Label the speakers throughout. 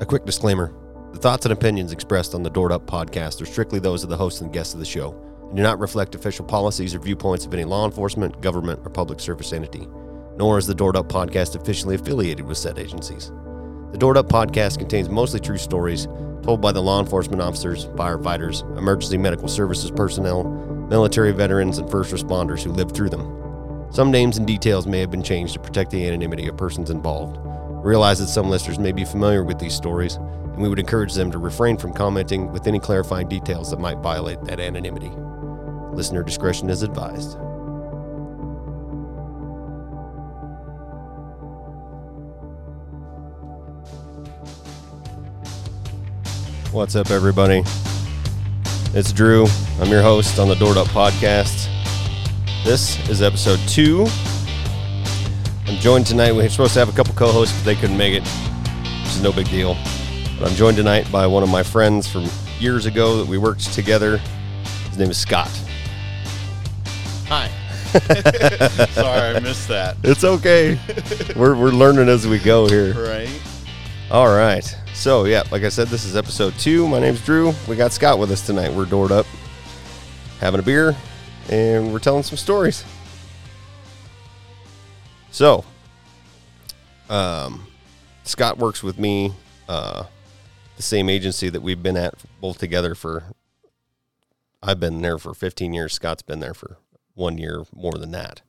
Speaker 1: A quick disclaimer the thoughts and opinions expressed on the Doored Up podcast are strictly those of the hosts and guests of the show and do not reflect official policies or viewpoints of any law enforcement, government, or public service entity. Nor is the Doored Up podcast officially affiliated with said agencies. The Doored Up podcast contains mostly true stories told by the law enforcement officers, firefighters, emergency medical services personnel, military veterans, and first responders who lived through them. Some names and details may have been changed to protect the anonymity of persons involved. We realize that some listeners may be familiar with these stories, and we would encourage them to refrain from commenting with any clarifying details that might violate that anonymity. Listener discretion is advised. What's up, everybody? It's Drew. I'm your host on the Doored Up Podcast. This is episode two. I'm joined tonight. We are supposed to have a couple co hosts, but they couldn't make it, which is no big deal. But I'm joined tonight by one of my friends from years ago that we worked together. His name is Scott.
Speaker 2: Hi. Sorry, I missed that.
Speaker 1: It's okay. we're, we're learning as we go here.
Speaker 2: Right?
Speaker 1: All right. So, yeah, like I said, this is episode two. My name's Drew. We got Scott with us tonight. We're doored up, having a beer, and we're telling some stories. So, um, Scott works with me, uh, the same agency that we've been at both together for, I've been there for 15 years. Scott's been there for one year more than that.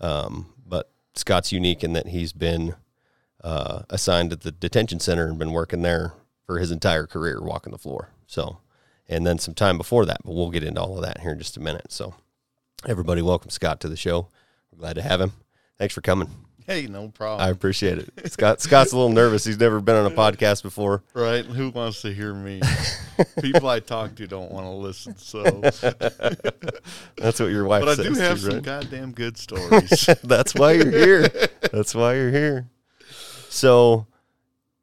Speaker 1: Um, but Scott's unique in that he's been uh, assigned at the detention center and been working there for his entire career, walking the floor. So, and then some time before that, but we'll get into all of that here in just a minute. So, everybody, welcome Scott to the show. We're glad to have him. Thanks for coming.
Speaker 2: Hey, no
Speaker 1: I
Speaker 2: problem.
Speaker 1: appreciate it. Scott Scott's a little nervous. He's never been on a podcast before.
Speaker 2: right? Who wants to hear me? People I talk to don't want to listen. So,
Speaker 1: That's what your wife
Speaker 2: but I
Speaker 1: says.
Speaker 2: do have
Speaker 1: too,
Speaker 2: some
Speaker 1: right?
Speaker 2: goddamn good stories.
Speaker 1: That's why you're here. That's why you're here. So,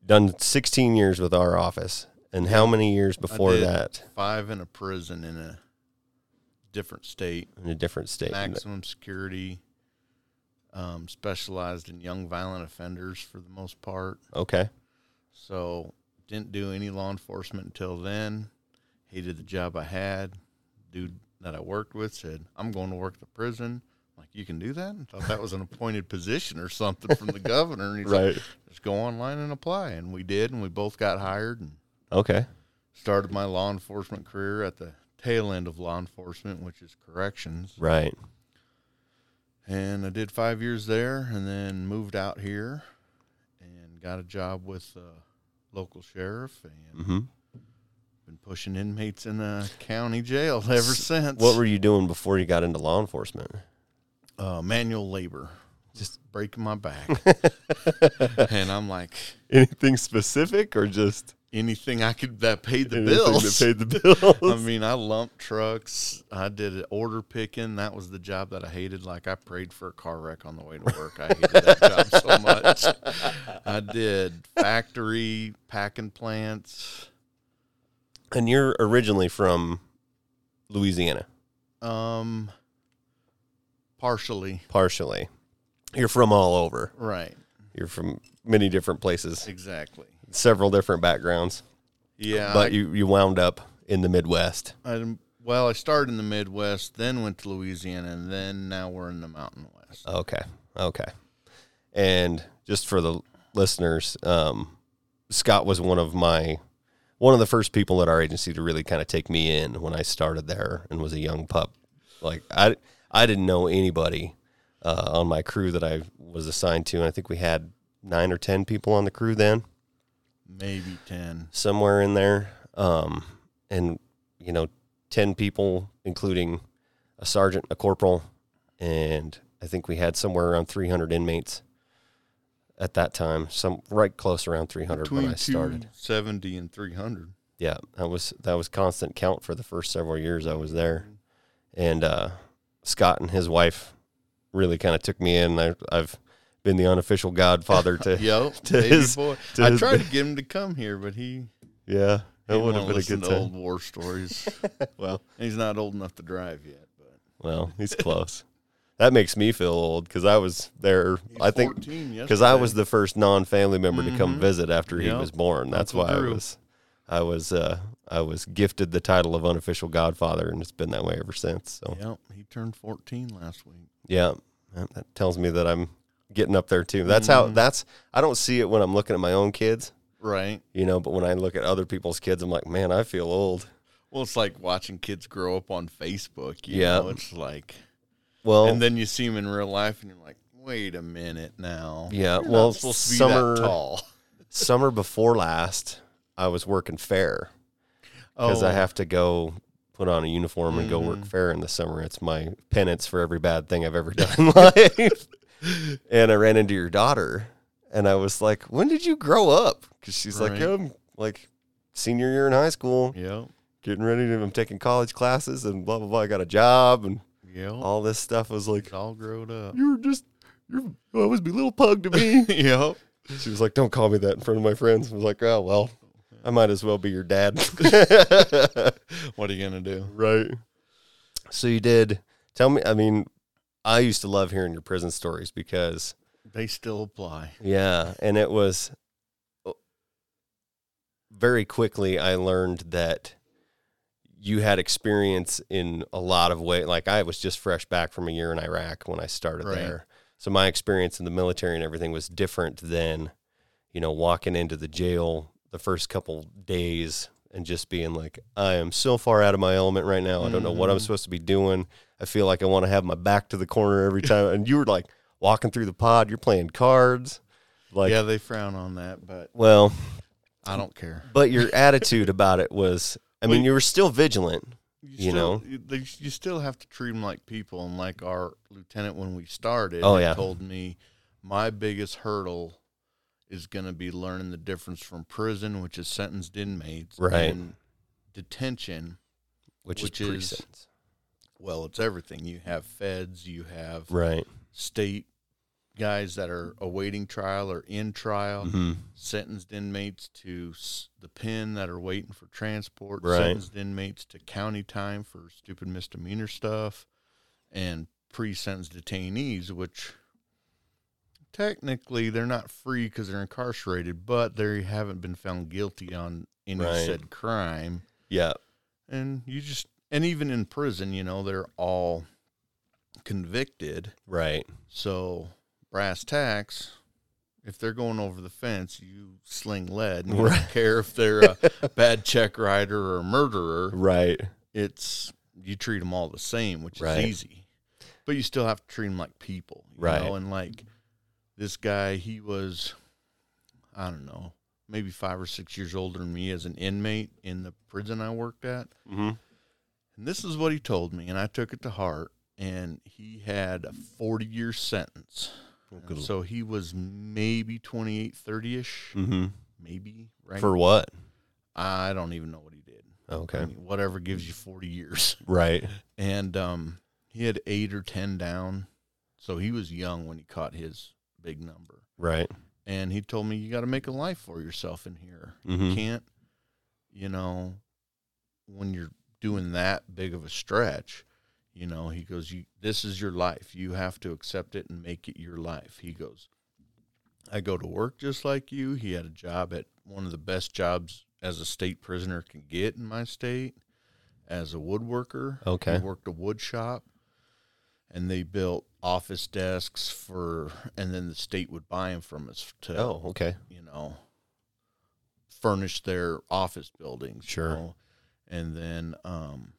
Speaker 1: done 16 years with our office. And how many years before
Speaker 2: did.
Speaker 1: that
Speaker 2: Five in a prison in a different state,
Speaker 1: in a different state?
Speaker 2: maximum security, um, specialized in young violent offenders for the most part.
Speaker 1: Okay.
Speaker 2: So didn't do any law enforcement until then. Hated the job I had. Dude that I worked with said, "I'm going to work the prison." I'm like you can do that? I thought that was an appointed position or something from the governor. And he's like,
Speaker 1: Right.
Speaker 2: "Just go online and apply." And we did, and we both got hired and
Speaker 1: Okay.
Speaker 2: started my law enforcement career at the tail end of law enforcement, which is corrections.
Speaker 1: Right.
Speaker 2: And I did five years there, and then moved out here, and got a job with the local sheriff and.
Speaker 1: Mm-hmm.
Speaker 2: Been pushing inmates in the county jail ever since.
Speaker 1: What were you doing before you got into law enforcement?
Speaker 2: uh, manual labor?
Speaker 1: Just-
Speaker 2: Just breaking my back, and I'm like,
Speaker 1: Anything specific or just
Speaker 2: anything I could that paid the
Speaker 1: anything
Speaker 2: bills.
Speaker 1: that paid the bills? Um,
Speaker 2: I mean, I lumped trucks. I did order picking. That was the job that I hated. Like I prayed for a car wreck on the way to work. I hated that job so much. I did factory packing plants.
Speaker 1: and you're originally from Louisiana,
Speaker 2: Um, partially
Speaker 1: partially. You're from all over.
Speaker 2: right.
Speaker 1: You're from many different places,
Speaker 2: Exactly.
Speaker 1: several different backgrounds.
Speaker 2: Yeah, I-
Speaker 1: But you, you wound up in the Midwest.
Speaker 2: I, well, I started in the Midwest, then went to Louisiana, and then now we're in the Mountain West.
Speaker 1: Okay. Okay. And just for the listeners, um, Scott was one of my one of the first people at our agency to really kind of take me in when I started there and was a young pup. Like I I didn't know anybody uh, on my crew that I was assigned to, and I think we had nine or ten people on the crew then
Speaker 2: Maybe 10.
Speaker 1: somewhere in there. Um, and you know, ten people, including a sergeant, a corporal, and I think we had somewhere around three hundred inmates at that time. Some right close around three hundred when I
Speaker 2: Between
Speaker 1: started.
Speaker 2: 270 and 300.
Speaker 1: Yeah, that was that was constant count for the first several years I was there, and uh, Scott and his wife really kind of took me in. I, I've been the unofficial godfather to
Speaker 2: Yo,
Speaker 1: To
Speaker 2: baby
Speaker 1: his-
Speaker 2: boy.
Speaker 1: to
Speaker 2: I
Speaker 1: his
Speaker 2: tried to get him to come here, but he,
Speaker 1: yeah.
Speaker 2: he
Speaker 1: That would have been a
Speaker 2: listen
Speaker 1: good
Speaker 2: to
Speaker 1: time.
Speaker 2: old war stories.
Speaker 1: Well,
Speaker 2: And he's not old enough to drive yet. But
Speaker 1: Well, he's close. That makes me feel old because I was there.
Speaker 2: He's
Speaker 1: I think
Speaker 2: 14
Speaker 1: because I was
Speaker 2: yesterday.
Speaker 1: the first non-family member to come
Speaker 2: Mhm.
Speaker 1: visit after he
Speaker 2: Yep.
Speaker 1: was born. That's
Speaker 2: Uncle
Speaker 1: why I
Speaker 2: Drew.
Speaker 1: was, I was, uh, I was gifted the title of unofficial godfather, and it's been that way ever since. So
Speaker 2: Yep, he turned 14 last week.
Speaker 1: yeah, yeah, that tells me that I'm getting up there too. That's how.
Speaker 2: Mhm.
Speaker 1: That's I don't see it when I'm looking at my own kids,
Speaker 2: Right.
Speaker 1: you know, but when I look at other people's kids, I'm like, man, I feel old.
Speaker 2: Well, it's like watching kids grow up on Facebook. You
Speaker 1: Yeah.
Speaker 2: know, it's like,
Speaker 1: Well,
Speaker 2: and then you see them in real life, and you're like, wait a minute now.
Speaker 1: Yeah,
Speaker 2: You're
Speaker 1: well,
Speaker 2: not supposed to be
Speaker 1: summer-
Speaker 2: that tall.
Speaker 1: summer before last, I was working fair. because
Speaker 2: Oh.
Speaker 1: I have to go put on a uniform and go work fair in the summer. It's my penance for every bad thing I've ever done in life. and I ran into your daughter, and I was like, "When did you grow up?" Because she's like,
Speaker 2: Right.
Speaker 1: "I'm like senior year in high school,
Speaker 2: Yep.
Speaker 1: getting ready to. I'm taking college classes and blah blah blah. I got a job and
Speaker 2: Yep.
Speaker 1: all this stuff." I was like,
Speaker 2: It's all grown up.
Speaker 1: "You were just." You are always be little pug to me.
Speaker 2: yep.
Speaker 1: she was like, "Don't call me that in front of my friends." I was like, "Oh well, I might as well be your dad."
Speaker 2: What are you gonna do?
Speaker 1: Right. So you did tell me I mean, I used to love hearing your prison stories because
Speaker 2: They still apply.
Speaker 1: yeah, and it was uh, very quickly I learned that you had experience in a lot of ways. Like I was just fresh back from a year in Iraq when I started
Speaker 2: Right.
Speaker 1: there. So my experience in the military and everything was different than, you know, walking into the jail the first couple days and just being like, I am so far out of my element right now. I don't know what I'm
Speaker 2: Mhm.
Speaker 1: supposed to be doing. I feel like I want to have my back to the corner every time. and you were like walking through the pod, you're playing cards. Like,
Speaker 2: yeah, they frown on that, but
Speaker 1: well,
Speaker 2: I don't care.
Speaker 1: but your attitude about it was, I mean,
Speaker 2: Well,
Speaker 1: you were still vigilant. You
Speaker 2: still,
Speaker 1: know?
Speaker 2: you, they, you still have to treat them like people. And like our lieutenant when we started,
Speaker 1: Oh,
Speaker 2: he
Speaker 1: yeah.
Speaker 2: told me my biggest hurdle is going to be learning the difference from prison, which is sentenced inmates,
Speaker 1: Right.
Speaker 2: and detention.
Speaker 1: which,
Speaker 2: Which
Speaker 1: is
Speaker 2: is-
Speaker 1: precincts.
Speaker 2: Well, it's everything. You have feds, you have
Speaker 1: Right.
Speaker 2: state guys that are awaiting trial or in trial.
Speaker 1: Mhm.
Speaker 2: sentenced inmates to s- the pen that are waiting for transport,
Speaker 1: Right.
Speaker 2: sentenced inmates to county time for stupid misdemeanor stuff, and pre sentence detainees, which technically they're not free because they're incarcerated, but they haven't been found guilty on any
Speaker 1: Right.
Speaker 2: said crime.
Speaker 1: Yeah.
Speaker 2: And you just, and even in prison, you know, they're all convicted.
Speaker 1: Right.
Speaker 2: So brass tacks, if they're going over the fence, you sling lead. And you
Speaker 1: Right.
Speaker 2: don't care if they're a bad check rider or a murderer.
Speaker 1: Right.
Speaker 2: It's you treat them all the same, which
Speaker 1: Right.
Speaker 2: is easy. But you still have to treat them like people, you
Speaker 1: Right.
Speaker 2: know. And like this guy, he was, I don't know, maybe five or six years older than me as an inmate in the prison I worked at.
Speaker 1: Mm-hmm.
Speaker 2: And this is what he told me, and I took it to heart. And he had a 40 year sentence. And So he was maybe 28, 30 ish,
Speaker 1: hmm
Speaker 2: maybe, right?
Speaker 1: For what?
Speaker 2: I don't even know what he did.
Speaker 1: Okay.
Speaker 2: I mean, whatever gives you 40 years.
Speaker 1: Right.
Speaker 2: And um, he had eight or 10 down. So he was young when he caught his big number.
Speaker 1: Right.
Speaker 2: And he told me, you got to make a life for yourself in here.
Speaker 1: Mhm.
Speaker 2: You can't, you know, when you're doing that big of a stretch, you know, he goes, you, this is your life. You have to accept it and make it your life. He goes, I go to work just like you. He had a job at one of the best jobs as a state prisoner can get in my state as a woodworker.
Speaker 1: Okay.
Speaker 2: He worked a wood shop and they built office desks for, and then the state would buy them from us to
Speaker 1: Oh, okay.
Speaker 2: you know, furnish their office buildings. you
Speaker 1: Sure.
Speaker 2: know. And then um,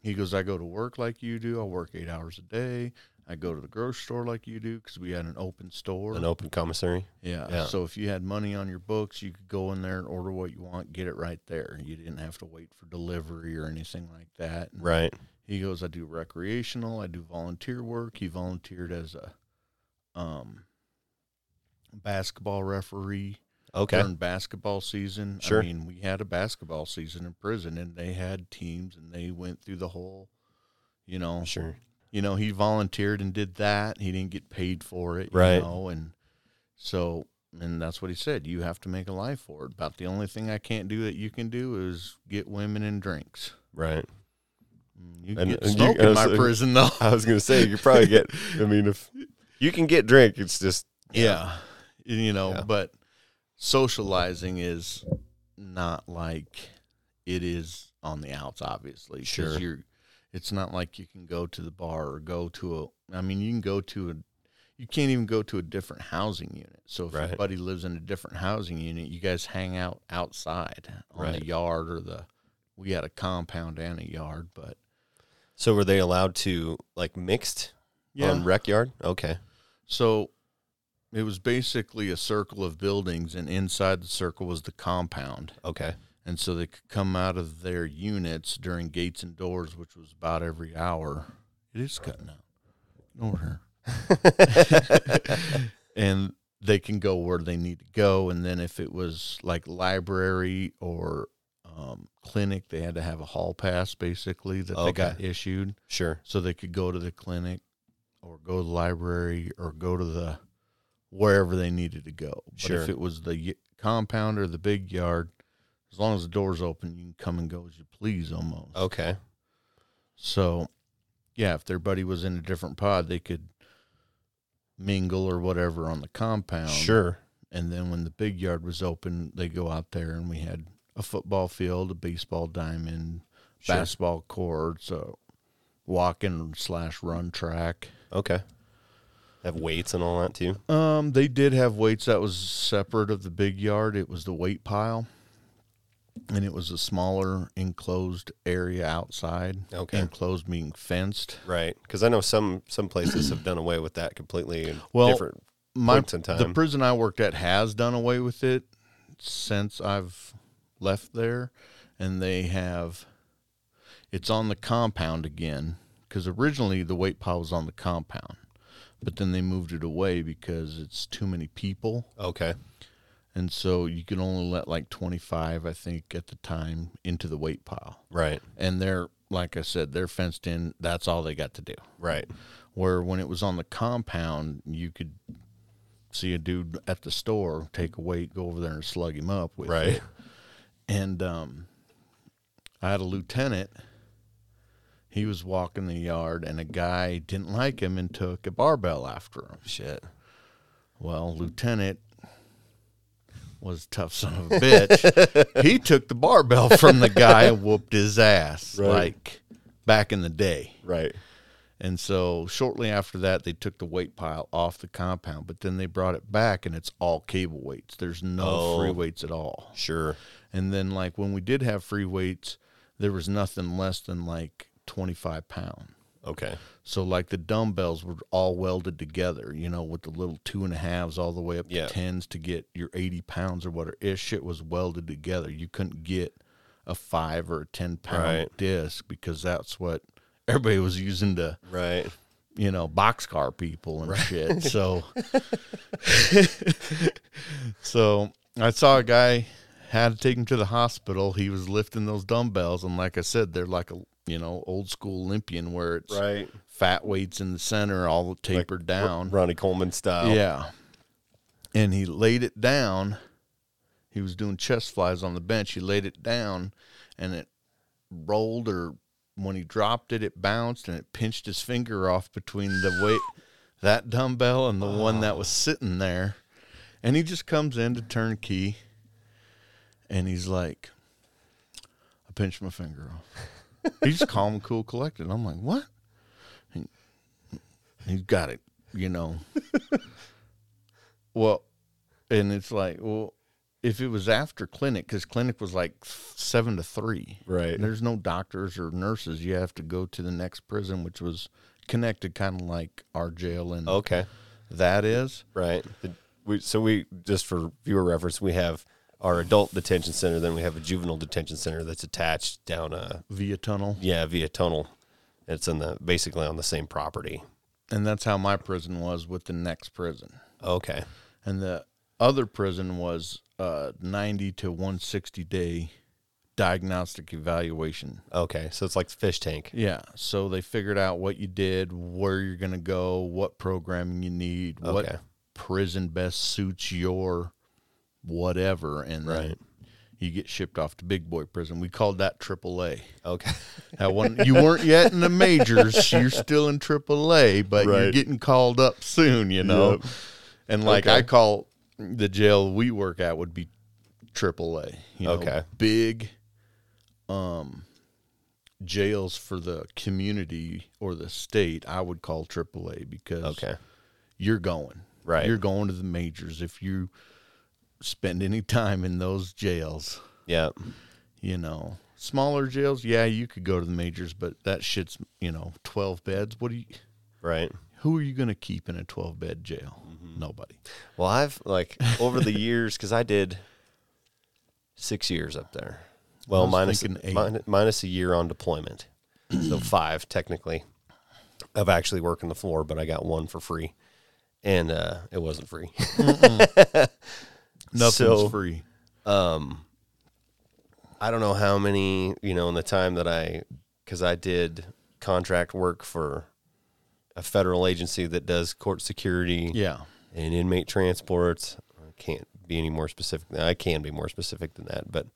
Speaker 2: he goes, I go to work like you do. I work eight hours a day. I go to the grocery store like you do because we had an open store.
Speaker 1: An open commissary.
Speaker 2: Yeah.
Speaker 1: Yeah.
Speaker 2: So if you had money on your books, you could go in there and order what you want, get it right there. You didn't have to wait for delivery or anything like that. And
Speaker 1: Mm-hmm. Right.
Speaker 2: he goes, I do recreational, I do volunteer work. He volunteered as a um, basketball referee
Speaker 1: Okay.
Speaker 2: during basketball season.
Speaker 1: Sure.
Speaker 2: I mean, we had a basketball season in prison, and they had teams, and they went through the whole, you know,
Speaker 1: Sure.
Speaker 2: you know, he volunteered and did that. He didn't get paid for it,
Speaker 1: Right.
Speaker 2: You know, and so, and that's what he said. You have to make a life for it. About the only thing I can't do that you can do is get women and drinks. Mm,
Speaker 1: Right.
Speaker 2: You
Speaker 1: And-
Speaker 2: get
Speaker 1: and you-
Speaker 2: smoke
Speaker 1: I
Speaker 2: in
Speaker 1: was
Speaker 2: my
Speaker 1: saying-
Speaker 2: prison though.
Speaker 1: I was gonna say you probably get. I mean, if you can get drink, it's just
Speaker 2: Yeah. You know,
Speaker 1: Yeah.
Speaker 2: but socializing is not like it is on the outs, obviously. 'cause
Speaker 1: Sure.
Speaker 2: You're, it's not like you can go to the bar or go to a, I mean, you can go to a, you can't even go to a different housing unit. So if
Speaker 1: Right.
Speaker 2: your buddy lives in a different housing unit, you guys hang out outside on
Speaker 1: Right.
Speaker 2: the yard or the, we had a compound and a yard, but
Speaker 1: So were they allowed to like mixed on rec yard? Okay,
Speaker 2: So it was basically a circle of buildings, and inside the circle was the compound.
Speaker 1: okay,
Speaker 2: And so they could come out of their units during gates and doors, which was about every hour. It is cutting out. Ignore her. and they can go where they need to go. And then if it was like library or um, clinic, they had to have a hall pass basically that they got
Speaker 1: Okay.
Speaker 2: issued
Speaker 1: sure.
Speaker 2: so they could go to the clinic or go to the library or go to the wherever they needed to go. But
Speaker 1: Sure.
Speaker 2: if it was the y- compound or the big yard, as long as the door's open, you can come and go as you please almost.
Speaker 1: Okay,
Speaker 2: So, yeah, if their buddy was in a different pod, they could mingle or whatever on the
Speaker 1: Um,
Speaker 2: compound.
Speaker 1: sure.
Speaker 2: And then when the big yard was open, they go out there and we had a football field, a baseball diamond,
Speaker 1: Sure.
Speaker 2: basketball courts, a walking slash run track.
Speaker 1: Okay. Have weights and all that too.
Speaker 2: Um, they did have weights that was separate of the big yard. It was the weight pile, and it was a smaller enclosed area outside.
Speaker 1: Okay.
Speaker 2: enclosed meaning fenced.
Speaker 1: Right, because I know some some places have done away with that completely. And
Speaker 2: Well,
Speaker 1: different.
Speaker 2: My
Speaker 1: Points in
Speaker 2: the
Speaker 1: time.
Speaker 2: prison I worked at has done away with it since I've left there, and they have it's on the compound again because originally the weight pile was on the compound, but then they moved it away because it's too many people.
Speaker 1: Okay,
Speaker 2: And so you can only let like 25, I think, at the time into the weight pile.
Speaker 1: right,
Speaker 2: And they're, like I said, they're fenced in. That's all they got to do.
Speaker 1: right,
Speaker 2: Where when it was on the compound, you could see a dude at the store, take a weight, go over there and slug him up with
Speaker 1: right.
Speaker 2: it. And um, I had a lieutenant. He was walking the yard, and a guy didn't like him and took a barbell after him.
Speaker 1: Shit.
Speaker 2: Well, Lieutenant was a tough son of a bitch. he took the barbell from the guy and whooped his ass
Speaker 1: Right.
Speaker 2: like back in the day.
Speaker 1: Right.
Speaker 2: And so shortly after that, they took the weight pile off the compound, but then they brought it back and it's all cable weights. There's no
Speaker 1: Oh.
Speaker 2: free weights at all.
Speaker 1: Sure.
Speaker 2: And then, like, when we did have free weights, there was nothing less than like 25 pounds.
Speaker 1: Okay.
Speaker 2: So like the dumbbells were all welded together, you know, with the little two and a halves all the way up to
Speaker 1: Yeah.
Speaker 2: tens to get your eighty pounds or whatever. It shit was welded together. You couldn't get a five or a ten pound
Speaker 1: Right.
Speaker 2: disc because that's what everybody was using to,
Speaker 1: Right.
Speaker 2: you know, boxcar people and shit. So So I saw a guy had to take him to the hospital. He was lifting those dumbbells and like I said, they're like a you know, old school Olympian where it's
Speaker 1: Right.
Speaker 2: fat weights in the center, all tapered down.
Speaker 1: Ronnie Coleman style.
Speaker 2: Yeah. And he laid it down. He was doing chest flies on the bench. He laid it down and it rolled or when he dropped it it bounced and it pinched his finger off between the weight that dumbbell and the one that was sitting there. And he just comes in to turn key and he's like I pinched my finger off. He's calm, cool, collected. I'm like, what? And he's got it, you know. Well, and it's like, well, if it was after clinic, because clinic was like seven to three.
Speaker 1: Right.
Speaker 2: There's no doctors or nurses. You have to go to the next prison, which was connected kind of like our jail. And
Speaker 1: Okay.
Speaker 2: that is,
Speaker 1: Right. The- we, so we just for viewer reference, we have our adult detention center, then we have a juvenile detention center that's attached down a
Speaker 2: via tunnel.
Speaker 1: yeah via tunnel. It's in the basically on the same property.
Speaker 2: And that's how my prison was with the next prison.
Speaker 1: Okay.
Speaker 2: and the other prison was uh, 90 to 160 day diagnostic evaluation.
Speaker 1: Okay. So it's like the fish tank.
Speaker 2: Yeah, so they figured out what you did, where you're going to go, what programming you need,
Speaker 1: Okay.
Speaker 2: what prison best suits your whatever and then
Speaker 1: Right.
Speaker 2: you get shipped off to big boy prison. We called that AAA.
Speaker 1: Okay.
Speaker 2: That one, you weren't yet in the majors. You're still in AAA, but you're
Speaker 1: Right.
Speaker 2: getting called up soon, you know?
Speaker 1: Yep.
Speaker 2: And like
Speaker 1: Okay.
Speaker 2: I call the jail we work at would be AAA. You know,
Speaker 1: Okay.
Speaker 2: Big um, jails for the community or the state, I would call AAA because
Speaker 1: Okay.
Speaker 2: you're going.
Speaker 1: Right.
Speaker 2: You're going to the majors. If you spend any time in those jails,
Speaker 1: Yeah.
Speaker 2: you know smaller jails yeah you could go to the majors but that shit's you know 12 beds what do you
Speaker 1: Right.
Speaker 2: who are you going to keep in a 12 bed jail
Speaker 1: Mm-hmm.
Speaker 2: nobody
Speaker 1: Well, I've like over the years because I did six years up there. Well,
Speaker 2: was
Speaker 1: minus
Speaker 2: thinking eight.
Speaker 1: min- minus a year on deployment, so five technically of actually working the floor, but I got one for free, and uh, it wasn't free.
Speaker 2: nothing's
Speaker 1: So-
Speaker 2: free
Speaker 1: I don't know how many, you know, in the time that I, because I did contract work for a federal agency that does court security
Speaker 2: yeah
Speaker 1: and inmate transports. I can't be any more specific. than- I can be more specific than that, but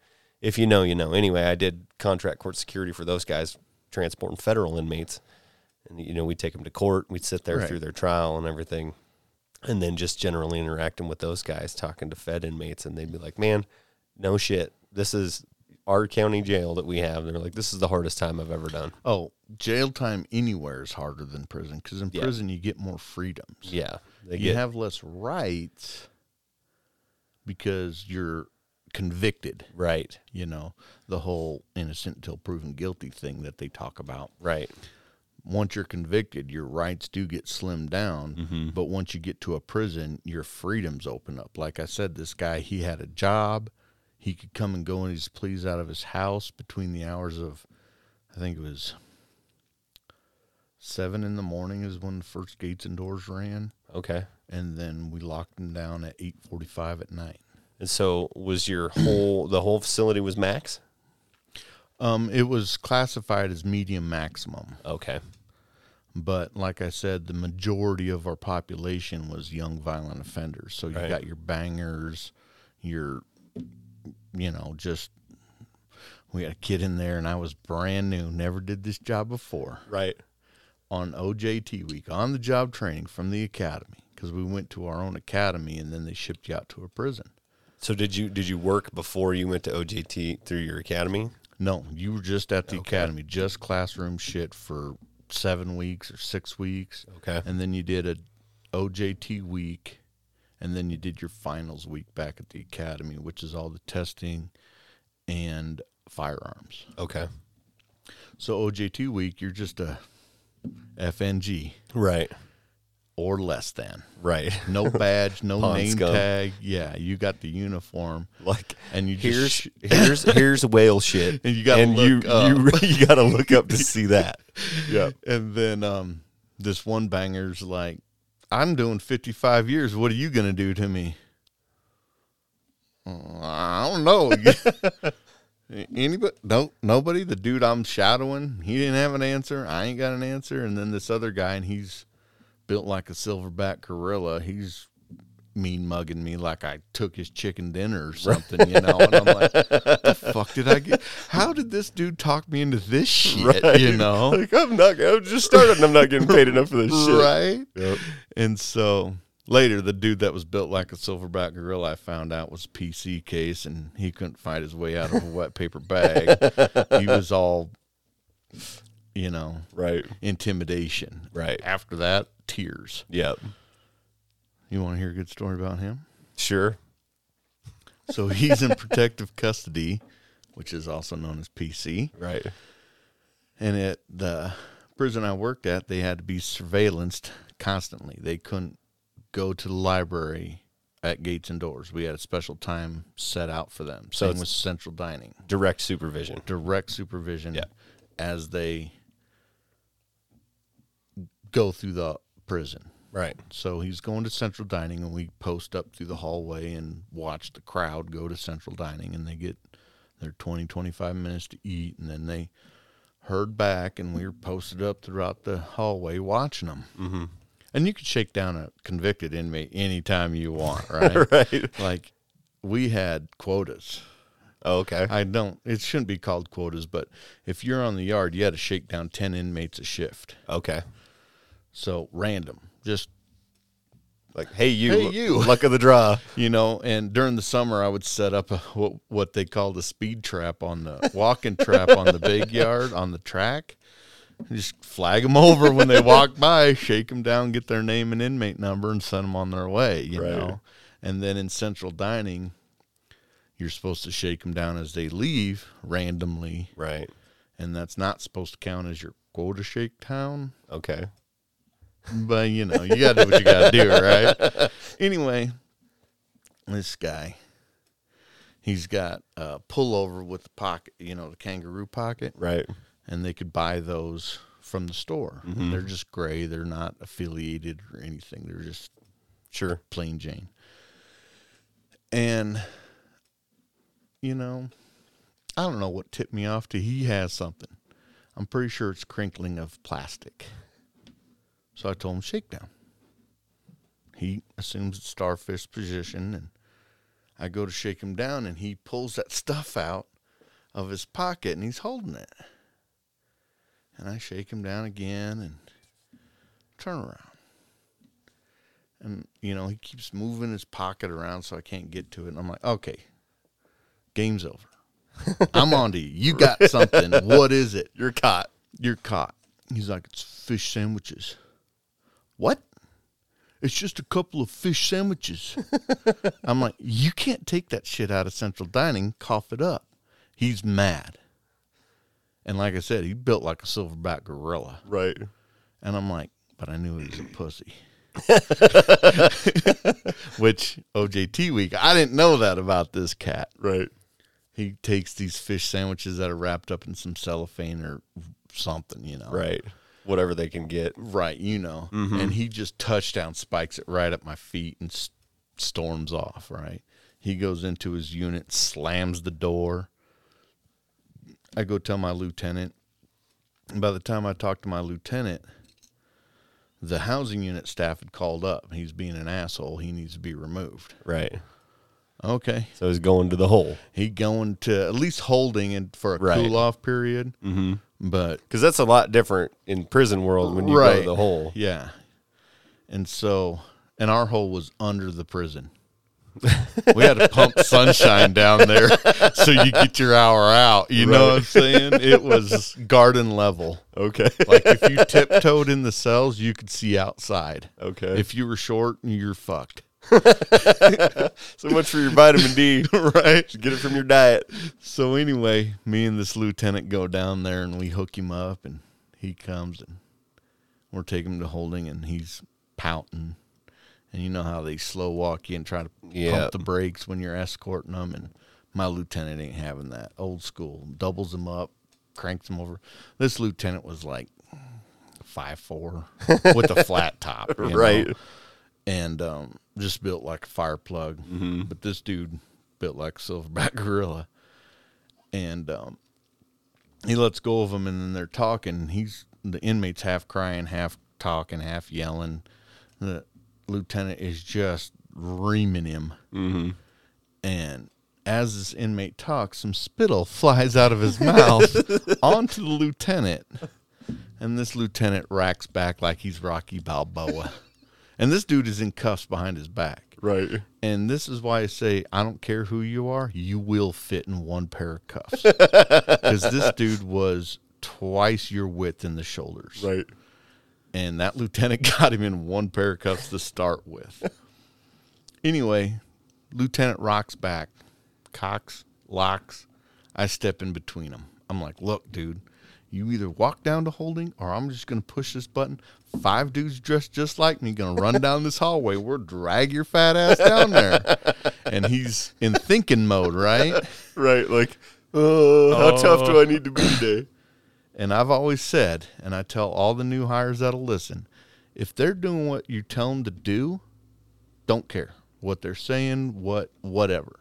Speaker 1: if you know, you know. Anyway, I did contract court security for those guys transporting federal inmates, and you know, we'd take them to court, we'd sit there
Speaker 2: Right.
Speaker 1: through their trial and everything, and then just generally interacting with those guys, talking to Fed inmates, and they'd be like, "Man, no shit, this is." Our county jail that we have, they're like, this is the hardest time I've ever done.
Speaker 2: oh jail time anywhere is harder than prison because in
Speaker 1: Yeah.
Speaker 2: prison you get more freedoms
Speaker 1: Yeah, they
Speaker 2: you
Speaker 1: get
Speaker 2: have less rights because you're convicted
Speaker 1: right,
Speaker 2: you know the whole innocent till proven guilty thing that they talk about
Speaker 1: right,
Speaker 2: once you're convicted, your rights do get slimmed down. But once you get to a prison, your freedoms open up. Like I said, this guy, he had a job. He could come and go and his pleas out of his house between the hours of, I think it was seven in the morning is when the first gates and doors ran,
Speaker 1: okay.
Speaker 2: and then we locked him down at eight forty-five at night.
Speaker 1: And so, was your whole the whole facility was max?
Speaker 2: Um, it was classified as medium maximum.
Speaker 1: Okay.
Speaker 2: But like I said, the majority of our population was young violent offenders. So you
Speaker 1: Right.
Speaker 2: got your bangers, your, you know, just we had a kid in there and I was brand new, never did this job before
Speaker 1: Right.
Speaker 2: on OJT week, on the job training from the academy because we went to our own academy and then they shipped you out to a prison.
Speaker 1: So did you did you work before you went to OJT through your academy?
Speaker 2: No, you were just at the academy, just classroom shit for seven weeks or six weeks.
Speaker 1: Okay.
Speaker 2: and then you did a OJT week, and then you did your finals week back at the academy, which is all the testing and firearms.
Speaker 1: Okay.
Speaker 2: So OJT week, you're just a FNG
Speaker 1: Right.
Speaker 2: or less than.
Speaker 1: Right.
Speaker 2: No badge, no
Speaker 1: Pawn
Speaker 2: name
Speaker 1: scum.
Speaker 2: tag. Yeah, you got the uniform,
Speaker 1: Like
Speaker 2: and you
Speaker 1: here's
Speaker 2: just sh-
Speaker 1: here's here's whale shit,
Speaker 2: And you gotta
Speaker 1: you
Speaker 2: look up.
Speaker 1: you you gotta look up to see that. Yeah.
Speaker 2: and then um, this one banger's like, "I'm doing 55 years. What are you gonna do to me?" "Uh, I don't know. Anybody? No, nobody. The dude I'm shadowing, he didn't have an answer. I ain't got an answer. And then this other guy, and he's built like a silverback gorilla. He's mean mugging me like I took his chicken dinner or something, you know. And I'm like, the fuck did I get? How did this dude talk me into this shit? You
Speaker 1: Right.
Speaker 2: know,
Speaker 1: Like I'm not. I'm just starting. and I'm not getting paid enough for this shit.
Speaker 2: right? And so later, the dude that was built like a silverback gorilla, I found out was PC case, and he couldn't fight his way out of a wet paper bag. he was all, you know,
Speaker 1: Right.
Speaker 2: intimidation.
Speaker 1: Right.
Speaker 2: After that, tears.
Speaker 1: Yep.
Speaker 2: You want to hear a good story about him?
Speaker 1: Sure.
Speaker 2: So he's in protective custody, which is also known as PC.
Speaker 1: Right.
Speaker 2: And at the prison I worked at, they had to be surveillanced constantly. They couldn't go to the library at gates and doors. We had a special time set out for them. Same
Speaker 1: it's-
Speaker 2: with central dining,
Speaker 1: Direct supervision.
Speaker 2: direct supervision
Speaker 1: Yeah.
Speaker 2: as they go through the prison.
Speaker 1: Right.
Speaker 2: So he's going to central dining, and we post up through the hallway and watch the crowd go to central dining, and they get their 20, 25 minutes to eat, and then they herd back, and we were posted up throughout the hallway watching them. Mm-hmm. And you could shake down a convicted inmate anytime you want, right?
Speaker 1: Right.
Speaker 2: Like we had quotas.
Speaker 1: Oh, okay.
Speaker 2: I don't. It shouldn't be called quotas, but if you're on the yard, you had to shake down ten inmates a shift.
Speaker 1: Okay.
Speaker 2: So random, just
Speaker 1: Like, hey, you,
Speaker 2: Hey, you.
Speaker 1: luck of the draw.
Speaker 2: you know. And during the summer, I would set up a, what what they call the speed trap on the walking trap on the big yard on the track. And Just flag them over when they walk by, shake them down, get their name and inmate number, and send them on their way. You
Speaker 1: Right.
Speaker 2: know. And then in central dining, you're supposed to shake them down as they leave randomly.
Speaker 1: Right.
Speaker 2: and that's not supposed to count as your quota shake town.
Speaker 1: Okay.
Speaker 2: But you know, you got to do what you got to do, right? Anyway, this guy, he's got a pullover with the pocket, you know, the kangaroo pocket,
Speaker 1: Right.
Speaker 2: and they could buy those from the store. And They're just gray; they're not affiliated or anything. They're just
Speaker 1: Sure.
Speaker 2: plain Jane. And you know, I don't know what tipped me off to he has something. I'm pretty sure it's crinkling of plastic. So I told him shakedown. He assumes it's starfish position and I go to shake him down and he pulls that stuff out of his pocket and he's holding it. And I shake him down again and turn around and you know he keeps moving his pocket around so I can't get to it. And I'm like, okay, game's over. I'm on to you. You got something. What is it?
Speaker 1: You're caught.
Speaker 2: You're caught. He's like, it's fish sandwiches. What? It's just a couple of fish sandwiches. I'm like, you can't take that shit out of central dining. Cough it up. He's mad. And like I said, he built like a silverback gorilla.
Speaker 1: Right.
Speaker 2: And I'm like, but I knew he was a pussy. Which OJT week, I didn't know that about this cat.
Speaker 1: Right.
Speaker 2: He takes these fish sandwiches that are wrapped up in some cellophane or something, you know.
Speaker 1: Right. Whatever they can get.
Speaker 2: Right, you know. And he just touchdown spikes it right at my feet and s- storms off, right? He goes into his unit, slams the door. I go tell my lieutenant. And by the time I talked to my lieutenant, the housing unit staff had called up. He's being an asshole. He needs to be removed.
Speaker 1: Right.
Speaker 2: Okay.
Speaker 1: So he's going to the hole.
Speaker 2: He going to at least holding it for a
Speaker 1: Right.
Speaker 2: cool off period. Mm-hmm. But
Speaker 1: Because that's a lot different in prison world when you go to
Speaker 2: Right.
Speaker 1: the hole.
Speaker 2: Yeah. And so, and our hole was under the prison. we had to pump sunshine down there so you get your hour out. You know what I'm saying? It was garden level.
Speaker 1: Okay.
Speaker 2: Like if you tiptoed in the cells, you could see outside.
Speaker 1: Okay.
Speaker 2: If you were short, you're fucked.
Speaker 1: so much for your vitamin D.
Speaker 2: right.
Speaker 1: Get it from your diet.
Speaker 2: So anyway, me and this lieutenant go down there and we hook him up and he comes and we're taking him to holding and he's pouting. And you know how they slow walk you and try to
Speaker 1: Yeah.
Speaker 2: pump the brakes when you're escorting them and my lieutenant ain't having that. Old school. Doubles him up, cranks him over. This lieutenant was like five four with a flat top. you know?
Speaker 1: Right.
Speaker 2: and um, just built like a fire plug. But this dude built like a silverback gorilla, and um, he lets go of him, and then they're talking. He's the inmates half crying, half talking, half yelling. The lieutenant is just reaming him, and. As this inmate talks, some spittle flies out of his mouth onto the lieutenant, and this lieutenant racks back like he's Rocky Balboa. And this dude is in cuffs behind his back.
Speaker 1: Right.
Speaker 2: And this is why I say, I don't care who you are, you will fit in one pair of cuffs. Because this dude was twice your width in the shoulders.
Speaker 1: Right.
Speaker 2: And that lieutenant got him in one pair of cuffs to start with. anyway, Lieutenant rocks back, cocks, locks. I step in between them. I'm like, look, dude, you either walk down to holding or I'm just going to push this button. Five dudes dressed just like me going to run down this hallway. We'll drag your fat ass down there. and he's in thinking mode, right?
Speaker 1: Right. Like, oh, how tough do I need to be today?
Speaker 2: And I've always said, and I tell all the new hires that'll listen, if they're doing what you tell them to do, don't care what they're saying, what whatever.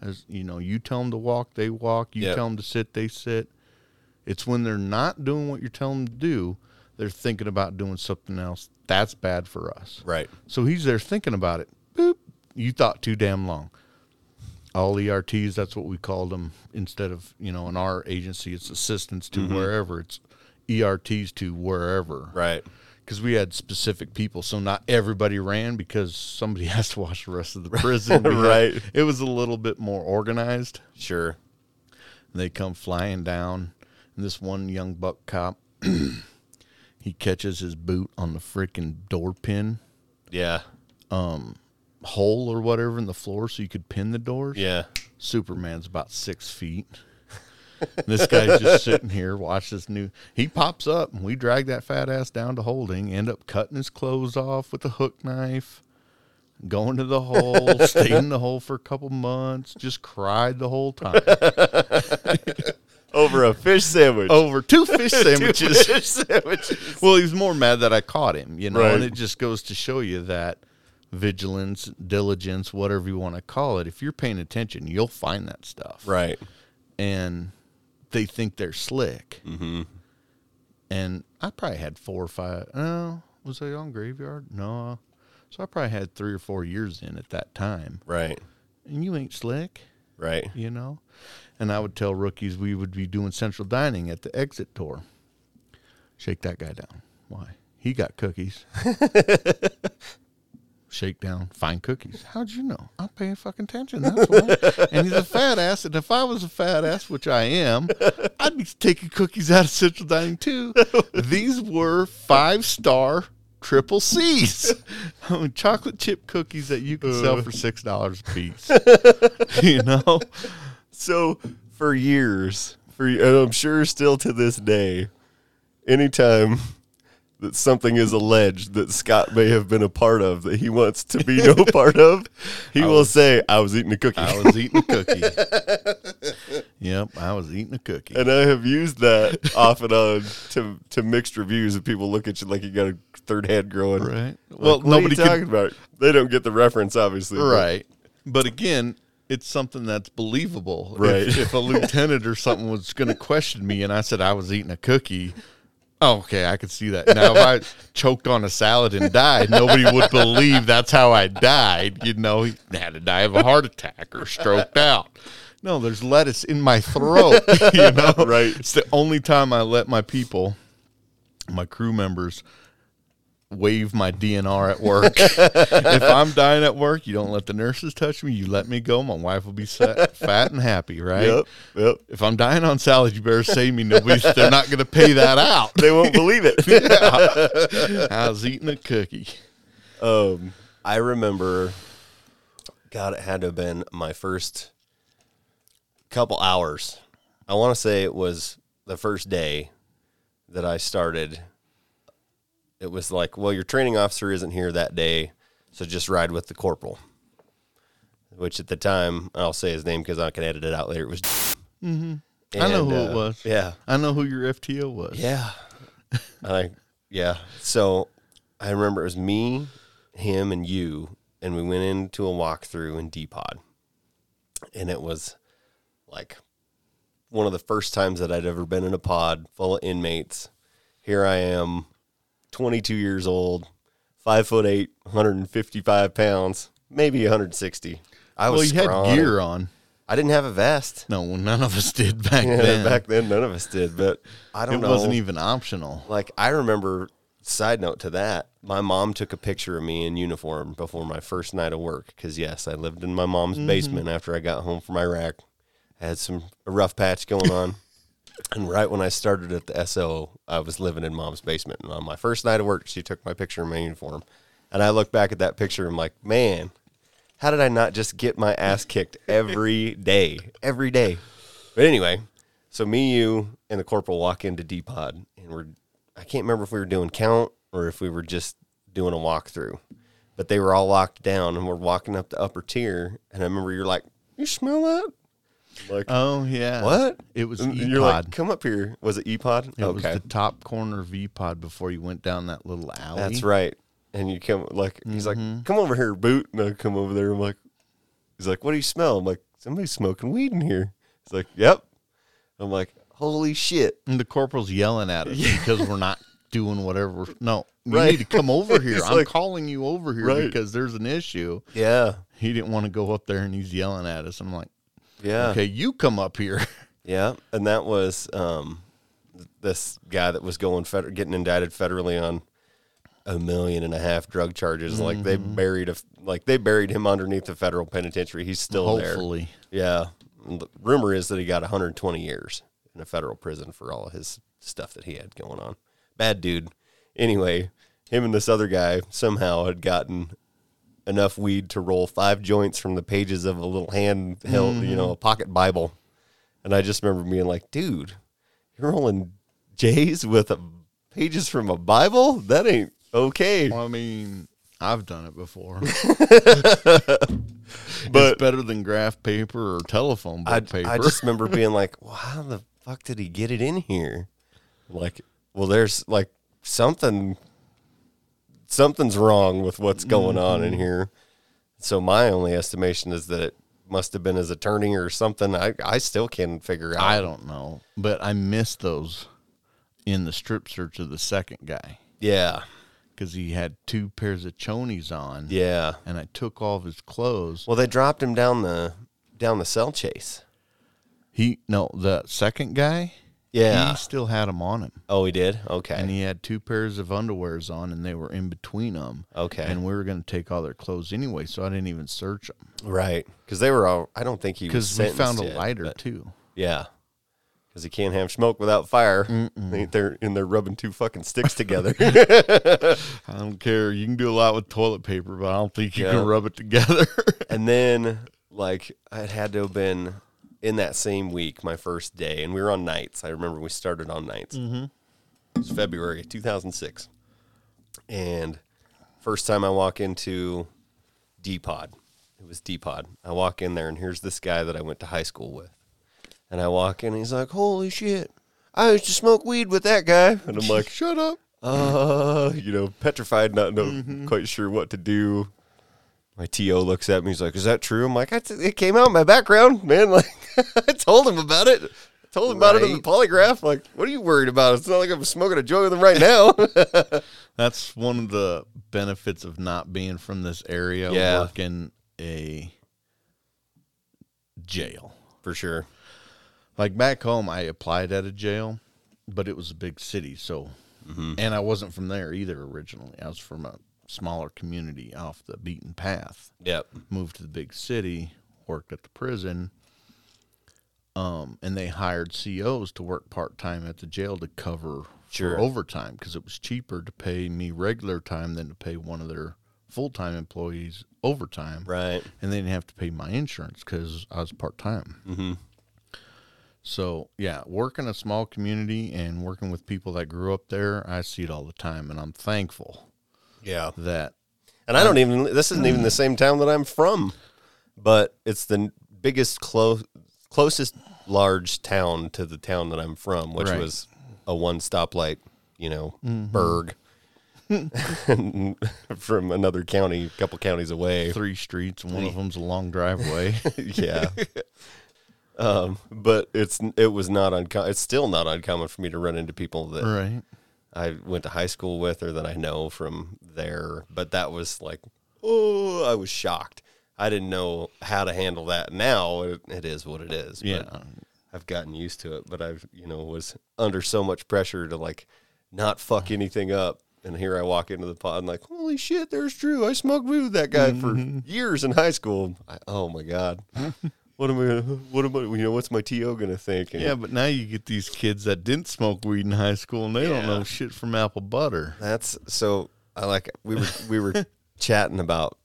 Speaker 2: As you know, you tell them to walk, they walk. You
Speaker 1: Yep.
Speaker 2: tell them to sit, they sit. It's when they're not doing what you're telling them to do, they're thinking about doing something else. That's bad for us.
Speaker 1: Right.
Speaker 2: So he's there thinking about it. Boop. You thought too damn long. all ERTs. That's what we called them instead of you know in our agency it's assistants to wherever it's ERTs to wherever
Speaker 1: Mm-hmm. Right.
Speaker 2: because we had specific people, so not everybody ran because somebody has to watch the rest of the prison. We had-
Speaker 1: Right.
Speaker 2: it was a little bit more organized.
Speaker 1: Sure.
Speaker 2: And they come flying down, and this one young buck cop, he catches his boot on the freaking door pin
Speaker 1: Yeah.
Speaker 2: hole or whatever in the floor, so you could pin the doors.
Speaker 1: Yeah.
Speaker 2: Superman's about six feet. this guy's just sitting here, watch this new. He pops up, and we drag that fat ass down to holding. End up cutting his clothes off with a hook knife. Going to the hole, stayed in the hole for a couple months, just cried the whole time
Speaker 1: Over a fish sandwich.
Speaker 2: over two fish sandwiches.
Speaker 1: fish sandwiches.
Speaker 2: well, he was more mad that I caught him, you know,
Speaker 1: Right.
Speaker 2: and it just goes to show you that vigilance, diligence, whatever you want to call it, if you're paying attention, you'll find that stuff.
Speaker 1: Right.
Speaker 2: and they think they're slick. Mm-hmm. And I probably had four or five. Oh, was I on graveyard? No. So I probably had three or four years in at that time.
Speaker 1: Right.
Speaker 2: And you ain't slick,
Speaker 1: Right.
Speaker 2: you know? And I would tell rookies we would be doing central dining at the exit tour. Shake that guy down. Why? He got cookies. Shake down, find cookies. How'd you know? I'm paying fucking attention. That's why. and he's a fat ass. And if I was a fat ass, which I am, I'd be taking cookies out of central dining too. These were five star triple C's, I mean, chocolate chip cookies that you could sell for six dollars a piece. you know,
Speaker 1: So for years, for and I'm sure still to this day, anytime that something is alleged that Scott may have been a part of that he wants to be no part of, he will say, "I was eating a cookie."
Speaker 2: I was eating a cookie. yep, I was eating a cookie.
Speaker 1: and I have used that off and on to to mixed reviews of people look at you like you got a third hand growing.
Speaker 2: Right.
Speaker 1: well,
Speaker 2: Well,
Speaker 1: what nobody
Speaker 2: nobody could-
Speaker 1: talking about. They don't get the reference, obviously. but-
Speaker 2: Right. But again, it's something that's believable. If-
Speaker 1: Right.
Speaker 2: If, a lieutenant or something was going to question me and I said I was eating a cookie, oh, okay, I could see that. Now, if I choked on a salad and died, nobody would believe that's how I died. You know, he had to die of a heart attack or stroked out. No, there's lettuce in my throat. You know,
Speaker 1: Right.
Speaker 2: It's the only time I let my people, my crew members, waive my DNR at work. if I'm dying at work, you don't let the nurses touch me. You let me go. My wife will be set, fat and happy, right?
Speaker 1: Yep. Yep.
Speaker 2: If I'm dying on salad, you better save me. Nobody, they're not going to pay that out.
Speaker 1: They won't believe it.
Speaker 2: I was eating a cookie.
Speaker 1: Um, I remember, God, it had to have been my first couple hours. I want to say it was the first day that I started. It was like, well, your training officer isn't here that day, so just ride with the corporal. Which at the time, I'll say his name because I can edit it out later. It was.
Speaker 2: Mm-hmm. I know who
Speaker 1: And,
Speaker 2: it
Speaker 1: uh,
Speaker 2: was.
Speaker 1: Yeah.
Speaker 2: I know who your FTO was.
Speaker 1: Yeah. I yeah. So I remember it was me, him, and you, and we went into a walkthrough in D Pod. And it was like one of the first times that I'd ever been in a pod full of inmates. Here I am, 22 years old, five foot eight, 155 pounds, maybe 160. I was
Speaker 2: Well, you
Speaker 1: scrawny.
Speaker 2: had gear on.
Speaker 1: I didn't have a vest.
Speaker 2: No, well, none of us did back
Speaker 1: Yeah,
Speaker 2: then.
Speaker 1: back then, none of us did, but I don't
Speaker 2: it
Speaker 1: know
Speaker 2: wasn't even optional.
Speaker 1: like I remember side note to that, my mom took a picture of me in uniform before my first night of work cuz yes, I lived in my mom's basement after I got home from Iraq. I had some a rough patch going on. and right when I started at the SO, I was living in mom's basement. And on my first night of work, she took my picture in my uniform. And I look back at that picture and I'm like, "Man, how did I not just get my ass kicked every day? Every day. But anyway, so me, you, and the corporal walk into D pod and we're I can't remember if we were doing count or if we were just doing a walkthrough. But they were all locked down and we're walking up the upper tier and I remember you're like, You smell that? I'm Like
Speaker 2: Oh yeah.
Speaker 1: what?
Speaker 2: It was
Speaker 1: And
Speaker 2: E-pod.
Speaker 1: You're like, come up here. Was it E pod?
Speaker 2: it was the top corner V pod before you went down that little alley.
Speaker 1: That's right. And you come like he's
Speaker 2: Mm-hmm.
Speaker 1: like, come over here, boot. And I come over there. I'm like, he's like, what do you smell? I'm like, somebody's smoking weed in here. He's like, yep. I'm like, holy shit.
Speaker 2: And the corporal's yelling at us because we're not doing whatever. We're, no, You
Speaker 1: Right.
Speaker 2: need to come over here.
Speaker 1: He's
Speaker 2: I'm
Speaker 1: like-
Speaker 2: calling you over here
Speaker 1: Right.
Speaker 2: because there's an issue.
Speaker 1: Yeah.
Speaker 2: He didn't want to go up there and he's yelling at us. I'm like,
Speaker 1: Yeah.
Speaker 2: okay, you come up here.
Speaker 1: Yeah, and that was um, th- this guy that was going feder- getting indicted federally on a million and a half drug charges. Like they
Speaker 2: Mm-hmm.
Speaker 1: buried a f- like they buried him underneath the federal penitentiary. He's still
Speaker 2: Hopefully.
Speaker 1: there. Yeah. And the rumor is that he got 120 years in a federal prison for all of his stuff that he had going on. Bad dude. Anyway, him and this other guy somehow had gotten enough weed to roll five joints from the pages of a little handheld, you know, a pocket Bible. And I just remember being like, dude, you're rolling J's with a, pages from a Bible? That ain't okay.
Speaker 2: Well, I mean, I've done it before.
Speaker 1: But-
Speaker 2: it's better than graph paper or telephone book
Speaker 1: I,
Speaker 2: paper.
Speaker 1: I just remember being like, well, how the fuck did he get it in here? Like, well, there's like something, something's wrong with what's going on
Speaker 2: Mm-hmm.
Speaker 1: in here. So my only estimation is that it must have been his attorney or something. I, I still can't figure out.
Speaker 2: I don't know, but I missed those in the strip search of the second guy
Speaker 1: yeah.
Speaker 2: because he had two pairs of chonies on,
Speaker 1: Yeah.
Speaker 2: and I took all of his clothes.
Speaker 1: Well, they dropped him down the, down the cell chase.
Speaker 2: He no, the second guy,
Speaker 1: Yeah.
Speaker 2: he still had them on him,
Speaker 1: oh, he did? Okay.
Speaker 2: and he had two pairs of underwears on, and they were in between them.
Speaker 1: Okay.
Speaker 2: and we were going to take all their clothes anyway, so I didn't even search them
Speaker 1: right. Cause they were all, I don't think he was
Speaker 2: because we found
Speaker 1: sentenced
Speaker 2: a
Speaker 1: yet,
Speaker 2: lighter
Speaker 1: but-
Speaker 2: too.
Speaker 1: Yeah. Because you can't have smoke without fire. They, they're and they're rubbing two fucking sticks together.
Speaker 2: I don't care. You can do a lot with toilet paper, but I don't think you
Speaker 1: Yeah.
Speaker 2: can rub it together.
Speaker 1: and then, like, it had to have been in that same week, my first day, and we were on nights. I remember we started on nights. Mm-hmm. It was February 2006, and first time I walk into D Pod, it was D Pod. I walk in there, and here's this guy that I went to high school with, and I walk in, and he's like, "Holy shit." I used to smoke weed with that guy. And I'm like,
Speaker 2: Shut up.
Speaker 1: uh, you know, petrified, not know, quite sure what to do. My TO looks at me. He's like, "Is that true?" I'm like, I t- "It came out in my background, man. Like, I told him about it. I told him about it on the
Speaker 2: Right.
Speaker 1: polygraph. Like, what are you worried about? It's not like I'm smoking a joint with him right now."
Speaker 2: That's one of the benefits of not being from this area,
Speaker 1: Yeah.
Speaker 2: working a jail.
Speaker 1: For sure.
Speaker 2: Like back home, I applied at a jail, but it was a big city. So, and I wasn't from there either originally. I was from a smaller community off the beaten path.
Speaker 1: Yep.
Speaker 2: Moved to the big city, worked at the prison. Um, and they hired COs to work part time at the jail to cover
Speaker 1: Sure.
Speaker 2: for overtime because it was cheaper to pay me regular time than to pay one of their full time employees overtime
Speaker 1: Right.
Speaker 2: and they didn't have to pay my insurance because I was part time. Mm-hmm. So yeah, working a small community and working with people that grew up there, I see it all the time, and I'm thankful
Speaker 1: Yeah.
Speaker 2: that
Speaker 1: And I don't even. This isn't even the same town that I'm from, but it's the n- biggest close closest large town to the town that I'm from, which
Speaker 2: Right.
Speaker 1: was a one stoplight, you know, burg from another county, a couple counties away.
Speaker 2: three streets, and one of them's a long driveway.
Speaker 1: yeah. Um, but it's it was not uncommon. It's still not uncommon for me to run into people that
Speaker 2: right.
Speaker 1: I went to high school with or that I know from there. But that was like, oh, I was shocked. I didn't know how to handle that. Now it, it is what it is. but
Speaker 2: Yeah.
Speaker 1: I've gotten used to it. But I've, you know, was under so much pressure to like not fuck anything up. And here I walk into the pod and like, holy shit, there's Drew. I smoked weed with that guy
Speaker 2: Mm-hmm.
Speaker 1: for years in high school. I, oh my God. What am I? What am I? You know, what's my TO gonna think? And
Speaker 2: Yeah, but now you get these kids that didn't smoke weed in high school and they don't know shit from apple butter.
Speaker 1: That's so. I like we were we were chatting about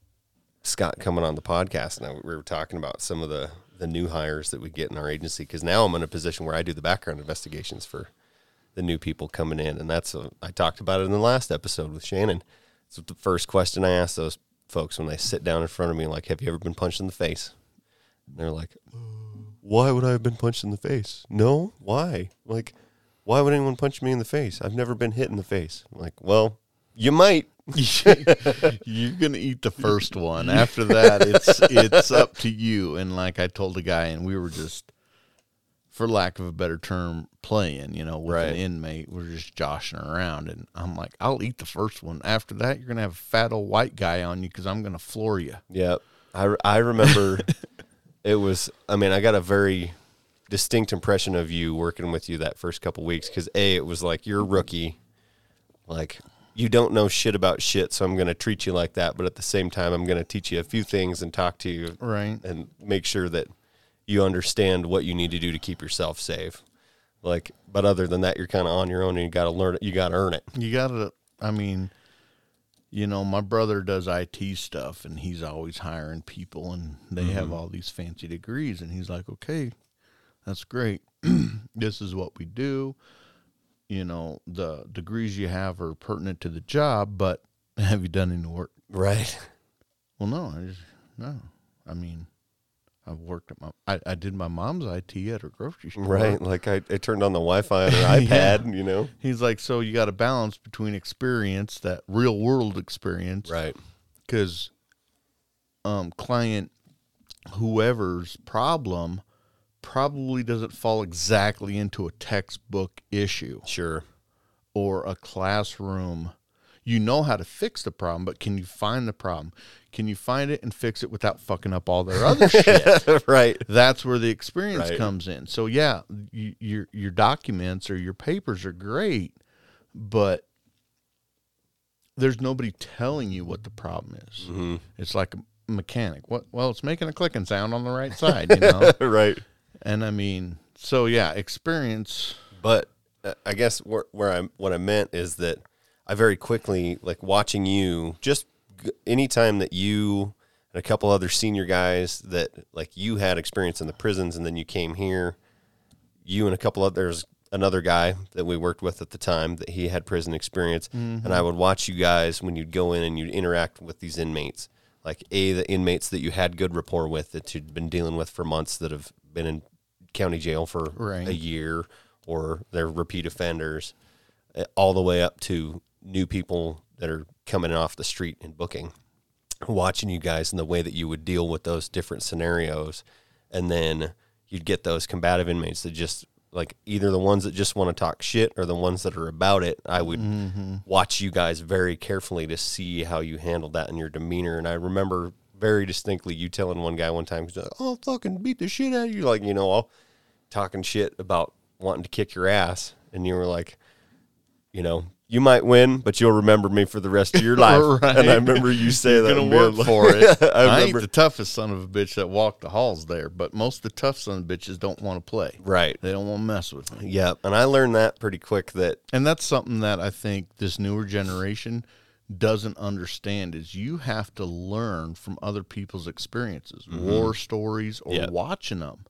Speaker 1: Scott coming on the podcast, and I, we were talking about some of the the new hires that we get in our agency. Because now I'm in a position where I do the background investigations for the new people coming in, and that's a, I talked about it in the last episode with Shannon. It's the first question I ask those folks when they sit down in front of me, like, "Have you ever been punched in the face?" And they're like, why would I have been punched in the face? No, why? Like, why would anyone punch me in the face? I've never been hit in the face. I'm like, well, you might.
Speaker 2: You're gonna eat the first one. After that, it's it's up to you. And like I told the guy, and we were just for lack of a better term, playing, you know, with
Speaker 1: Right.
Speaker 2: an inmate. We're just joshing around. And I'm like, I'll eat the first one. After that, you're going to have a fat old white guy on you because I'm going to floor you.
Speaker 1: Yep. I, I remember it was, I mean, I got a very distinct impression of you working with you that first couple weeks because A, it was like you're a rookie. Like, you don't know shit about shit, so I'm going to treat you like that. But at the same time, I'm going to teach you a few things and talk to you
Speaker 2: Right.
Speaker 1: and make sure that you understand what you need to do to keep yourself safe. Like, but other than that, you're kind of on your own and you got to learn it. You got to earn it.
Speaker 2: You got to, I mean, you know, my brother does IT stuff and he's always hiring people and they have all these fancy degrees. And he's like, okay, that's great. this is what we do. You know, the degrees you have are pertinent to the job, but have you done any work?
Speaker 1: Right.
Speaker 2: Well, no, I just no. I mean, I've worked at my. I, I did my mom's IT at her grocery store.
Speaker 1: Right. Like, I, I turned on the Wi Fi on her iPad, you know?
Speaker 2: He's like, so you got to balance between experience, that real world experience,
Speaker 1: Right.
Speaker 2: Because, um, client, whoever's problem, probably doesn't fall exactly into a textbook issue
Speaker 1: Sure.
Speaker 2: or a classroom. You know how to fix the problem, but can you find the problem? Can you find it and fix it without fucking up all their other shit?
Speaker 1: right.
Speaker 2: that's where the experience
Speaker 1: Right.
Speaker 2: comes in. So yeah, you, your your documents or your papers are great, but there's nobody telling you what the problem is. It's like a mechanic. What? Well, it's making a clicking sound on the right side, you know.
Speaker 1: right.
Speaker 2: and I mean, so yeah, experience.
Speaker 1: But uh, I guess where, where I'm what I meant is that I very quickly like watching you just g- anytime that you and a couple other senior guys that like you had experience in the prisons and then you came here you and a couple others another guy that we worked with at the time that he had prison experience and i would watch you guys when you'd go in and you'd interact with these inmates like a the inmates that you had good rapport with that you'd been dealing with for months that have been in county jail for
Speaker 2: Right.
Speaker 1: a year or they're repeat offenders eh, all the way up to new people that are coming off the street and booking watching you guys and the way that you would deal with those different scenarios. And then you'd get those combative inmates that just like either the ones that just want to talk shit or the ones that are about it. I would watch you guys very carefully to see how you handled that in your demeanor. And I remember very distinctly you telling one guy one time, he's like, I'll fucking beat the shit out of you. Like, you know, all talking shit about wanting to kick your ass. And you were like, you know, you might win, but you'll remember me for the rest of your life.
Speaker 2: Right.
Speaker 1: And I remember you say that.
Speaker 2: Gonna
Speaker 1: and
Speaker 2: work
Speaker 1: being like-
Speaker 2: for it.
Speaker 1: I
Speaker 2: I, ain't
Speaker 1: remember-
Speaker 2: the toughest son of a bitch that walked the halls there, but most of the tough son of bitches don't want to play.
Speaker 1: Right.
Speaker 2: They don't want to mess with me.
Speaker 1: Yeah. And I learned that pretty quick that,
Speaker 2: and that's something that I think this newer generation doesn't understand is you have to learn from other people's experiences, war stories or
Speaker 1: Yeah.
Speaker 2: watching them.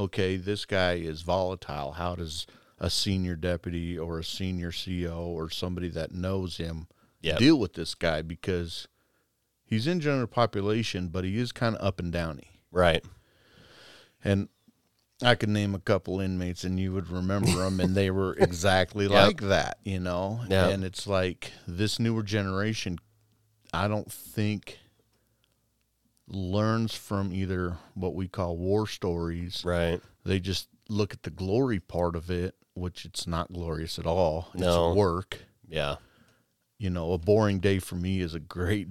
Speaker 2: Okay, this guy is volatile. How does a senior deputy or a senior CO or somebody that knows him
Speaker 1: Yep.
Speaker 2: deal with this guy because he's in general population, but he is kind of up and downy.
Speaker 1: right.
Speaker 2: And I could name a couple inmates and you would remember them, and they were exactly
Speaker 1: Yep.
Speaker 2: like that, you know?
Speaker 1: Yeah.
Speaker 2: And it's like this newer generation, I don't think learns from either what we call war stories.
Speaker 1: Right.
Speaker 2: They just look at the glory part of it, which it's not glorious at all.
Speaker 1: No.
Speaker 2: It's work.
Speaker 1: Yeah.
Speaker 2: You know, a boring day for me is a great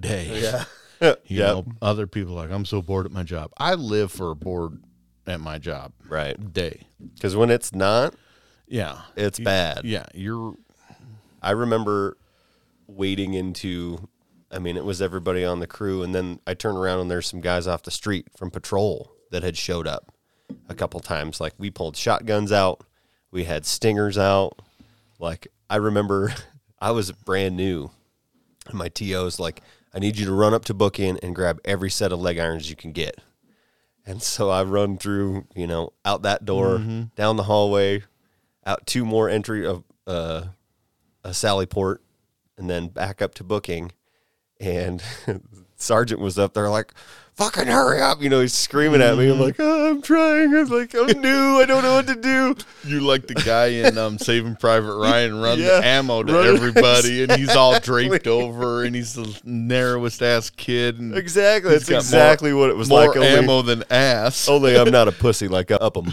Speaker 2: day. Yeah. You
Speaker 1: Yep.
Speaker 2: know, other people are like, I'm so bored at my job. I live for a bored at my job
Speaker 1: Right.
Speaker 2: day.
Speaker 1: Because when it's not,
Speaker 2: Yeah.
Speaker 1: it's bad.
Speaker 2: Yeah. You're
Speaker 1: I remember wading into, I mean, it was everybody on the crew. And then I turn around and there's some guys off the street from patrol that had showed up a couple times. Like we pulled shotguns out, we had stingers out. Like I remember I was brand new. And my TO's like, I need you to run up to book in and grab every set of leg irons you can get. And so I run through, you know, out that door, down the hallway, out two more entry of uh, a Sally Port, and then back up to booking. And sergeant was up there like, "Fucking hurry up!" You know, he's screaming at
Speaker 2: Mm-hmm.
Speaker 1: me. I'm like, "Oh, "I'm trying." I'm like, "I'm new. I don't know what to do."
Speaker 2: you like the guy in um, Saving Private Ryan run
Speaker 1: Yeah.
Speaker 2: the ammo to
Speaker 1: Run-
Speaker 2: everybody, and he's all draped over, and he's the narrowest ass kid, and "Oh,
Speaker 1: Exactly.
Speaker 2: He's
Speaker 1: That's
Speaker 2: got more-
Speaker 1: exactly what it was
Speaker 2: more
Speaker 1: like. Only,
Speaker 2: ammo than ass.
Speaker 1: only I'm not a pussy like Upham.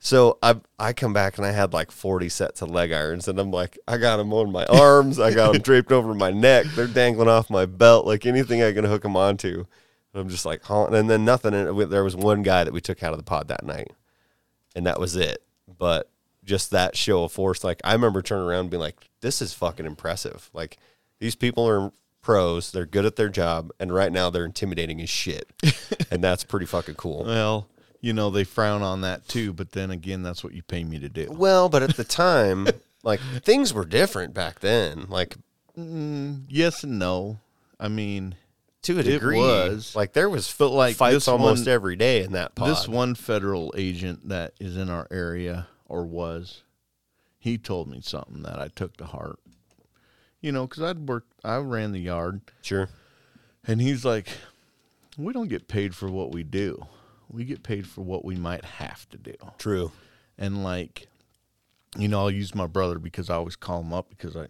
Speaker 1: So I I come back and I had like 40 sets of leg irons, and I'm like, I got them on my arms, I got them draped over my neck, they're dangling off my belt, like anything I can hook them onto. And I'm just like haunting, and then nothing. And it went- there was one guy that we took out of the pod that night, and that was it. But just that show of force, like I remember turning around and being like, this is fucking impressive. Like these people are pros, they're good at their job, and right now they're intimidating as shit, and that's pretty fucking cool.
Speaker 2: Well, you know, they frown on that too, but then again, that's what you pay me to do.
Speaker 1: Well, but at the time, like things were different back then. Like
Speaker 2: Mm, yes and no. I mean,
Speaker 1: to a
Speaker 2: It
Speaker 1: degree,
Speaker 2: was.
Speaker 1: like there was
Speaker 2: But, like,
Speaker 1: fights
Speaker 2: this
Speaker 1: almost
Speaker 2: one-
Speaker 1: every day in that pod.
Speaker 2: this one federal agent that is in our area or was, he told me something that I took to heart. You know, because I'd worked, I ran the yard,
Speaker 1: sure.
Speaker 2: and he's like, "We don't get paid for what we do. We get paid for what we might have to do."
Speaker 1: True.
Speaker 2: and like you know i'll use my brother because i always call him up because i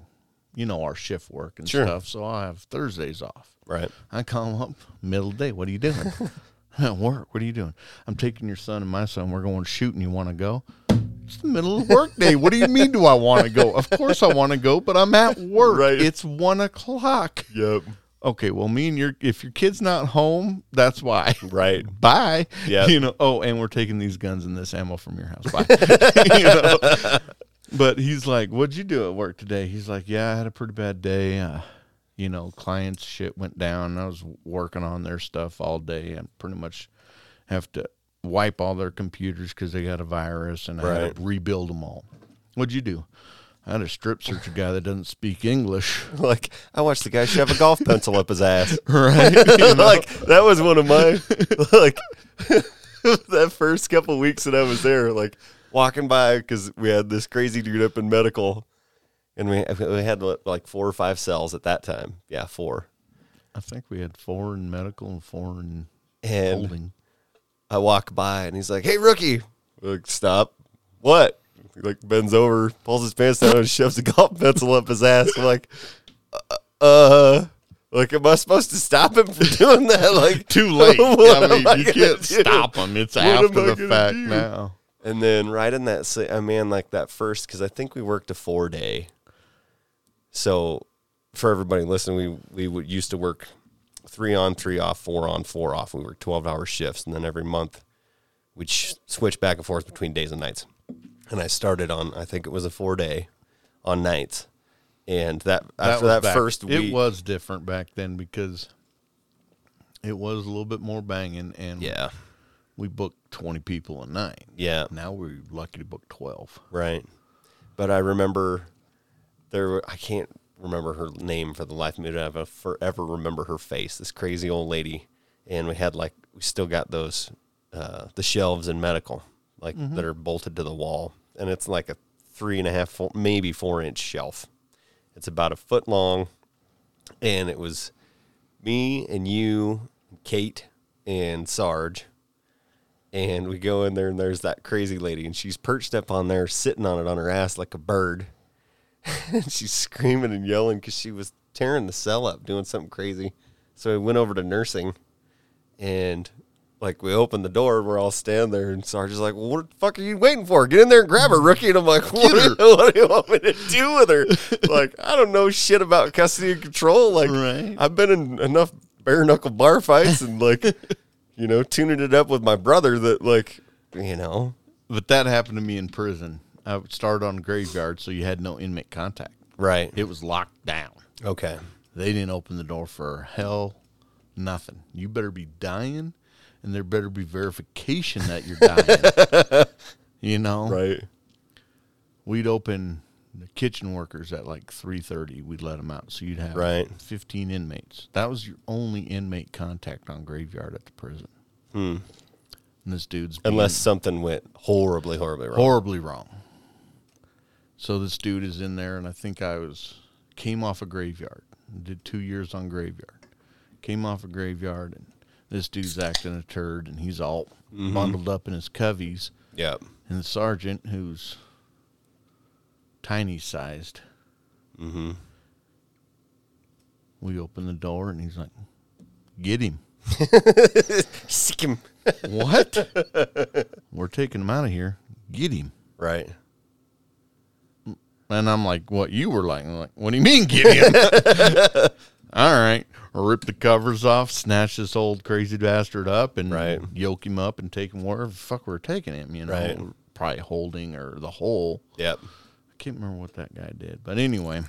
Speaker 2: you know our shift work and
Speaker 1: Sure.
Speaker 2: stuff so i have thursdays off
Speaker 1: Right.
Speaker 2: i call him up middle of the day what are you doing at work what are you doing i'm taking your son and my son we're going shooting you want to go it's the middle of work day what do you mean do i want to go of course i want to go but i'm at work
Speaker 1: Right.
Speaker 2: it's one o'clock
Speaker 1: Yep.
Speaker 2: okay well me and your if your kid's not home that's why
Speaker 1: Right.
Speaker 2: bye.
Speaker 1: Yeah.
Speaker 2: You know, oh, and we're taking these guns and this ammo from your house. Bye. You know? But he's like, What'd you do at work today? He's like, Yeah, I had a pretty bad day. Uh, you know, clients shit went down. I was working on their stuff all day and pretty much have to wipe all their computers because they got a virus and I had to rebuild them all. What'd you do? I had a strip search a guy that doesn't speak English.
Speaker 1: Like I watched the guy shove a golf pencil up his ass.
Speaker 2: Right.
Speaker 1: like that was one of my like that first couple weeks that I was there, like walking by because we had this crazy dude up in medical, and we we had like four or five cells at that time. Yeah, four.
Speaker 2: I think we had four in medical and four in
Speaker 1: And
Speaker 2: holding.
Speaker 1: I walk by and he's like, "Hey, rookie!" We're like, stop. What? He like bends over, pulls his pants down, and shoves a golf pencil up his ass. I'm like, uh, uh, like, am I supposed to stop him from doing that? Like,
Speaker 2: too late.
Speaker 1: What
Speaker 2: I
Speaker 1: am
Speaker 2: mean,
Speaker 1: I
Speaker 2: you
Speaker 1: gonna
Speaker 2: can't
Speaker 1: do?
Speaker 2: stop them. It's
Speaker 1: am I
Speaker 2: after the
Speaker 1: gonna
Speaker 2: fact
Speaker 1: do?
Speaker 2: now.
Speaker 1: And then right in that, sa- I mean, like that first, because I think we worked a four day. So, for everybody listening, we we would, used to work three on, three off, four on, four off. We worked twelve hour shifts, and then every month we'd sh- switch back and forth between days and nights. And I started on, I think it was a four day on nights, and that, after
Speaker 2: was
Speaker 1: that
Speaker 2: back-
Speaker 1: first week,
Speaker 2: it was different back then because it was a little bit more banging, and
Speaker 1: yeah,
Speaker 2: we booked twenty people a night.
Speaker 1: yeah,
Speaker 2: Now we're lucky to book twelve.
Speaker 1: Right. But I remember there were- I can't remember her name for the life of me. I will forever remember her face. This crazy old lady. And we had like we still got those uh the shelves in medical, like that are bolted to the wall. And it's like a three and a half, four, maybe four inch shelf. It's about a foot long. And it was me and you, Kate and Sarge, and we go in there and there's that crazy lady and she's perched up on there sitting on it on her ass like a bird and she's screaming and yelling because she was tearing the cell up doing something crazy so we went over to nursing and like we opened the door we're all standing there and sarge is like well, what the fuck are you waiting for get in there and grab her rookie and i'm like what, do you- what do you want me to do with her like i don't know shit about custody and control like
Speaker 2: Right.
Speaker 1: I've been in enough bare knuckle bar fights and like, you know, tuning it up with my brother that like, you know,
Speaker 2: But that happened to me in prison. I started on graveyard, so you had no inmate contact.
Speaker 1: right?
Speaker 2: It was locked down.
Speaker 1: Okay,
Speaker 2: They didn't open the door for hell, nothing. You better be dying, and there better be verification that you're dying. you know,
Speaker 1: right,
Speaker 2: we'd open the kitchen workers at like 3.30 we'd let them out so you'd have
Speaker 1: Right.
Speaker 2: 15 inmates that was your only inmate contact on graveyard at the prison and this dude's being
Speaker 1: Hmm. unless something went horribly, horribly wrong.
Speaker 2: horribly wrong so this dude is in there and i think i was came off a graveyard did two years on graveyard came off a graveyard and this dude's acting a turd and he's all
Speaker 1: Mm-hmm.
Speaker 2: bundled up in his coveys
Speaker 1: yep,
Speaker 2: and the sergeant, who's tiny sized,
Speaker 1: Mm-hmm.
Speaker 2: we open the door and he's like, "Get him!
Speaker 1: sick him.
Speaker 2: What? We're taking him out of here. get him.
Speaker 1: Right.
Speaker 2: And I'm like, what you were like? I'm like, what do you mean get him? All right. Rip the covers off, snatch this old crazy bastard up and
Speaker 1: Right.
Speaker 2: yoke him up and take him wherever the fuck we're taking him, you know.
Speaker 1: Right.
Speaker 2: Probably holding or the hole.
Speaker 1: Yep.
Speaker 2: I can't remember what that guy did. But anyway.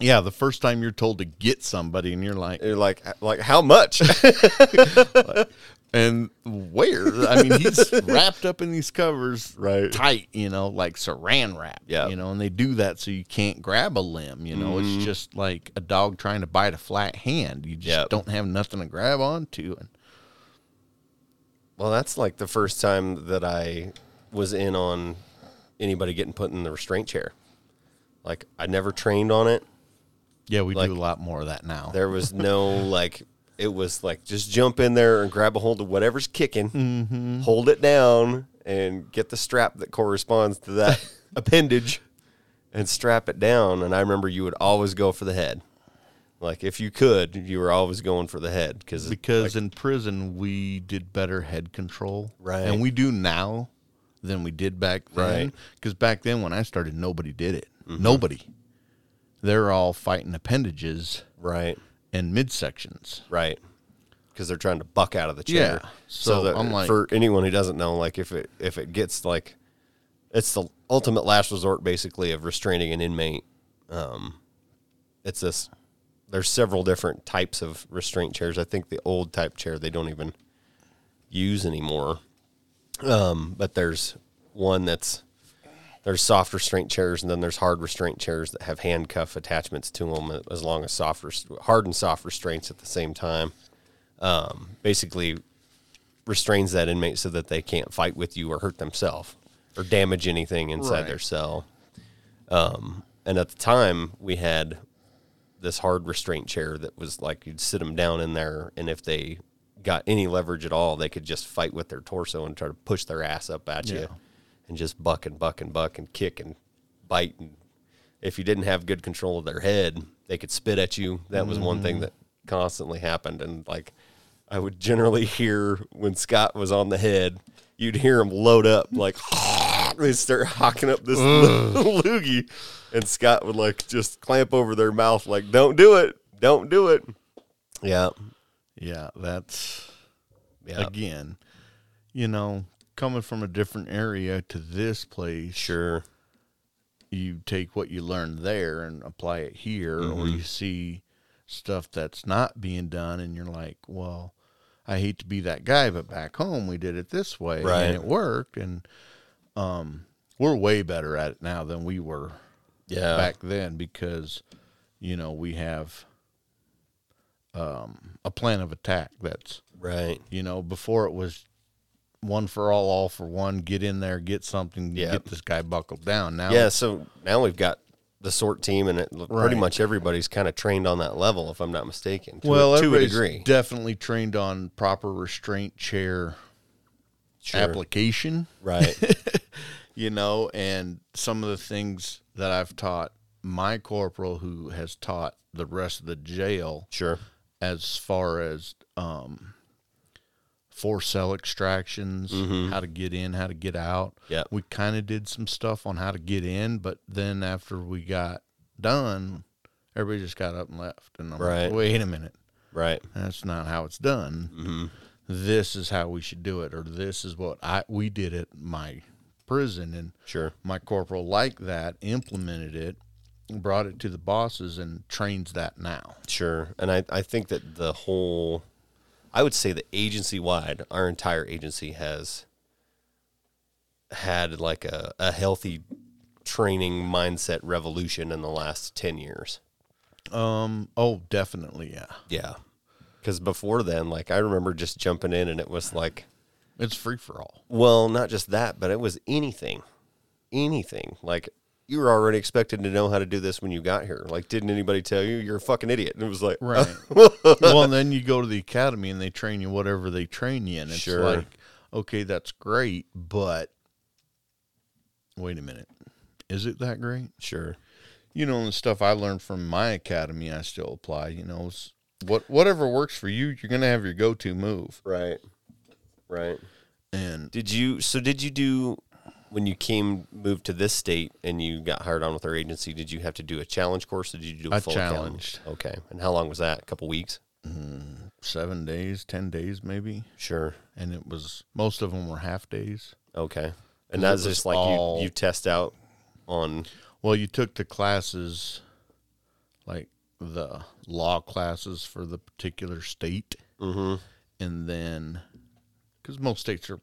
Speaker 2: Yeah, the first time you're told to get somebody and you're like
Speaker 1: You're like, like how much?
Speaker 2: and where? I mean, he's wrapped up in these covers
Speaker 1: Right.
Speaker 2: tight, you know, like saran wrap.
Speaker 1: Yeah. Mm-hmm.
Speaker 2: You know, and they do that so you can't grab a limb, you know. It's just like a dog trying to bite a flat hand. You just
Speaker 1: Yep.
Speaker 2: don't have nothing to grab onto. And
Speaker 1: well, that's like the first time that I was in on anybody getting put in the restraint chair. Like I never trained on it.
Speaker 2: yeah, we
Speaker 1: Like-
Speaker 2: do a lot more of that now.
Speaker 1: There was no like it was like just jump in there and grab a hold of whatever's kicking, hold it down, and get the strap that corresponds to that appendage and strap it down. And I remember you would always go for the head. Like if you could, you were always going for the head because
Speaker 2: because in prison we did better head control.
Speaker 1: Right.
Speaker 2: And we do now than we did back then.
Speaker 1: Right. Mm-hmm.
Speaker 2: Because back then when I started, nobody did it. Nobody. They're all fighting appendages
Speaker 1: right,
Speaker 2: and midsections.
Speaker 1: right, because they're trying to buck out of the chair.
Speaker 2: Yeah.
Speaker 1: So,
Speaker 2: So
Speaker 1: that
Speaker 2: I'm like-
Speaker 1: for anyone who doesn't know, like if it if it gets like it's the ultimate last resort basically of restraining an inmate. Um, it's this. There's several different types of restraint chairs. I think the old type chair they don't even use anymore. Um, but there's one that's there's soft restraint chairs and then there's hard restraint chairs that have handcuff attachments to them as long as soft rest- hard and soft restraints at the same time. Um, basically restrains that inmate so that they can't fight with you or hurt themselves or damage anything inside
Speaker 2: Right.
Speaker 1: their cell. Um, and at the time we had this hard restraint chair that was like you'd sit them down in there and if they got any leverage at all they could just fight with their torso and try to push their ass up at you
Speaker 2: Yeah.
Speaker 1: and just buck and buck and buck and kick and bite and if you didn't have good control of their head they could spit at you that was one thing that constantly happened and like i would generally hear when scott was on the head you'd hear him load up like they start hocking up this
Speaker 2: Mm.
Speaker 1: loogie, and Scott would like just clamp over their mouth, like "Don't do it, don't do it." Yeah,
Speaker 2: Yeah, that's
Speaker 1: yeah,
Speaker 2: again, you know, coming from a different area to this place,
Speaker 1: sure,
Speaker 2: you take what you learned there and apply it here,
Speaker 1: Mm-hmm.
Speaker 2: or you see stuff that's not being done, and you're like, well, I hate to be that guy, but back home we did it this way,
Speaker 1: Right.
Speaker 2: and it worked, and um, we're way better at it now than we were
Speaker 1: yeah,
Speaker 2: back then because you know we have um, a plan of attack that's
Speaker 1: right,
Speaker 2: you know, before it was one for all, all for one, get in there, get something,
Speaker 1: Yeah.
Speaker 2: get this guy buckled down. Now,
Speaker 1: yeah. So now we've got the sort team, and it,
Speaker 2: Right.
Speaker 1: pretty much everybody's kind of trained on that level, if I'm not mistaken. To,
Speaker 2: well,
Speaker 1: a, to a
Speaker 2: everybody's
Speaker 1: degree,
Speaker 2: definitely trained on proper restraint chair
Speaker 1: Sure.
Speaker 2: application,
Speaker 1: right,
Speaker 2: you know, and some of the things that I've taught my corporal who has taught the rest of the jail
Speaker 1: sure,
Speaker 2: as far as um for cell extractions, how to get in, how to get out.
Speaker 1: Mm-hmm. Yep.
Speaker 2: We kind of did some stuff on how to get in, but then after we got done, everybody just got up and left. And I'm
Speaker 1: Right.
Speaker 2: like, wait a minute.
Speaker 1: right,
Speaker 2: That's not how it's done. This is how we should do it, or this is what I we did at my prison, and
Speaker 1: sure,
Speaker 2: my corporal liked that, implemented it, brought it to the bosses, and trains that now.
Speaker 1: sure. And I, I think that the whole, I would say the agency wide, our entire agency has had like a, a healthy training mindset revolution in the last 10 years.
Speaker 2: Um. Oh, definitely. Yeah.
Speaker 1: Yeah. Because before then, like I remember just jumping in and it was like,
Speaker 2: It's free for all.
Speaker 1: well, not just that, but it was anything, anything. Like you were already expected to know how to do this when you got here. Like, didn't anybody tell you you're a fucking idiot? And it was like,
Speaker 2: Right. well, and then you go to the academy and they train you whatever they train you in. It's
Speaker 1: Sure.
Speaker 2: like, okay, that's great, but wait a minute. Is it that great?
Speaker 1: sure.
Speaker 2: You know, and the stuff I learned from my academy, I still apply. You know, it's what whatever works for you, you're gonna have your go-to move.
Speaker 1: Right. Right.
Speaker 2: And
Speaker 1: Did you so did you do when you came moved to this state and you got hired on with our agency, did you have to do a challenge course? Or did you do a
Speaker 2: I
Speaker 1: full
Speaker 2: challenged.
Speaker 1: Challenge? Okay, and how long was that? A couple weeks.
Speaker 2: Seven days, ten days maybe,
Speaker 1: Sure.
Speaker 2: and it was most of them were half days.
Speaker 1: Okay. And
Speaker 2: 'Cause it
Speaker 1: that's
Speaker 2: was
Speaker 1: just like
Speaker 2: all-
Speaker 1: you, you test out on.
Speaker 2: Well, you took the classes, like the law classes for the particular state,
Speaker 1: Mhm.
Speaker 2: and then because most states are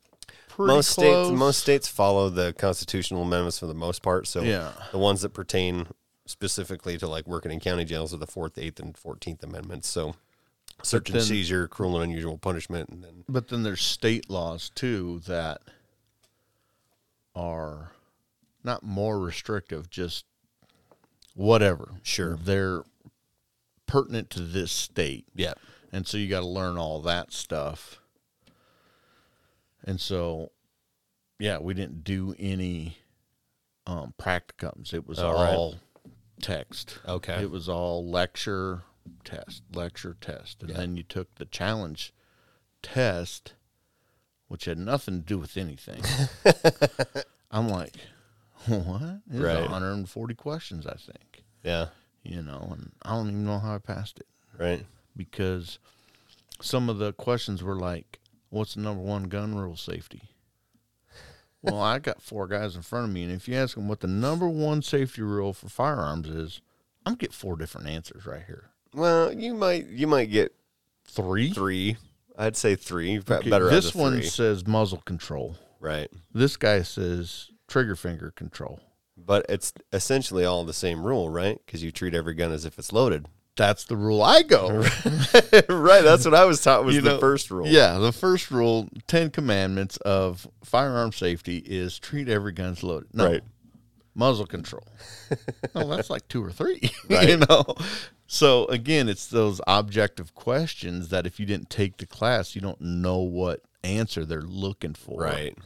Speaker 2: pretty
Speaker 1: Most
Speaker 2: close.
Speaker 1: states, most states follow the constitutional amendments for the most part. So
Speaker 2: yeah,
Speaker 1: the ones that pertain specifically to like working in county jails are the Fourth, Eighth, and Fourteenth Amendments. So search and
Speaker 2: then-
Speaker 1: seizure, cruel and unusual punishment, and then
Speaker 2: but then there's state laws too that are not more restrictive, just whatever.
Speaker 1: Sure.
Speaker 2: they're pertinent to this state.
Speaker 1: yeah,
Speaker 2: And so you got to learn all that stuff. And so, yeah, we didn't do any um, practicums. It was
Speaker 1: All
Speaker 2: all,
Speaker 1: right.
Speaker 2: text.
Speaker 1: Okay.
Speaker 2: It was all lecture, test, lecture, test. And
Speaker 1: Yeah.
Speaker 2: then you took the challenge test, which had nothing to do with anything. I'm like, what? It was
Speaker 1: Right.
Speaker 2: 140 questions, I think,
Speaker 1: yeah,
Speaker 2: you know, and I don't even know how I passed it
Speaker 1: right,
Speaker 2: because some of the questions were like, "What's the number one gun rule? Safety." well, I got four guys in front of me, and if you ask them what the number one safety rule for firearms is, I'm get four different answers right here.
Speaker 1: Well, you might you might get
Speaker 2: Three.
Speaker 1: three. I'd say three. but
Speaker 2: Okay,
Speaker 1: better
Speaker 2: this
Speaker 1: out of
Speaker 2: one
Speaker 1: three.
Speaker 2: says muzzle control.
Speaker 1: right?
Speaker 2: This guy says trigger finger control.
Speaker 1: But it's essentially all the same rule, right? Because you treat every gun as if it's loaded.
Speaker 2: That's the rule I go.
Speaker 1: right. That's what I was taught was
Speaker 2: You
Speaker 1: the
Speaker 2: know,
Speaker 1: first rule.
Speaker 2: Yeah, the first rule, Ten Commandments of firearm safety is treat every gun's loaded. No,
Speaker 1: Right.
Speaker 2: Muzzle control. no, that's like two or three. you
Speaker 1: Right.
Speaker 2: know. So again, it's those objective questions that if you didn't take the class, you don't know what answer they're looking for.
Speaker 1: Right.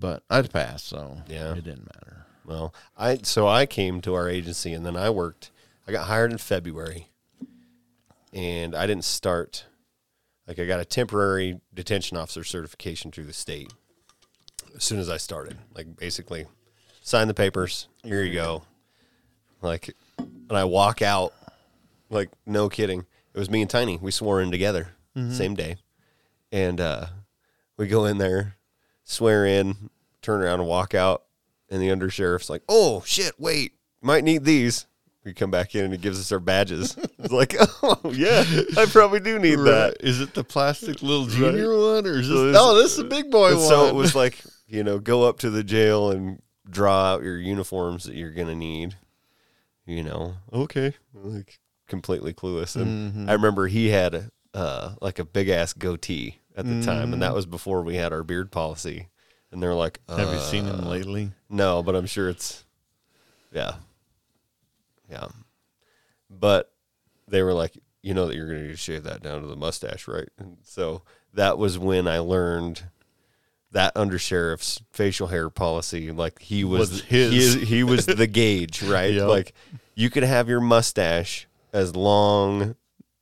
Speaker 2: But I'd pass, so
Speaker 1: Yeah.
Speaker 2: it didn't matter.
Speaker 1: Well, I so I came to our agency and then I worked. I got hired in February, and I didn't start. Like I got a temporary detention officer certification through the state as soon as I started. Like basically, sign the papers. Here you go. Like, and I walk out. Like no kidding, it was me and Tiny. We swore in together same day, and uh, we go in there, swear in, turn around and walk out. And the undersheriff's like, "Oh shit, wait, might need these." We come back in and he gives us our badges. it's like, "Oh yeah, I probably do need that."
Speaker 2: Is it the plastic little junior one or is this
Speaker 1: So this-
Speaker 2: Oh, this is the big boy
Speaker 1: And
Speaker 2: one.
Speaker 1: so it was like, you know, go up to the jail and draw out your uniforms that you're gonna need. You know, okay, like completely clueless. And I remember he had uh, like a big ass goatee at the time, and that was before we had our beard policy. And they're like, uh,
Speaker 2: Have you seen him lately?
Speaker 1: no, but I'm sure it's yeah. Yeah. But they were like, you know that you're gonna need to shave that down to the mustache, right? And so that was when I learned that undersheriff's facial hair policy, like he was,
Speaker 2: Was his.
Speaker 1: he, he was the gauge, right?
Speaker 2: Yep.
Speaker 1: Like you could have your mustache as long,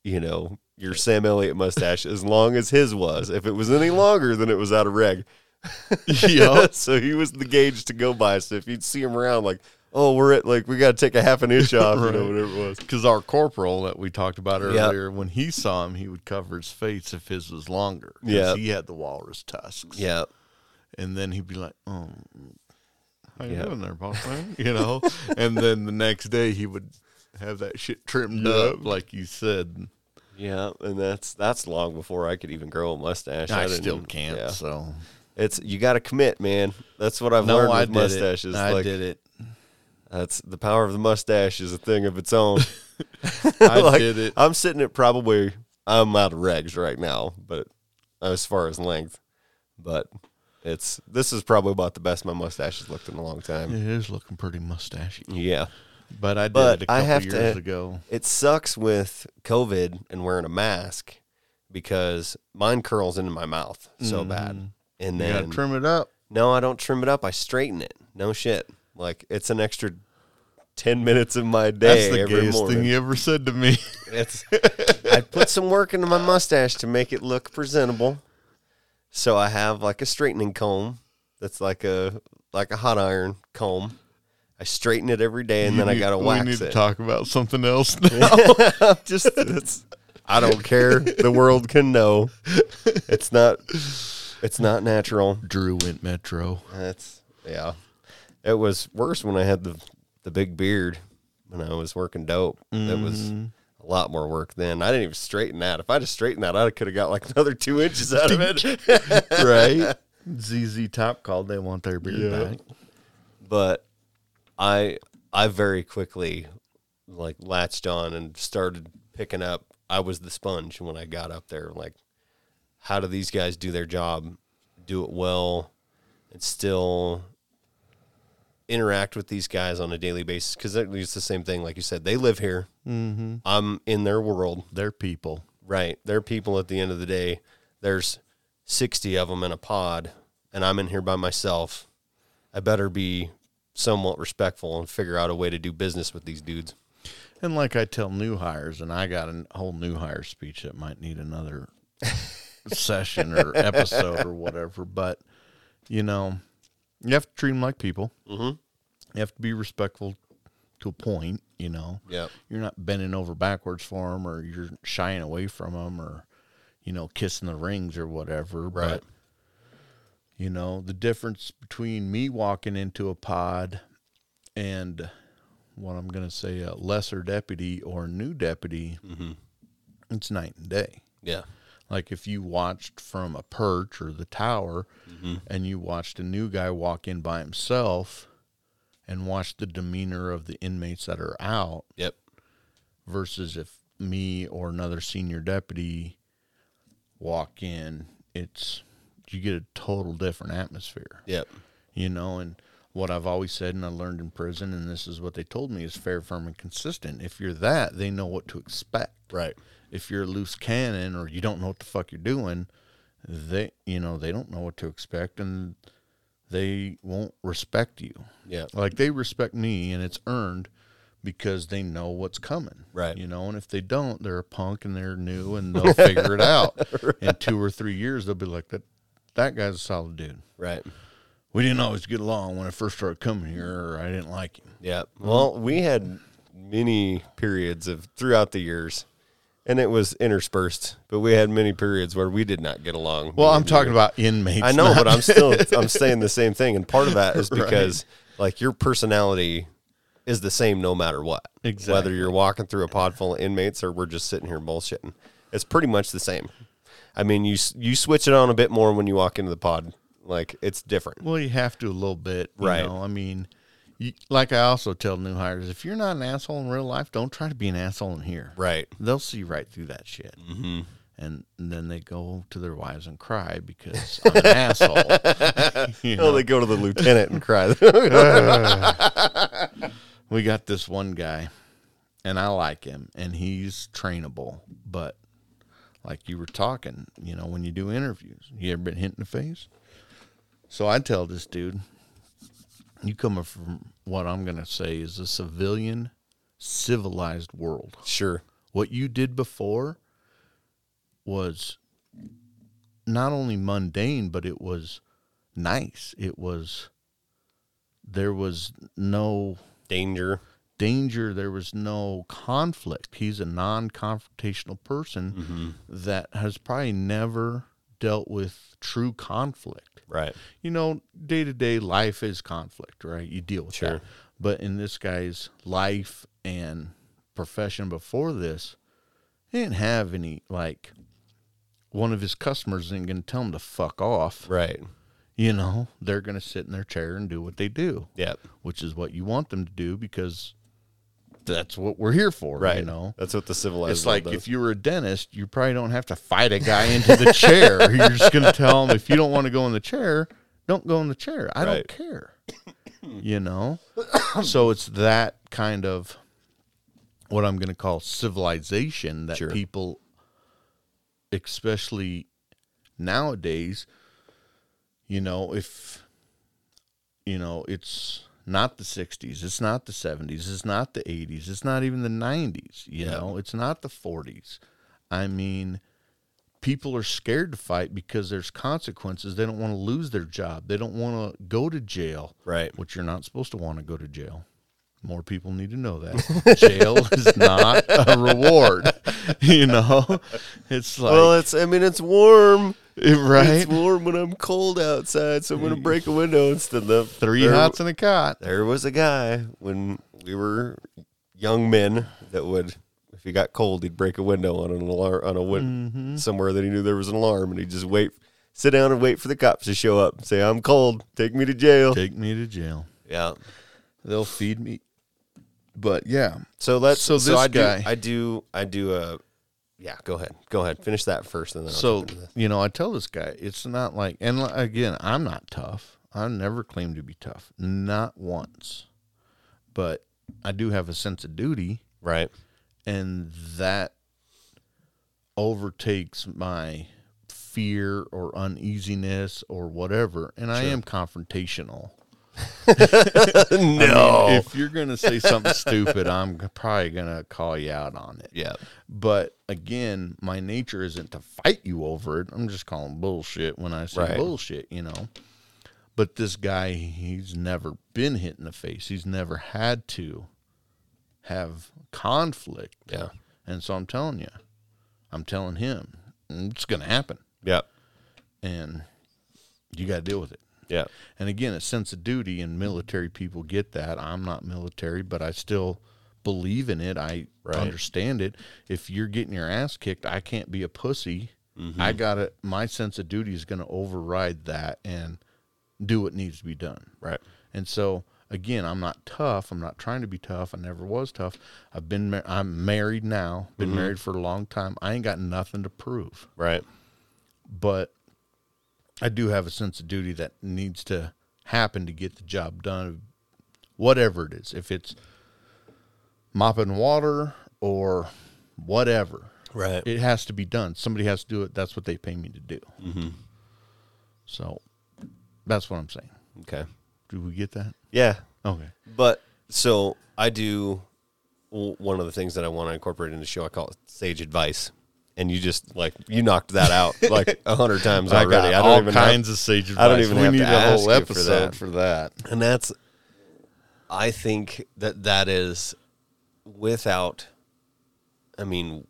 Speaker 1: you know, your Sam Elliott mustache as long as his was. If it was any longer, then it was out of reg.
Speaker 2: yeah.
Speaker 1: so he was the gauge to go by. So if you'd see him around, like, oh, we're at like we got to take a half an inch off, you know,
Speaker 2: Right.
Speaker 1: whatever it was.
Speaker 2: Because our corporal that we talked about earlier, when he saw him, he would cover his face if his was longer. 'cause
Speaker 1: Yep.
Speaker 2: he had the walrus tusks.
Speaker 1: Yeah,
Speaker 2: and then he'd be like, "Oh, how you
Speaker 1: Yeah.
Speaker 2: doing there, boss man?" You know. and then the next day he would have that shit trimmed
Speaker 1: Yeah.
Speaker 2: up, like you said.
Speaker 1: yeah, and that's that's long before I could even grow a mustache.
Speaker 2: I,
Speaker 1: didn't-
Speaker 2: still can't.
Speaker 1: yeah.
Speaker 2: So
Speaker 1: It's you got to commit, man. That's what I've learned with mustaches.
Speaker 2: I
Speaker 1: like,
Speaker 2: did it.
Speaker 1: That's the power of the mustache is a thing of its own.
Speaker 2: I
Speaker 1: Like,
Speaker 2: did it.
Speaker 1: I'm sitting at probably I'm out of regs right now, but as far as length, but it's this is probably about the best my mustache has looked in a long time.
Speaker 2: It is looking pretty mustachy,
Speaker 1: yeah.
Speaker 2: but I did
Speaker 1: But
Speaker 2: it a
Speaker 1: I
Speaker 2: couple
Speaker 1: have to-
Speaker 2: years ago.
Speaker 1: It sucks with COVID and wearing a mask because mine curls into my mouth so bad. And
Speaker 2: Mm. You gotta
Speaker 1: then
Speaker 2: trim it up.
Speaker 1: no, I don't trim it up. I straighten it. No shit. Like it's an extra ten minutes of my day
Speaker 2: That's the
Speaker 1: every
Speaker 2: gayest
Speaker 1: morning.
Speaker 2: thing you ever said to me.
Speaker 1: It's, I put some work into my mustache to make it look presentable. So I have like a straightening comb that's like a like a hot iron comb. I straighten it every day, and then I
Speaker 2: You-
Speaker 1: gotta wax
Speaker 2: We need
Speaker 1: it.
Speaker 2: to talk about something else now.
Speaker 1: Just I don't care. The world can know. It's not. It's not natural.
Speaker 2: Drew went metro.
Speaker 1: That's yeah. It was worse when I had the the big beard when I was working dope. That was a lot more work then. I didn't even straighten that. If I just straightened that, I could have got like another two inches out of it.
Speaker 2: right? ZZ Top called. They want their beard
Speaker 1: Yeah.
Speaker 2: back.
Speaker 1: but I I very quickly like latched on and started picking up. I was the sponge when I got up there. Like, how do these guys do their job, do it well, and still interact with these guys on a daily basis? Because it's the same thing. Like you said, they live here. Mm-hmm. I'm in their world.
Speaker 2: They're people.
Speaker 1: Right. They're people at the end of the day. There's 60 of them in a pod, and I'm in here by myself. I better be somewhat respectful and figure out a way to do business with these dudes.
Speaker 2: And like I tell new hires, and I got a whole new hire speech that might need another session or episode or whatever. But you know, you have to treat them like people. Mm-hmm. You have to be respectful to a point. You know,
Speaker 1: Yep.
Speaker 2: you're not bending over backwards for them, or you're shying away from them, or you know, kissing the rings or whatever.
Speaker 1: Right.
Speaker 2: But you know, the difference between me walking into a pod and what I'm going to say a lesser deputy or new deputy, it's night and day.
Speaker 1: Yeah.
Speaker 2: Like if you watched from a perch or the tower and you watched a new guy walk in by himself and watched the demeanor of the inmates that are out
Speaker 1: Yep.
Speaker 2: versus if me or another senior deputy walk in, it's you get a total different atmosphere
Speaker 1: Yep.
Speaker 2: you know and what i've always said and i learned in prison and this is what they told me is fair firm and consistent if you're that they know what to expect
Speaker 1: Right.
Speaker 2: if you're a loose cannon or you don't know what the fuck you're doing they you know they don't know what to expect and they won't respect you
Speaker 1: Yep.
Speaker 2: like they respect me and it's earned because they know what's coming
Speaker 1: Right.
Speaker 2: you know and if they don't they're a punk and they're new and they'll figure it out in two or three years they'll be like that that guy's a solid dude
Speaker 1: Right.
Speaker 2: we didn't always get along when I first started coming here. Or I didn't like him.
Speaker 1: Yep. Well, we had many periods of throughout the years, and it was interspersed, but we had many periods where we did not get along.
Speaker 2: Well, I'm talking about inmates.
Speaker 1: I know,
Speaker 2: not-
Speaker 1: but I'm still I'm saying the same thing, and part of that is because like your personality is the same no matter what. Whether
Speaker 2: Exactly.
Speaker 1: you're walking through a pod full of inmates or we're just sitting here bullshitting, it's pretty much the same. I mean, you s- you switch it on a bit more when you walk into the pod. Like it's different.
Speaker 2: well, you have to a little bit, you
Speaker 1: Right.
Speaker 2: know? I mean, you, like I also tell new hires, if you're not an asshole in real life, don't try to be an asshole in here.
Speaker 1: Right.
Speaker 2: They'll see right through that shit. Mm-hmm. And, and then they go to their wives and cry because I'm an asshole. You
Speaker 1: Oh,
Speaker 2: know?
Speaker 1: they go to the lieutenant and cry.
Speaker 2: we got this one guy and I like him and he's trainable, but like you were talking, you know, when you do interviews, you ever been hit in the face? So I tell this dude, you come from what I'm going to say is a civilian, civilized world.
Speaker 1: sure.
Speaker 2: What you did before was not only mundane, but it was nice. It was, there was no
Speaker 1: Danger.
Speaker 2: danger. There was no conflict. He's a non confrontational person that has probably never dealt with true conflict.
Speaker 1: Right.
Speaker 2: You know, day to day life is conflict, right? You deal with
Speaker 1: Sure.
Speaker 2: that. But in this guy's life and profession before this, he didn't have any, like, one of his customers isn't going to tell him to fuck off.
Speaker 1: Right.
Speaker 2: You know, they're going to sit in their chair and do what they do
Speaker 1: Yep.
Speaker 2: which is what you want them to do because that's what we're here for,
Speaker 1: Right.
Speaker 2: You know,
Speaker 1: That's what the civilized.
Speaker 2: it's
Speaker 1: world
Speaker 2: like
Speaker 1: does.
Speaker 2: if you were a dentist, you probably don't have to fight a guy into the chair. You're just going to tell him if you don't want to go in the chair, don't go in the chair. I
Speaker 1: Right.
Speaker 2: don't care. You know, so it's that kind of what I'm going to call civilization that
Speaker 1: Sure.
Speaker 2: people, especially nowadays, you know, if you know, it's not the 60s, it's not the 70s, it's not the 80s, it's not even the 90s, you know, it's not the 40s. I mean, people are scared to fight because there's consequences. They don't want to lose their job. They don't want to go to jail,
Speaker 1: Right.
Speaker 2: which you're not supposed to want to go to jail. More people need to know that jail is not a reward. You know, it's like
Speaker 1: Well, it's. I mean, it's warm.
Speaker 2: right
Speaker 1: It's warm when I'm cold outside, so I'm gonna break a window instead of
Speaker 2: three
Speaker 1: there,
Speaker 2: hots in a cot.
Speaker 1: There was a guy when we were young men that would, if he got cold, he'd break a window on an alarm on a win-
Speaker 2: Mm-hmm.
Speaker 1: somewhere that he knew there was an alarm, and he'd just wait, sit down and wait for the cops to show up. Say, "I'm cold. Take me to jail."
Speaker 2: Take me to jail.
Speaker 1: Yeah.
Speaker 2: They'll feed me. But yeah,
Speaker 1: So let's.
Speaker 2: So
Speaker 1: So,
Speaker 2: this
Speaker 1: I do,
Speaker 2: guy-
Speaker 1: I do. I do. Uh, yeah. Go ahead. Go ahead. Finish that first, and then. I'll
Speaker 2: so
Speaker 1: jump into this.
Speaker 2: you know, I tell this guy it's not like, and li- again, I'm not tough. I never claim to be tough, not once. But I do have a sense of duty,
Speaker 1: right.
Speaker 2: and that overtakes my fear or uneasiness or whatever. And I am confrontational. I mean,
Speaker 1: no.
Speaker 2: if you're gonna say something stupid, I'm probably gonna call you out on it.
Speaker 1: yeah.
Speaker 2: But again, my nature isn't to fight you over it. I'm just calling bullshit when I say
Speaker 1: Right.
Speaker 2: bullshit, you know. But this guy, he's never been hit in the face. He's never had to have conflict.
Speaker 1: Yeah.
Speaker 2: And so I'm telling you, I'm telling him, it's going to happen.
Speaker 1: Yeah.
Speaker 2: And you got to deal with it.
Speaker 1: Yeah.
Speaker 2: And again, a sense of duty, and military people get that. I'm not military, but I still believe in it. I
Speaker 1: Right.
Speaker 2: understand it. If you're getting your ass kicked, I can't be a pussy. I got to, my sense of duty is going to override that and do what needs to be done.
Speaker 1: Right.
Speaker 2: And so, again, I'm not tough. I'm not trying to be tough. I never was tough. I've been, mar- I'm married now, been married for a long time. I ain't got nothing to prove
Speaker 1: Right.
Speaker 2: but I do have a sense of duty that needs to happen to get the job done, whatever it is. If it's mopping water or whatever,
Speaker 1: Right.
Speaker 2: it has to be done. Somebody has to do it. That's what they pay me to do.
Speaker 1: Mm-hmm.
Speaker 2: So that's what I'm saying.
Speaker 1: okay.
Speaker 2: Do we get that?
Speaker 1: Yeah.
Speaker 2: Okay.
Speaker 1: But so I do w- one of the things that I want to incorporate into the show. I call it sage advice, and you just like you knocked that out like a hundred times
Speaker 2: I
Speaker 1: already.
Speaker 2: got
Speaker 1: I,
Speaker 2: all
Speaker 1: don't even
Speaker 2: kinds
Speaker 1: have,
Speaker 2: of sage advice.
Speaker 1: I don't even
Speaker 2: we
Speaker 1: have to
Speaker 2: need a
Speaker 1: ask
Speaker 2: whole
Speaker 1: you for
Speaker 2: episode
Speaker 1: that.
Speaker 2: for that.
Speaker 1: and that's. I think that that is, without, I mean,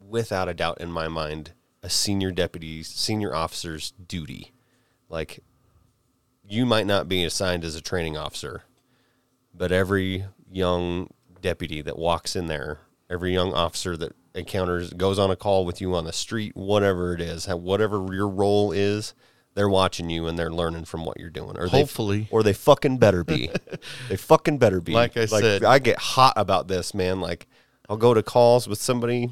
Speaker 1: without a doubt in my mind, a senior deputy's senior officer's duty. Like, you might not be assigned as a training officer, but every young deputy that walks in there, every young officer that encounters, goes on a call with you on the street, whatever it is, how- whatever your role is, they're watching you and they're learning from what you're doing. Or
Speaker 2: Hopefully.
Speaker 1: they, or they fucking better be. they fucking better be.
Speaker 2: Like I said.
Speaker 1: I get hot about this, man. Like, I'll go to calls with somebody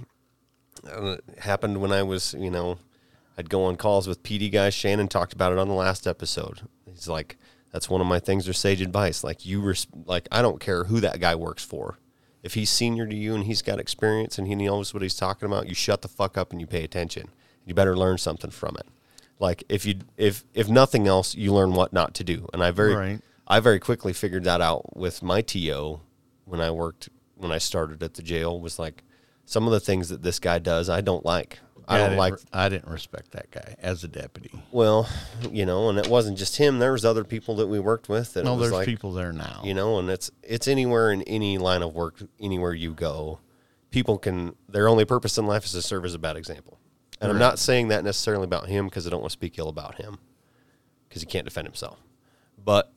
Speaker 1: uh, happened when I was, you know, I'd go on calls with PD guys. Shannon talked about it on the last episode. He's like, that's one of my things or sage advice. Like you, res- like I don't care who that guy works for. If he's senior to you and he's got experience and he knows what he's talking about, you shut the fuck up and you pay attention. You better learn something from it. Like if you if if nothing else, you learn what not to do. And I very
Speaker 2: Right.
Speaker 1: I very quickly figured that out with my TO when I worked when I started at the jail was like some of the things that this guy does I don't like. I don't
Speaker 2: didn't
Speaker 1: like
Speaker 2: re- I didn't respect that guy as a deputy.
Speaker 1: well, you know, and it wasn't just him. There was other people that we worked with that it
Speaker 2: No,
Speaker 1: was
Speaker 2: there's
Speaker 1: like,
Speaker 2: people there now.
Speaker 1: you know, and it's it's anywhere in any line of work, anywhere you go, people can their only purpose in life is to serve as a bad example. And I'm not saying that necessarily about him because I don't want to speak ill about him because he can't defend himself. But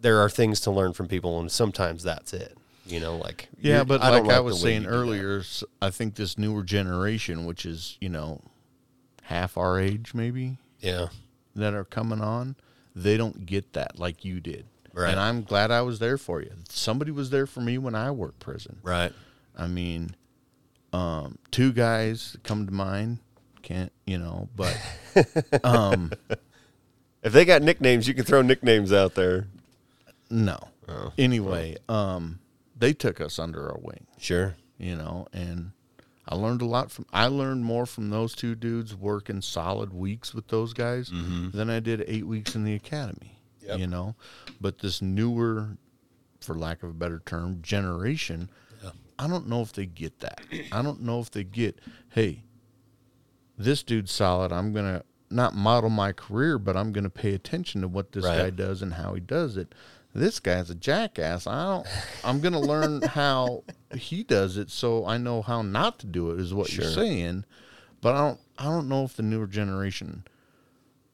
Speaker 1: there are things to learn from people, and sometimes that's it. You know, like
Speaker 2: Yeah,
Speaker 1: you-
Speaker 2: but
Speaker 1: don't
Speaker 2: like I
Speaker 1: the
Speaker 2: was
Speaker 1: way you
Speaker 2: saying
Speaker 1: do that.
Speaker 2: earlier, s- I think this newer generation, which is you know half our age maybe,
Speaker 1: yeah,
Speaker 2: that are coming on, they don't get that like you did.
Speaker 1: Right.
Speaker 2: And I'm glad I was there for you. Somebody was there for me when I worked prison.
Speaker 1: right,
Speaker 2: I mean, um, two guys that come to mind. Can't you know? But
Speaker 1: if they got nicknames, you can throw nicknames out there.
Speaker 2: no.
Speaker 1: Oh.
Speaker 2: Anyway, um, they took us under our wing.
Speaker 1: Sure,
Speaker 2: you know and i learned a lot from i learned more from those two dudes working solid weeks with those guys than i did eight weeks in the academy
Speaker 1: Mm-hmm. Yep.
Speaker 2: you know but this newer for lack of a better term generation i don't know if they get that i don't know if they get hey this dude's solid. I'm going to not model my career, but I'm going to pay attention to what this
Speaker 1: Right.
Speaker 2: guy does and how he does it. This guy's a jackass. I don't, I'm going to learn how he does it so I know how not to do it is what you're
Speaker 1: Sure.
Speaker 2: saying. But I don't, I don't know if the newer generation,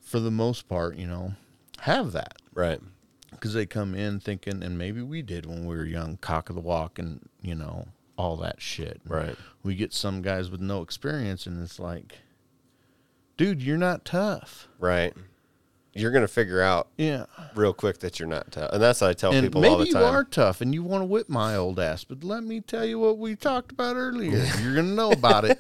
Speaker 2: for the most part, you know, have that
Speaker 1: Right.
Speaker 2: because they come in thinking, and maybe we did when we were young, cock of the walk, and you know all that shit.
Speaker 1: Right.
Speaker 2: We get some guys with no experience, and it's like, dude, you're not tough.
Speaker 1: Right. You're going to figure out
Speaker 2: Yeah,
Speaker 1: real quick that you're not tough. And that's what I tell
Speaker 2: and
Speaker 1: people
Speaker 2: maybe
Speaker 1: all the
Speaker 2: you
Speaker 1: time.
Speaker 2: are tough, and you want to whip my old ass. But let me tell you what we talked about earlier. You're gonna know about it.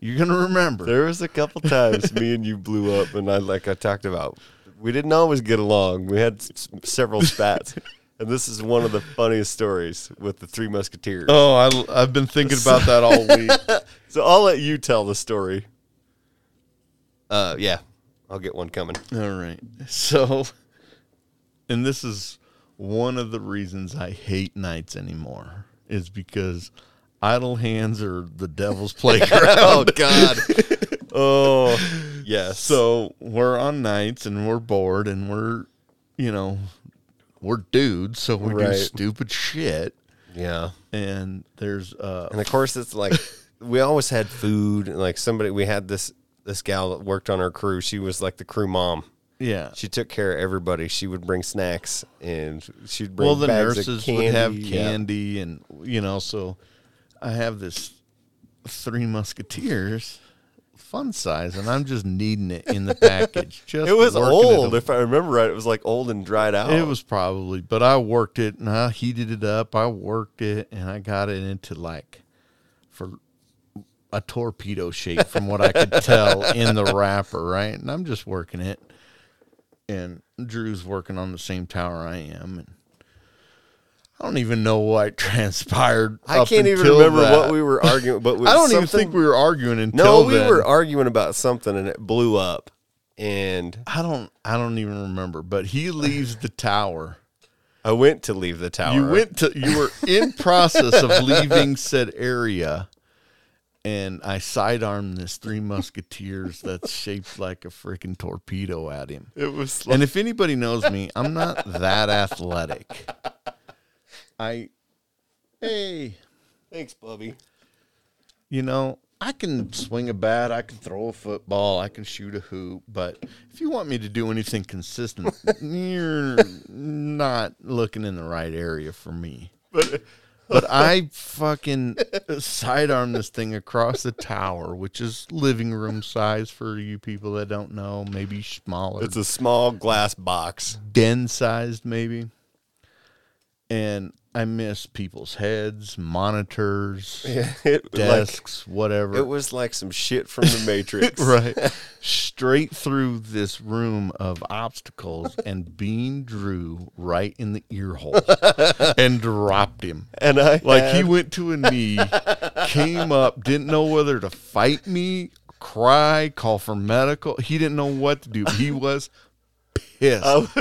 Speaker 2: You're gonna remember.
Speaker 1: There was a couple times me and you blew up, and I like I talked about, we didn't always get along. We had s- several spats, and this is one of the funniest stories with the Three Musketeers.
Speaker 2: Oh, I, I've been thinking about that all week.
Speaker 1: So I'll let you tell the story. Uh, yeah, I'll get one coming.
Speaker 2: All right. So, and this is one of the reasons I hate nights anymore is because idle hands are the devil's playground.
Speaker 1: Oh God. oh yes.
Speaker 2: so we're on nights and we're bored and we're, you know, we're dudes, so we
Speaker 1: Right.
Speaker 2: do stupid shit.
Speaker 1: yeah,
Speaker 2: And there's uh,
Speaker 1: and of course it's like we always had food. And like somebody, we had this this gal that worked on our crew. She was like the crew mom.
Speaker 2: yeah.
Speaker 1: She took care of everybody. She would bring snacks and she'd bring
Speaker 2: well the
Speaker 1: bags of
Speaker 2: nurses
Speaker 1: candy.
Speaker 2: would have
Speaker 1: Yeah.
Speaker 2: candy and you know so i have this three musketeers fun size and i'm just needing it in the package just
Speaker 1: It was
Speaker 2: working
Speaker 1: old,
Speaker 2: it,
Speaker 1: if I remember right. It was like old and dried out.
Speaker 2: it was probably but i worked it and i heated it up i worked it and i got it into like for a torpedo shape from what i could tell in the wrapper right and i'm just working it and drew's working on the same tower i am and I don't even know what transpired.
Speaker 1: I
Speaker 2: up
Speaker 1: can't even
Speaker 2: until
Speaker 1: remember what
Speaker 2: that.
Speaker 1: we were arguing. But
Speaker 2: I don't even think we were arguing until
Speaker 1: No, we
Speaker 2: then.
Speaker 1: were arguing about something and it blew up. And
Speaker 2: I don't. I don't even remember. But he leaves the tower.
Speaker 1: I went to leave the tower.
Speaker 2: You went to you were in process of leaving said area, and I sidearmed this three musketeers that's shaped like a freaking torpedo at him.
Speaker 1: It was like,
Speaker 2: And if anybody knows me, I'm not that athletic. I hey,
Speaker 1: thanks, Bubby.
Speaker 2: you know, I can swing a bat, I can throw a football, I can shoot a hoop, but if you want me to do anything consistent, you're not looking in the right area for me.
Speaker 1: But
Speaker 2: But I fucking sidearm this thing across the tower, which is living room size for you people that don't know, maybe smaller,
Speaker 1: it's a small glass box.
Speaker 2: den sized maybe. And I miss people's heads, monitors,
Speaker 1: It, like,
Speaker 2: desks, whatever.
Speaker 1: it was like some shit from the Matrix.
Speaker 2: right straight through this room of obstacles and bean drew right in the ear hole and dropped him
Speaker 1: And I
Speaker 2: like he
Speaker 1: had-
Speaker 2: went to a knee came up didn't know whether to fight me cry call for medical he didn't know what to do he was pissed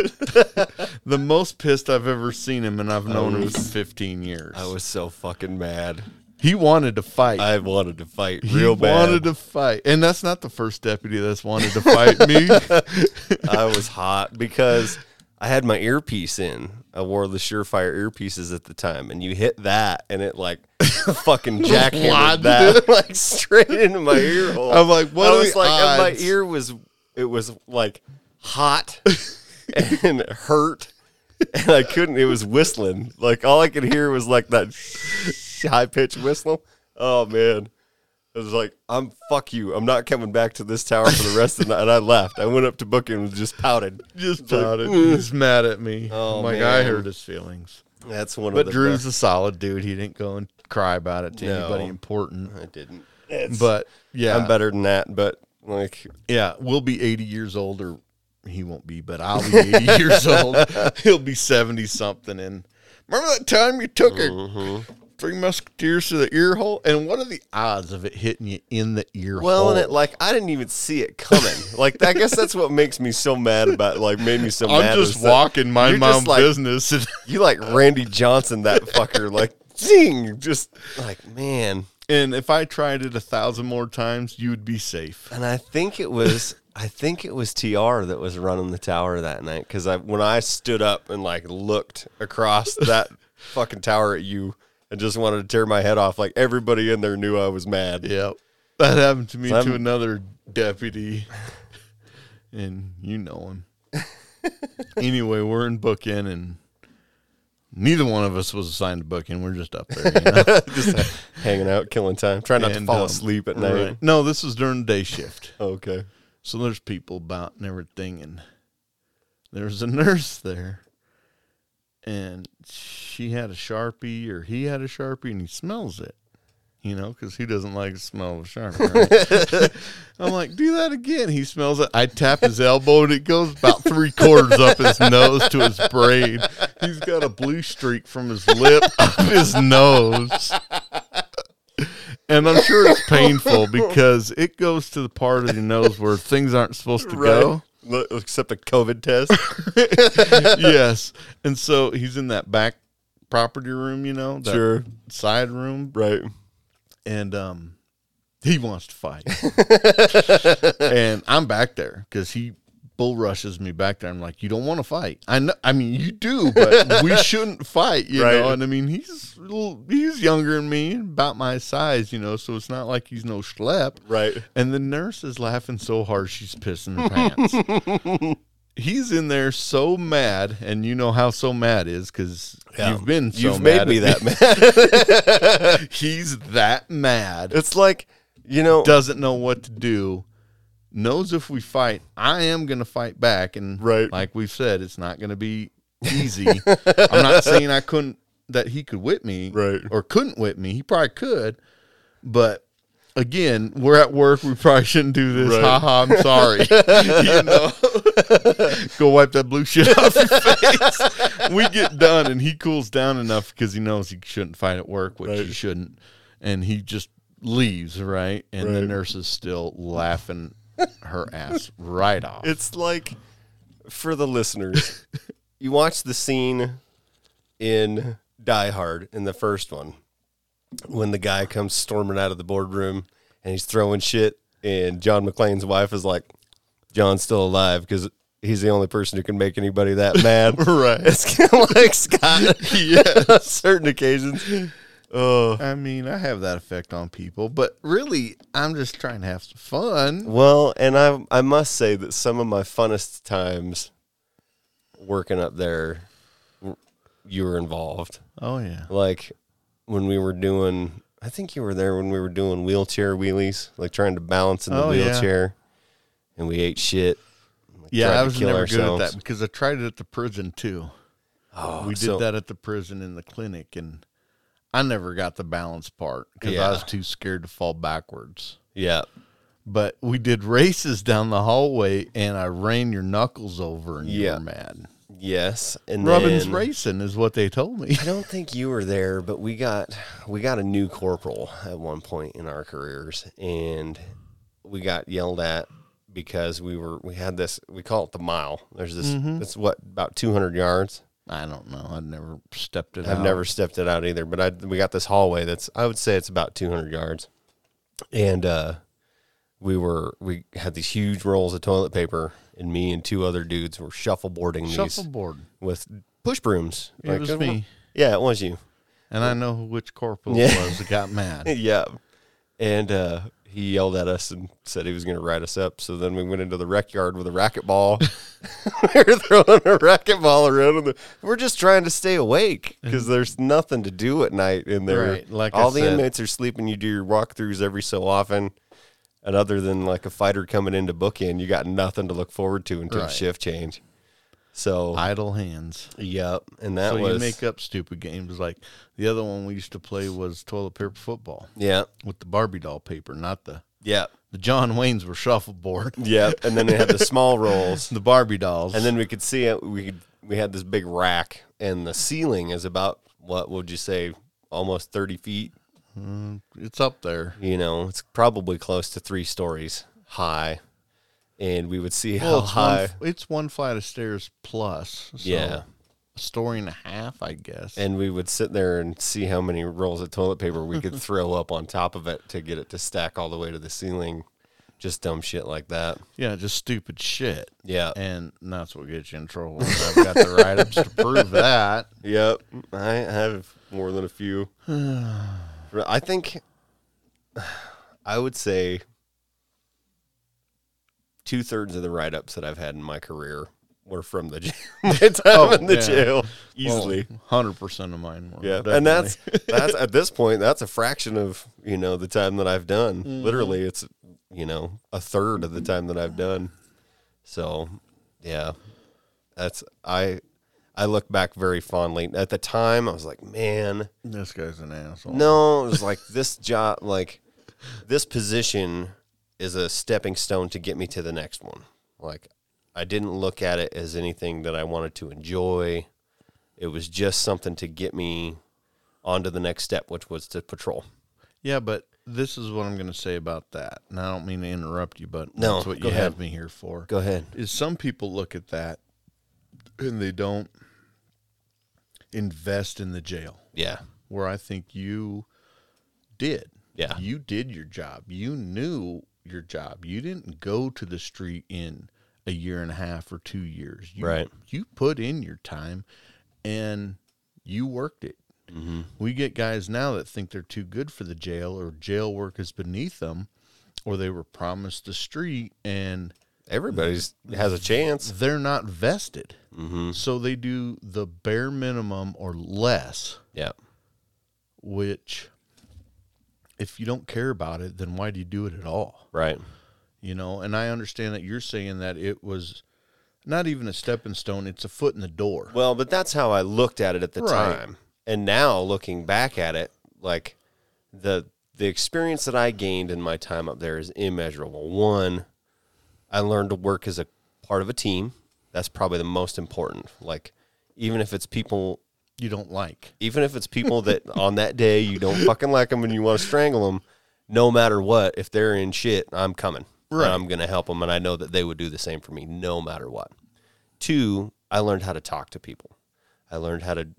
Speaker 2: the most pissed i've ever seen him and i've known him for 15 years
Speaker 1: I was so fucking mad.
Speaker 2: he wanted to fight
Speaker 1: I wanted to fight
Speaker 2: he
Speaker 1: real bad.
Speaker 2: wanted to fight, and that's not the first deputy that's wanted to fight me.
Speaker 1: I was hot because I had my earpiece in. I wore the Surefire earpieces at the time, and you hit that, and it like fucking jackhammered
Speaker 2: Wadded
Speaker 1: that like straight into my ear hole.
Speaker 2: I'm like, what
Speaker 1: I
Speaker 2: are
Speaker 1: was
Speaker 2: the
Speaker 1: like, and
Speaker 2: odds?
Speaker 1: my ear was it was like hot and it hurt, and I couldn't. It was whistling. Like all I could hear was like that high pitched whistle. Oh man. I was like, I'm fuck you. I'm not coming back to this tower for the rest of the night. And I left. I went up to Booking and just pouted.
Speaker 2: just about it. He's mad at me.
Speaker 1: Oh,
Speaker 2: I'm like I
Speaker 1: man.
Speaker 2: hurt his feelings.
Speaker 1: That's one of
Speaker 2: But
Speaker 1: the
Speaker 2: Drew's a solid dude. He didn't go and cry about it to
Speaker 1: No.
Speaker 2: anybody important.
Speaker 1: best. I didn't. It's-
Speaker 2: But yeah,
Speaker 1: I'm better than that. But like,
Speaker 2: yeah, we'll be 80 years old, or he won't be, but I'll be 80 years old. He'll be 70 something. And remember that time you took a three musketeers to the ear hole? And what are the odds of it hitting you in the ear
Speaker 1: well,
Speaker 2: hole?
Speaker 1: and it like I didn't even see it coming. like I guess that's what makes me so mad about. Like made me so mad.
Speaker 2: I'm
Speaker 1: is
Speaker 2: just
Speaker 1: that
Speaker 2: walking, mind
Speaker 1: you're
Speaker 2: my
Speaker 1: just
Speaker 2: own
Speaker 1: like-
Speaker 2: business. And
Speaker 1: You like Randy Johnson, that fucker. Like, ding, just like man.
Speaker 2: And if I tried it a thousand more times, you would be safe.
Speaker 1: And I think it was I think it was TR that was running the tower that night cuz I when I stood up and like looked across that fucking tower at you and just wanted to tear my head off like everybody in there knew I was mad.
Speaker 2: Yep. That happened to me
Speaker 1: So I'm-
Speaker 2: to another deputy. and you know him. anyway, we're in Bookin and neither one of us was assigned to Bookin. We're just up there. You know?
Speaker 1: just hanging out killing time, trying not to
Speaker 2: And,
Speaker 1: fall
Speaker 2: um,
Speaker 1: asleep at night.
Speaker 2: Right. No, this was during the day shift.
Speaker 1: Okay.
Speaker 2: So there's people about and everything, and there's a nurse there, and she had a sharpie or he had a sharpie, and he smells it, you know, because he doesn't like the smell of a sharpie. Right? I'm like, do that again. He smells it. I tap his elbow, and it goes about three quarters up his nose to his brain. He's got a blue streak from his lip up his nose. And I'm sure it's painful because it goes to the part of your nose where things aren't supposed to go.
Speaker 1: Look, Except a COVID test.
Speaker 2: yes. And so he's in that back property room, you know, that
Speaker 1: Sure.
Speaker 2: side room,
Speaker 1: right.
Speaker 2: and um, he wants to fight. and I'm back there because he bull rushes me back there. I'm like, you don't want to fight. I know. I mean, you do, but we shouldn't fight, you
Speaker 1: Right.
Speaker 2: know. And I mean, he's a little, he's younger than me, about my size, you know. So it's not like he's no schlep.
Speaker 1: Right.
Speaker 2: And the nurse is laughing so hard she's pissing her pants. He's in there so mad, and you know how so mad is because
Speaker 1: Yeah.
Speaker 2: you've been so
Speaker 1: You've
Speaker 2: mad
Speaker 1: made
Speaker 2: at
Speaker 1: me that mad.
Speaker 2: He's that mad,
Speaker 1: it's like, you know,
Speaker 2: doesn't know what to do, knows if we fight, I am going to fight back, and
Speaker 1: Right.
Speaker 2: like we've said, it's not going to be easy. I'm not saying I couldn't that he could whip me,
Speaker 1: Right.
Speaker 2: or couldn't whip me. He probably could, but again, we're at work. We probably shouldn't do this.
Speaker 1: Right.
Speaker 2: Ha ha! I'm sorry. you know, go wipe that blue shit off your face. we get done, and he cools down enough because he knows he shouldn't fight at work, which
Speaker 1: Right.
Speaker 2: he shouldn't, and he just leaves. Right, and the
Speaker 1: Right.
Speaker 2: nurse is still laughing her ass right off.
Speaker 1: it's like for the listeners, you watch the scene in Die Hard in the first one when the guy comes storming out of the boardroom and he's throwing shit, and John McClane's wife is like, "John's still alive because he's the only person who can make anybody that mad."
Speaker 2: right.
Speaker 1: It's kind of like Scott on certain occasions. Oh
Speaker 2: I mean, I have that effect on people, but really, I'm just trying to have some fun.
Speaker 1: well, and I I must say that some of my funnest times working up there, you were involved.
Speaker 2: Oh yeah.
Speaker 1: Like when we were doing, I think you were there when we were doing wheelchair wheelies, like trying to balance in the
Speaker 2: Oh, yeah.
Speaker 1: wheelchair, and we ate shit. like, tried
Speaker 2: Yeah, I
Speaker 1: to
Speaker 2: was
Speaker 1: kill
Speaker 2: never good at
Speaker 1: ourselves.
Speaker 2: that because I tried it at the prison too.
Speaker 1: Oh,
Speaker 2: we did
Speaker 1: so-
Speaker 2: that at the prison in the clinic, and I never got the balance part because
Speaker 1: Yeah.
Speaker 2: I was too scared to fall backwards.
Speaker 1: Yeah,
Speaker 2: But we did races down the hallway, and I ran your knuckles over, and you
Speaker 1: Yeah.
Speaker 2: were mad.
Speaker 1: yes, and
Speaker 2: Robin's
Speaker 1: then,
Speaker 2: racing is what they told me.
Speaker 1: I don't think you were there, but we got we got a new corporal at one point in our careers, and we got yelled at because we were we had this we call it the mile. There's this
Speaker 2: Mm-hmm.
Speaker 1: it's what about 200 yards.
Speaker 2: I don't know. I've never stepped it out.
Speaker 1: I've never stepped it out either, but I we got this hallway that's I would say it's about 200 yards, and uh, we were we had these huge rolls of toilet paper, and me and two other dudes were shuffleboarding these
Speaker 2: shuffleboard.
Speaker 1: with push brooms.
Speaker 2: It was
Speaker 1: uh,
Speaker 2: me.
Speaker 1: Yeah, it was you.
Speaker 2: And I know which corporal it
Speaker 1: Yeah.
Speaker 2: was that got mad.
Speaker 1: yeah. And uh, he yelled at us and said he was going to write us up. So then we went into the rec yard with a racquetball. we were throwing a racquetball around. and we're just trying to stay awake because there's nothing to do at night in there.
Speaker 2: Right, like I
Speaker 1: All the
Speaker 2: said.
Speaker 1: inmates are sleeping. You do your walkthroughs every so often. And other than like a fighter coming in to book in, you got nothing to look forward to until
Speaker 2: Right.
Speaker 1: shift change. So,
Speaker 2: Idle hands.
Speaker 1: yep. And that
Speaker 2: So
Speaker 1: was,
Speaker 2: you make up stupid games. Like the other one we used to play was toilet paper football
Speaker 1: yeah,
Speaker 2: with the Barbie doll paper, not the
Speaker 1: yeah,
Speaker 2: the John Waynes were shuffleboard,
Speaker 1: yeah. And then they had the small rolls.
Speaker 2: the Barbie dolls,
Speaker 1: and then we could see it. We could, we had this big rack, and the ceiling is about what would you say, almost thirty feet.
Speaker 2: it's up there.
Speaker 1: You know, it's probably close to three stories high, and we would see how
Speaker 2: Well, it's
Speaker 1: high.
Speaker 2: one, it's one flight of stairs plus. So
Speaker 1: Yeah.
Speaker 2: a story and a half, I guess.
Speaker 1: and we would sit there and see how many rolls of toilet paper we could throw up on top of it to get it to stack all the way to the ceiling. Just dumb shit like that.
Speaker 2: yeah, just stupid shit.
Speaker 1: Yeah.
Speaker 2: And that's what gets you in trouble. I've got the write ups to prove that.
Speaker 1: Yep. I have more than a few. I think I would say two thirds of the write ups that I've had in my career were from the jail. my time in the
Speaker 2: yeah.
Speaker 1: jail. Easily.
Speaker 2: Hundred percent of mine were.
Speaker 1: Yeah,
Speaker 2: definitely.
Speaker 1: and that's that's at this point that's a fraction of you know the time that I've done. Literally, it's you know a third of the time that I've done. So, yeah, that's I I look back very fondly. At the time, I was like, man,
Speaker 2: this guy's an asshole.
Speaker 1: no, it was like this job, like this position is a stepping stone to get me to the next one. Like I didn't look at it as anything that I wanted to enjoy. It was just something to get me onto the next step, which was to patrol.
Speaker 2: Yeah, but this is what I'm going to say about that. And I don't mean to interrupt you, but
Speaker 1: No,
Speaker 2: that's what
Speaker 1: go
Speaker 2: you
Speaker 1: ahead.
Speaker 2: have me here for.
Speaker 1: Go ahead.
Speaker 2: Is some people look at that and they don't invest in the jail,
Speaker 1: Yeah.
Speaker 2: where I think you did.
Speaker 1: Yeah.
Speaker 2: You did your job. You knew your job. You didn't go to the street in a year and a half or two years. You,
Speaker 1: Right.
Speaker 2: You put in your time and you worked it.
Speaker 1: Mm-hmm.
Speaker 2: We get guys now that think they're too good for the jail or jail work is beneath them or they were promised the street and
Speaker 1: Everybody's has a chance.
Speaker 2: they're not vested.
Speaker 1: Mm-hmm.
Speaker 2: So they do the bare minimum or less
Speaker 1: Yeah.
Speaker 2: which if you don't care about it then why do you do it at all
Speaker 1: Right.
Speaker 2: you know and i understand that you're saying that it was not even a stepping stone it's a foot in the door
Speaker 1: Well, but that's how I looked at it at the
Speaker 2: Right.
Speaker 1: time. And now looking back at it, like the the experience that I gained in my time up there is immeasurable. One, I learned to work as a part of a team. That's probably the most important. Like even if it's people
Speaker 2: you don't like
Speaker 1: even if it's people that on that day you don't fucking like them and you want to strangle them, no matter what, if they're in shit, I'm coming.
Speaker 2: Right.
Speaker 1: And I'm going to help them. And I know that they would do the same for me no matter what. Two, I learned how to talk to people. I learned how to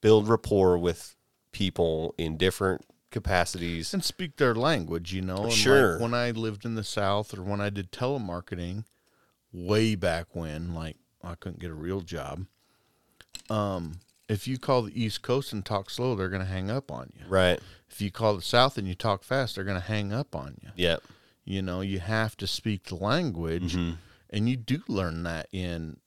Speaker 1: build rapport with people in different capacities.
Speaker 2: and speak their language you know and
Speaker 1: Sure.
Speaker 2: like when i lived in the south or when i did telemarketing way back when like i couldn't get a real job um if you call the east coast and talk slow they're going to hang up on you
Speaker 1: Right.
Speaker 2: if you call the south and you talk fast they're going to hang up on you
Speaker 1: Yeah.
Speaker 2: you know you have to speak the language
Speaker 1: Mm-hmm.
Speaker 2: and you do learn that in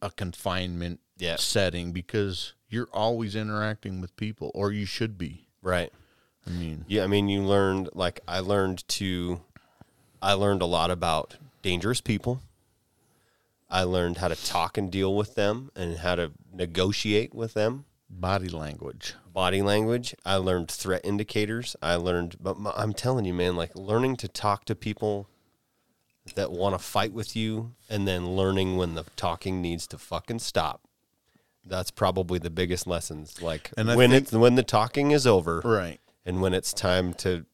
Speaker 2: a confinement
Speaker 1: Yeah.
Speaker 2: setting because you're always interacting with people or you should be
Speaker 1: Right.
Speaker 2: i mean
Speaker 1: Yeah, I mean, you learned like I learned to, I learned a lot about dangerous people. I learned how to talk and deal with them, and how to negotiate with them.
Speaker 2: body language
Speaker 1: Body language. I learned threat indicators. I learned, but my, I'm telling you, man, like learning to talk to people that want to fight with you, and then learning when the talking needs to fucking stop. That's probably the biggest lessons. Like
Speaker 2: And I
Speaker 1: when it's when the talking is over,
Speaker 2: right
Speaker 1: and when it's time to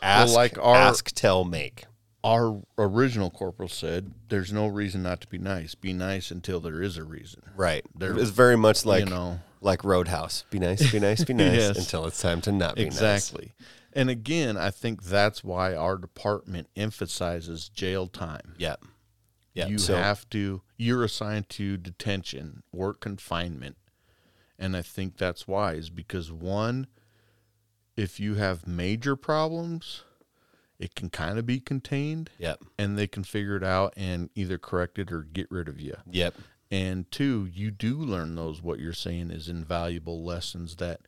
Speaker 1: ask,
Speaker 2: like our-
Speaker 1: ask, tell, make.
Speaker 2: our original corporal said there's no reason not to be nice be nice until there is a reason
Speaker 1: Right.
Speaker 2: They're-
Speaker 1: it's very much like
Speaker 2: you know
Speaker 1: like Roadhouse. Be nice, be nice, be nice
Speaker 2: Yes.
Speaker 1: until it's time to not be nice.
Speaker 2: exactly and again i think that's why our department emphasizes jail time
Speaker 1: Yeah. Yeah.
Speaker 2: you
Speaker 1: so,
Speaker 2: have to you're assigned to detention or confinement and i think that's wise because one if you have major problems it can kind of be contained
Speaker 1: Yep.
Speaker 2: and they can figure it out and either correct it or get rid of you
Speaker 1: Yep.
Speaker 2: and two you do learn those what you're saying is invaluable lessons that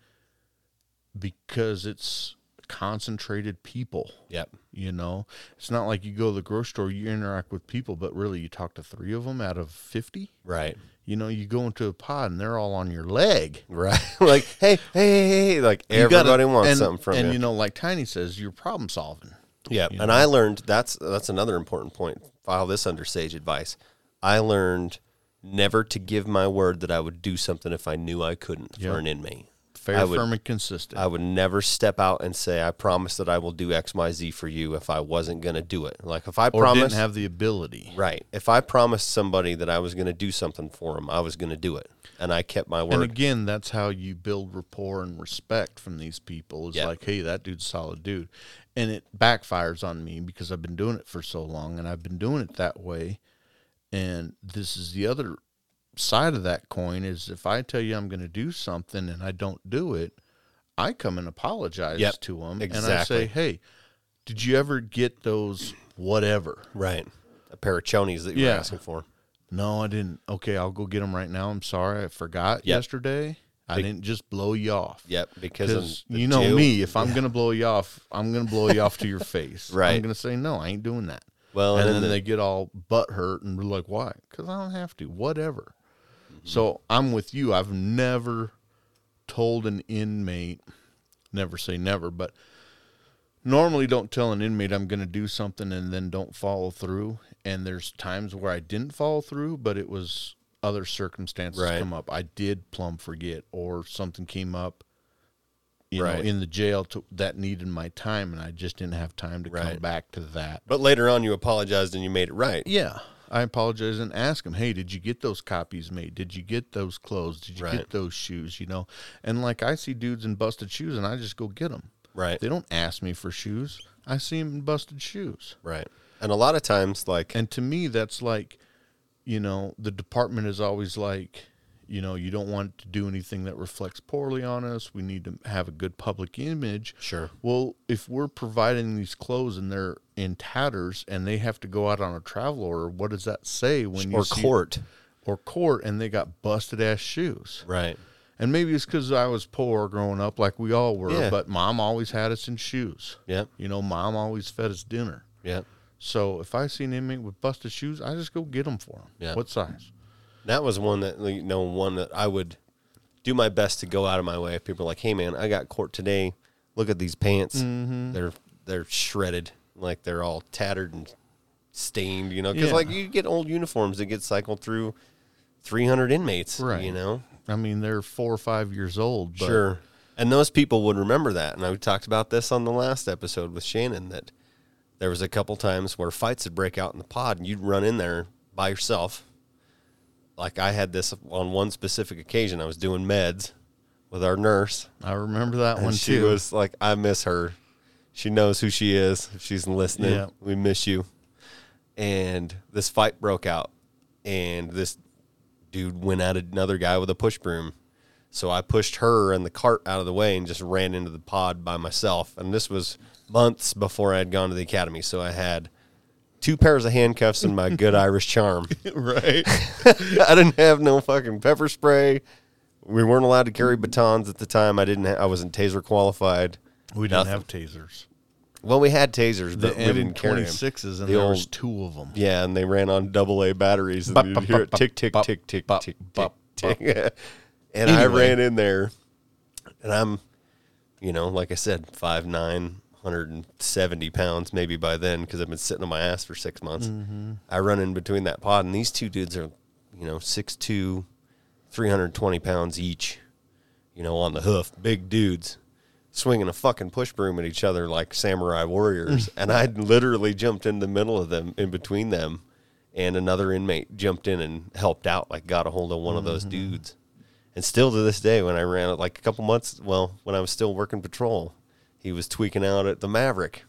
Speaker 2: because it's concentrated people
Speaker 1: Yep.
Speaker 2: you know, it's not like you go to the grocery store, you interact with people, but really you talk to three of them out of 50.
Speaker 1: Right.
Speaker 2: You know, you go into a pod and they're all on your leg.
Speaker 1: Right. like, hey, hey, hey, hey. Like
Speaker 2: You gotta-
Speaker 1: everybody wants
Speaker 2: and-
Speaker 1: something from
Speaker 2: And,
Speaker 1: you.
Speaker 2: you know, like Tiny says, you're problem solving.
Speaker 1: Yeah, and I learned that's that's another important point. File this under sage advice. I learned never to give my word that I would do something if I knew I couldn't
Speaker 2: Yeah.
Speaker 1: for an inmate.
Speaker 2: fair,
Speaker 1: I would-
Speaker 2: firm, and consistent.
Speaker 1: I would never step out and say I promise that I will do X, Y, Z for you if I wasn't going to do it. Like if I
Speaker 2: or
Speaker 1: promised,
Speaker 2: didn't have the ability.
Speaker 1: right? If I promised somebody that I was going to do something for them, I was going to do it, and I kept my
Speaker 2: And
Speaker 1: word.
Speaker 2: again, that's how you build rapport and respect from these people. Is
Speaker 1: Yeah.
Speaker 2: like, hey, that dude's a solid dude, and it backfires on me because I've been doing it for so long, and I've been doing it that way. And this is the other side of that coin: is if I tell you I'm going to do something and I don't do it, I come and apologize
Speaker 1: Yep,
Speaker 2: to them, and I
Speaker 1: exactly.
Speaker 2: say, hey, did you ever get those whatever?
Speaker 1: right, a pair of chonies that you
Speaker 2: Yeah.
Speaker 1: were asking for.
Speaker 2: No, I didn't. Okay, I'll go get them right now. I'm sorry, I forgot yesterday. I didn't just blow you off.
Speaker 1: Yep, because I'm
Speaker 2: Because
Speaker 1: the
Speaker 2: you know
Speaker 1: Jew.
Speaker 2: me, if I'm gonna blow you off, I'm gonna blow you off to your face.
Speaker 1: Right.
Speaker 2: I'm gonna say no, I ain't doing that.
Speaker 1: Well,
Speaker 2: and,
Speaker 1: and
Speaker 2: then
Speaker 1: then the-
Speaker 2: they get all butt hurt and be like, "Why? Because I don't have to. Whatever."
Speaker 1: Mm-hmm.
Speaker 2: So I'm with you. I've never told an inmate, never say never, but normally don't tell an inmate I'm going to do something and then don't follow through. And there's times where I didn't follow through, but it was other circumstances
Speaker 1: Right.
Speaker 2: come up. I did plumb forget, or something came up, you know,
Speaker 1: Right.
Speaker 2: in the jail to, that needed my time, and I just didn't have time to come
Speaker 1: Right.
Speaker 2: back to that.
Speaker 1: But later on, you apologized and you made it right.
Speaker 2: Yeah. I apologize and ask them, hey, did you get those copies made? Did you get those clothes? Did you
Speaker 1: Right.
Speaker 2: get those shoes? You know, and like I see dudes in busted shoes and I just go get them.
Speaker 1: Right,
Speaker 2: They don't ask me for shoes. I see them in busted shoes.
Speaker 1: right. And a lot of times, like
Speaker 2: And to me, that's like, you know, the department is always like, you know, you don't want to do anything that reflects poorly on us. We need to have a good public image.
Speaker 1: Sure.
Speaker 2: Well, if we're providing these clothes and they're in tatters and they have to go out on a travel order, what does that say when you
Speaker 1: or
Speaker 2: see-
Speaker 1: court.
Speaker 2: or court and they got busted ass shoes?
Speaker 1: Right,
Speaker 2: And maybe it's because I was poor growing up, like we all were.
Speaker 1: Yeah.
Speaker 2: But mom always had us in shoes.
Speaker 1: Yep.
Speaker 2: You know, mom always fed us dinner.
Speaker 1: yeah.
Speaker 2: So if I see an inmate with busted shoes, I just go get them for him.
Speaker 1: Yeah.
Speaker 2: What size?
Speaker 1: That was one that you know one that I would do my best to go out of my way. If people are like, "Hey, man, I got court today. Look at these pants.
Speaker 2: Mm-hmm.
Speaker 1: They're they're shredded, like they're all tattered and stained. You know, because
Speaker 2: Yeah.
Speaker 1: like you get old uniforms that get cycled through 300 inmates.
Speaker 2: Right.
Speaker 1: You know,
Speaker 2: I mean, they're four or five years old. But
Speaker 1: sure. And those people would remember that. And I talked about this on the last episode with Shannon that there was a couple times where fights would break out in the pod and you'd run in there by yourself. Like I had this on one specific occasion. I was doing meds with our nurse.
Speaker 2: I remember that
Speaker 1: And
Speaker 2: one
Speaker 1: she
Speaker 2: too.
Speaker 1: was like, I miss her. She knows who she is. If she's listening,
Speaker 2: Yeah.
Speaker 1: we miss you. And this fight broke out. And this dude went at another guy with a push broom. So I pushed her and the cart out of the way and just ran into the pod by myself. And this was months before I had gone to the academy. So I had two pairs of handcuffs and my good Irish charm.
Speaker 2: right.
Speaker 1: I didn't have no fucking pepper spray. We weren't allowed to carry batons at the time. I didn't. Ha- I wasn't taser qualified.
Speaker 2: We didn't have tasers.
Speaker 1: Well, we had tasers,
Speaker 2: The
Speaker 1: but we
Speaker 2: M
Speaker 1: didn't carry
Speaker 2: twenty
Speaker 1: them.
Speaker 2: sixes, and
Speaker 1: The
Speaker 2: there was
Speaker 1: old-
Speaker 2: two of them.
Speaker 1: Yeah, and they ran on double A batteries, and you'd hear it tick, tick,
Speaker 2: bop,
Speaker 1: tick, tick,
Speaker 2: bop,
Speaker 1: tick, tick,
Speaker 2: bop,
Speaker 1: tick. And I
Speaker 2: Anyway.
Speaker 1: ran in there, and I'm, you know, like I said, five nine, 170 pounds maybe by then because I've been sitting on my ass for six months.
Speaker 2: Mm-hmm.
Speaker 1: I run in between that pod, and these two dudes are, you know, 6'2", 320 pounds each, you know, on the hoof, big dudes. Swinging a fucking push broom at each other like samurai
Speaker 2: Mm.
Speaker 1: warriors, and I literally jumped in the middle of them, in between them, and another inmate jumped in and helped out, like got a hold of one of those
Speaker 2: Mm-hmm.
Speaker 1: dudes. And still to this day, when I ran it, like a couple months, well, when I was still working patrol, he was tweaking out at the Maverick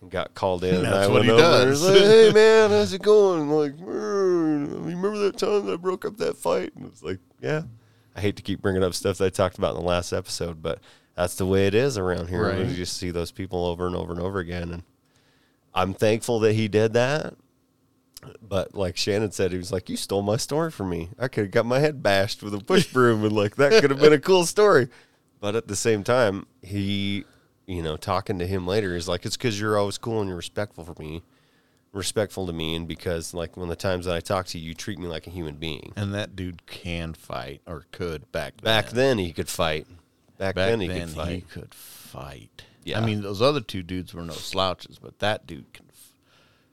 Speaker 1: and got called in. and
Speaker 2: That's
Speaker 1: I
Speaker 2: what
Speaker 1: went
Speaker 2: he
Speaker 1: over and was
Speaker 2: does.
Speaker 1: like, hey, man, how's it going? Like, "Mm, remember that time that I broke up that fight? And it was like, yeah. I hate to keep bringing up stuff that I talked about in the last episode, but that's the way it is around here.
Speaker 2: Right.
Speaker 1: You just see those people over and over and over again. And I'm thankful that he did that. But like Shannon said, he was like, "You stole my story from me. I could have got my head bashed with a push broom, and like that could have been a cool story." But at the same time, he, you know, talking to him later, he's like, "It's because you're always cool and you're respectful for me, respectful to me, and because like when the times that I talk to you, you treat me like a human being."
Speaker 2: And that dude can fight or could back
Speaker 1: Back
Speaker 2: then.
Speaker 1: then, he could fight. Back,
Speaker 2: Back
Speaker 1: then, he
Speaker 2: then
Speaker 1: could fight.
Speaker 2: he could fight.
Speaker 1: Yeah.
Speaker 2: I mean, those other two dudes were no slouches, but that dude can. f-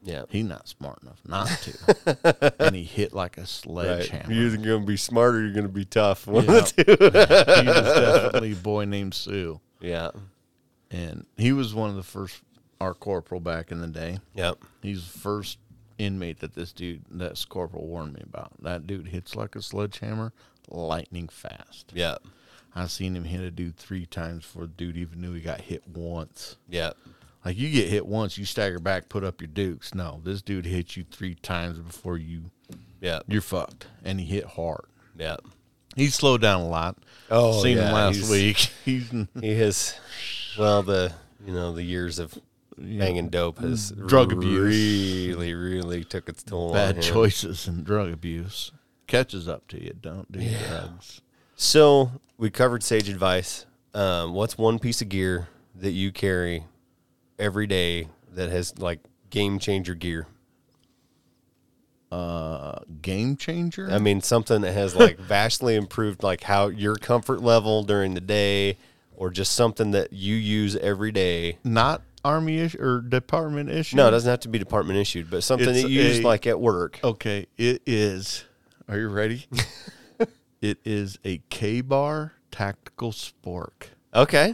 Speaker 3: Yeah.
Speaker 2: He's not smart enough not to. and he hit like a
Speaker 1: Right.
Speaker 2: sledgehammer.
Speaker 1: You're either going to be smart or you're going to be tough. One
Speaker 2: Yeah.
Speaker 1: of the
Speaker 2: he was definitely a boy named Sue.
Speaker 3: Yeah.
Speaker 2: And he was one of the first, our corporal back in the day.
Speaker 3: Yep.
Speaker 2: He's the first inmate that this dude, this corporal warned me about. That dude hits like a sledgehammer, lightning fast.
Speaker 3: Yep.
Speaker 2: I seen him hit a dude three times before the dude even knew he got hit once.
Speaker 3: Yep.
Speaker 2: Like you get hit once, you stagger back, put up your dukes. No, this dude hit you three times before you
Speaker 3: Yep.
Speaker 2: you're fucked. And he hit hard.
Speaker 3: Yep.
Speaker 2: He slowed down a lot.
Speaker 1: Oh,
Speaker 2: seen
Speaker 1: yeah,
Speaker 2: him last
Speaker 1: he's-
Speaker 2: week. He's
Speaker 1: two. he has, well, the, you know, the years of banging dope has
Speaker 2: Drug abuse.
Speaker 1: really, really took its toll on
Speaker 2: bad
Speaker 1: him.
Speaker 2: choices and drug abuse catches up to you. Don't do drugs.
Speaker 1: So we covered sage advice. Um, what's one piece of gear that you carry every day that has like game changer gear?
Speaker 2: Uh, game changer.
Speaker 1: I mean, something that has like vastly improved like how your comfort level during the day, or just something that you use every day.
Speaker 2: Not army issue or department issue.
Speaker 1: No, it doesn't have to be department issued, but something
Speaker 2: It's
Speaker 1: that you use
Speaker 2: a-
Speaker 1: like at work.
Speaker 2: Okay, it is. Are you ready? it is a K bar tactical spork.
Speaker 1: Okay.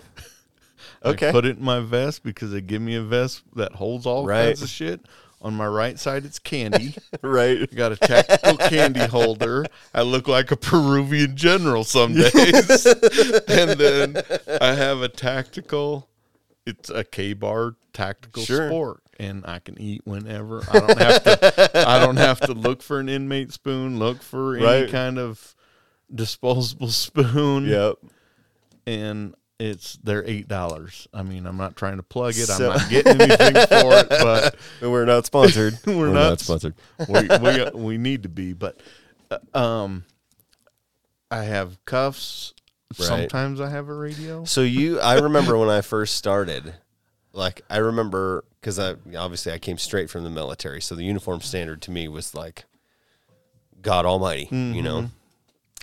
Speaker 2: I
Speaker 1: Okay.
Speaker 2: put it in my vest because they give me a vest that holds all
Speaker 1: Right.
Speaker 2: kinds of shit. On my right side, it's candy.
Speaker 1: Right.
Speaker 2: I got a tactical candy holder. I look like a Peruvian general some days. and then I have a tactical, it's a K bar tactical
Speaker 1: Sure.
Speaker 2: sport. And I can eat whenever. I don't have to I don't have to look for an inmate spoon, look for
Speaker 1: Right.
Speaker 2: any kind of disposable spoon.
Speaker 1: Yep.
Speaker 2: And it's they're eight dollars. I mean, I'm not trying to plug it.
Speaker 1: So-
Speaker 2: I'm not getting anything for it, but
Speaker 1: And we're not sponsored.
Speaker 2: We're not sponsored. we, we we need to be, but uh, um, I have cuffs.
Speaker 1: Right.
Speaker 2: Sometimes I have a radio.
Speaker 1: So you, I remember when I first started, like I remember because I obviously I came straight from the military, so the uniform standard to me was like God Almighty, you know.
Speaker 2: Mm-hmm.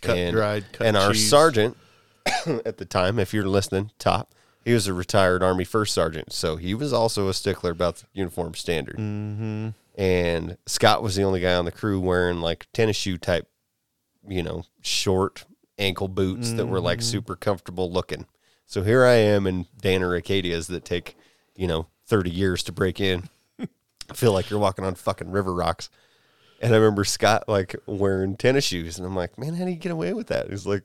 Speaker 2: Cut
Speaker 1: and,
Speaker 2: dried, cut
Speaker 1: and our
Speaker 2: cheese.
Speaker 1: sergeant at the time, if you're listening, top, he was a retired Army first sergeant, so he was also a stickler about the uniform standard. Mm-hmm. And Scott was the only guy on the crew wearing like tennis shoe type, you know, short ankle boots that were like super comfortable looking. So here I am in Danner Acadias that take, you know, 30 years to break in. I feel like you're walking on fucking river rocks. And I remember Scott like wearing tennis shoes, and I'm like, man, how do you get away with that? He's like,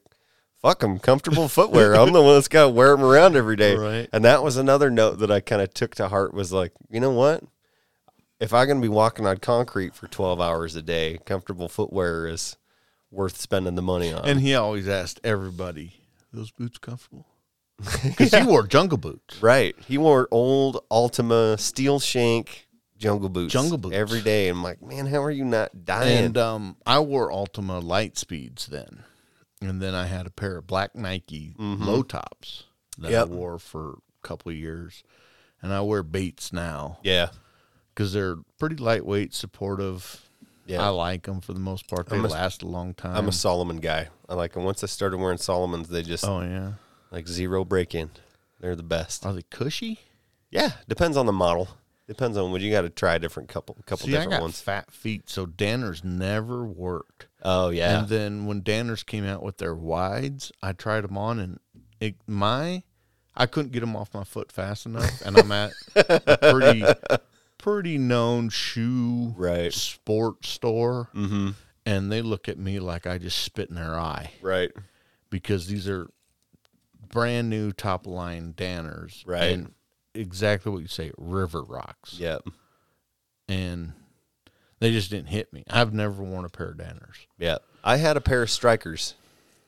Speaker 1: fuck 'em, comfortable footwear. I'm the one that's got to wear them around every day.
Speaker 2: Right.
Speaker 1: And that was another note that I kind of took to heart was like, you know what? If I'm gonna be walking on concrete for 12 hours a day, comfortable footwear is worth spending the money on.
Speaker 2: And he always asked everybody, "Those boots comfortable?" Because he wore jungle boots.
Speaker 1: right. He wore old Ultima steel shank jungle boots,
Speaker 2: Jungle boots.
Speaker 1: every day. I'm like, man, how are you not dying?
Speaker 2: And um, I wore Ultima light speeds then, and then I had a pair of black Nike low tops that
Speaker 1: Mm-hmm. Yep.
Speaker 2: I wore for a couple of years, and I wear Bates now.
Speaker 1: yeah,
Speaker 2: because they're pretty lightweight, supportive.
Speaker 1: Yeah.
Speaker 2: I like them for the most part. They last a long time.
Speaker 1: I'm a Solomon guy. I like them. Once I started wearing Solomons, they just
Speaker 2: Mm. oh yeah,
Speaker 1: like zero break in. They're the best.
Speaker 2: are they cushy?
Speaker 1: Yeah, depends on the model. Depends on what you got to try. Different couple, couple
Speaker 2: See, I
Speaker 1: different
Speaker 2: got
Speaker 1: ones.
Speaker 2: fat feet, so Danner's never worked.
Speaker 1: Oh yeah,
Speaker 2: And then when Danner's came out with their wides, I tried them on, and it, my I couldn't get them off my foot fast enough, and I'm at a pretty pretty known shoe
Speaker 1: Right.
Speaker 2: sport store, mm-hmm. and they look at me like I just spit in their eye.
Speaker 1: right.
Speaker 2: because these are brand new top line Danners.
Speaker 1: Right.
Speaker 2: And exactly what you say, River Rocks.
Speaker 1: Yep.
Speaker 2: And they just didn't hit me. I've never worn a pair of Danners.
Speaker 1: Yeah, I had a pair of strikers,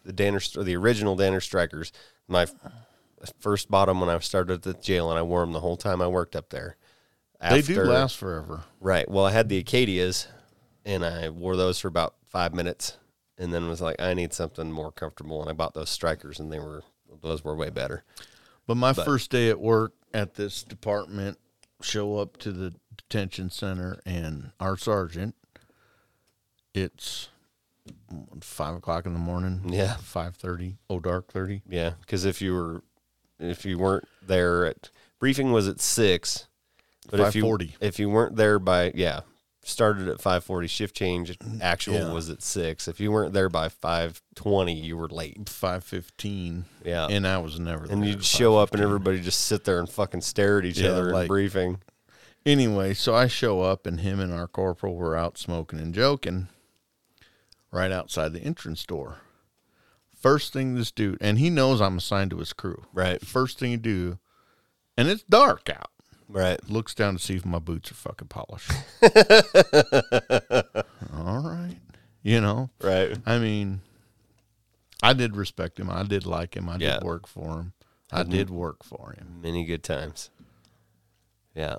Speaker 1: the Danner, the original Danner strikers. My f- first bought them when I started at the jail, and I wore them the whole time I worked up there.
Speaker 2: They do last forever.
Speaker 1: Right. Well, I had the Acadias, and I wore those for about five minutes, and then was like, I need something more comfortable, and I bought those strikers, and they were those were way better.
Speaker 2: But my first day at work at this department, show up to the detention center, and our sergeant, it's five o'clock in the morning.
Speaker 1: Yeah.
Speaker 2: five thirty. Oh, dark thirty.
Speaker 1: Yeah, because if you were, if you weren't there at briefing was at six, But if you
Speaker 2: 5:40.
Speaker 1: if you weren't there by yeah, started at 5:40 shift change, actual
Speaker 2: Yeah.
Speaker 1: was at 6. If you weren't there by 5:20, you were late.
Speaker 2: five fifteen,
Speaker 1: Yeah.
Speaker 2: and I was never.
Speaker 1: and
Speaker 2: there
Speaker 1: you'd
Speaker 2: at
Speaker 1: show up and everybody just sit there and fucking stare at each
Speaker 2: Yeah,
Speaker 1: other in
Speaker 2: like-
Speaker 1: briefing.
Speaker 2: Anyway, so I show up and him and our corporal were out smoking and joking right outside the entrance door. First thing this dude, and he knows I'm assigned to his crew.
Speaker 1: Right.
Speaker 2: First thing you do, and it's dark out,
Speaker 1: Right.
Speaker 2: looks down to see if my boots are fucking polished. All right. You know,
Speaker 1: Right.
Speaker 2: I mean, I did respect him. I did like him. I
Speaker 1: Yeah.
Speaker 2: did work for him. I did work for him.
Speaker 1: Many good times. Yeah.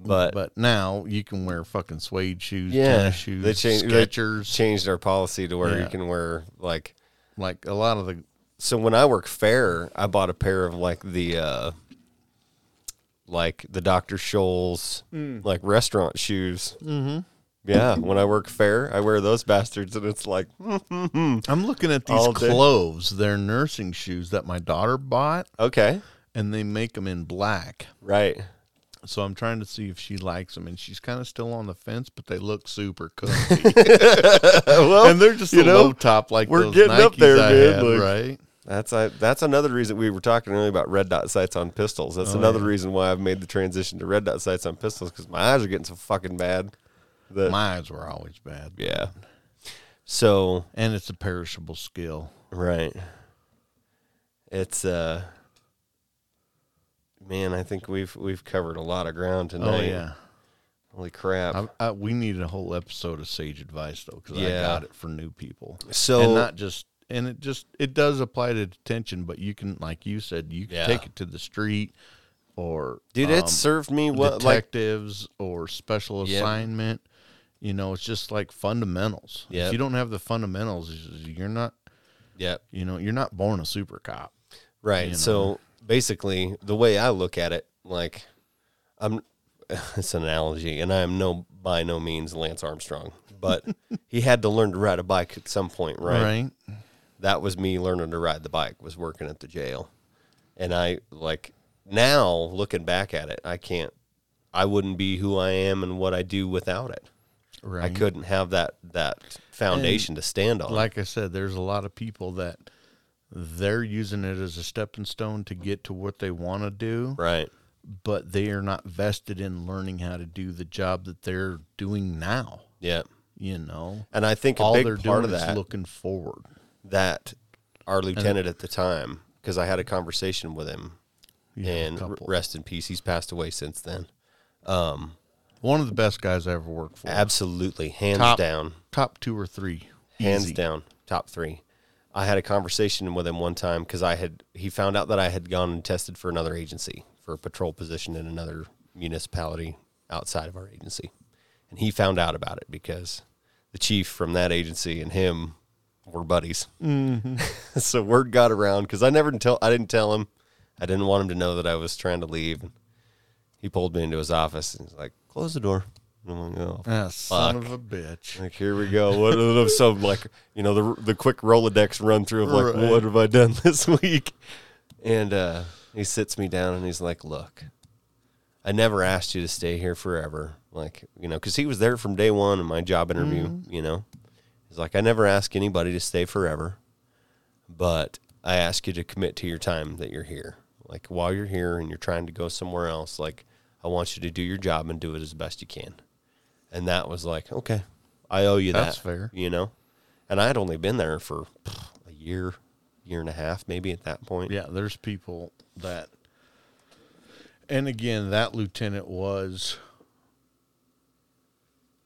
Speaker 1: But,
Speaker 2: But now you can wear fucking suede shoes,
Speaker 1: Yeah,
Speaker 2: tennis shoes,
Speaker 1: they change- they
Speaker 2: Skechers.
Speaker 1: changed our policy to where you
Speaker 2: Yeah.
Speaker 1: can wear like
Speaker 2: like a lot of the
Speaker 1: so when I work fair, I bought a pair of like the uh like the Dr. Scholl's like restaurant shoes. Mm-hmm. Yeah, when I work fair, I wear those bastards, and it's like "Hmm,
Speaker 2: I'm looking at these
Speaker 1: All day.
Speaker 2: clothes. They're nursing shoes that my daughter bought,
Speaker 1: okay,
Speaker 2: and they make them in black.
Speaker 1: right,
Speaker 2: So I'm trying to see if she likes them, and she's kind of still on the fence. But they look super comfy, and they're just
Speaker 1: you
Speaker 2: a
Speaker 1: know,
Speaker 2: low top like
Speaker 1: we're
Speaker 2: those
Speaker 1: getting up
Speaker 2: Nikes
Speaker 1: there,
Speaker 2: I
Speaker 1: dude,
Speaker 2: had,
Speaker 1: like-
Speaker 2: right?
Speaker 1: that's I, that's another reason we were talking earlier about red dot sights on pistols. That's another reason why I've made the transition to red dot sights on pistols because my eyes are getting so fucking bad. That
Speaker 2: My eyes were always bad,
Speaker 1: yeah, so
Speaker 2: and it's a perishable skill.
Speaker 1: Right. It's uh man, I think we've we've covered a lot of ground
Speaker 2: Oh
Speaker 1: tonight.
Speaker 2: yeah,
Speaker 1: Holy crap.
Speaker 2: I, I, we need a whole episode of sage advice though, because
Speaker 1: Yeah.
Speaker 2: I got it for new people.
Speaker 1: so
Speaker 2: and not just and it just it does apply to detention but you can like you said you can
Speaker 1: Yeah.
Speaker 2: take it to the street or
Speaker 1: dude,
Speaker 2: um,
Speaker 1: it served me well like
Speaker 2: detectives or special
Speaker 1: Yep.
Speaker 2: assignment you know it's just like fundamentals
Speaker 1: Yep.
Speaker 2: if you don't have the fundamentals you're not
Speaker 1: yeah,
Speaker 2: you know you're not born a super cop
Speaker 1: right.
Speaker 2: you know.
Speaker 1: So basically the way I look at it, like I'm it's an analogy and I am no by no means Lance Armstrong, but he had to learn to ride a bike at some point,
Speaker 2: right,
Speaker 1: right? that was me learning to ride the bike was working at the jail and i like now looking back at it i can't i wouldn't be who i am and what i do without it
Speaker 2: right.
Speaker 1: i couldn't have that that foundation to stand on
Speaker 2: like i said there's a lot of people that they're using it as a stepping stone to get to what they want to do
Speaker 1: right
Speaker 2: but they are not vested in learning how to do the job that they're doing now.
Speaker 1: yeah
Speaker 2: You know,
Speaker 1: and i think a
Speaker 2: all they're
Speaker 1: big part
Speaker 2: doing
Speaker 1: of
Speaker 2: is
Speaker 1: that
Speaker 2: looking forward.
Speaker 1: that our lieutenant at the time because i had a conversation with him
Speaker 2: Yeah, a
Speaker 1: and r-
Speaker 2: couple.
Speaker 1: rest in peace he's passed away since then
Speaker 2: One of the best guys I ever worked for.
Speaker 1: absolutely hands
Speaker 2: Top-
Speaker 1: down
Speaker 2: Top two or three.
Speaker 1: hands
Speaker 2: Easy.
Speaker 1: down top three i had a conversation with him one time because i had he found out that i had gone and tested for another agency for a patrol position in another municipality outside of our agency and he found out about it because the chief from that agency and him were buddies so word got around because i never tell i didn't tell him i didn't want him to know that i was trying to leave he pulled me into his office and he's like close the door and i'm like oh
Speaker 2: Ah, son of a bitch.
Speaker 1: like here we go. What of some like you know the the quick Rolodex run through of like
Speaker 2: Right.
Speaker 1: what have I done this week? And uh, he sits me down and he's like, "Look, I never asked you to stay here forever. Like you know, because he was there from day one in my job interview. You know, he's like, I never ask anybody to stay forever, but I ask you to commit to your time that you're here. Like while you're here and you're trying to go somewhere else, like I want you to do your job and do it as best you can." And that was like, okay, I owe you
Speaker 2: That's
Speaker 1: that.
Speaker 2: fair.
Speaker 1: You know? And I had only been there for pff, a year, year and a half, maybe at that point.
Speaker 2: Yeah, there's people that. And again, that lieutenant was.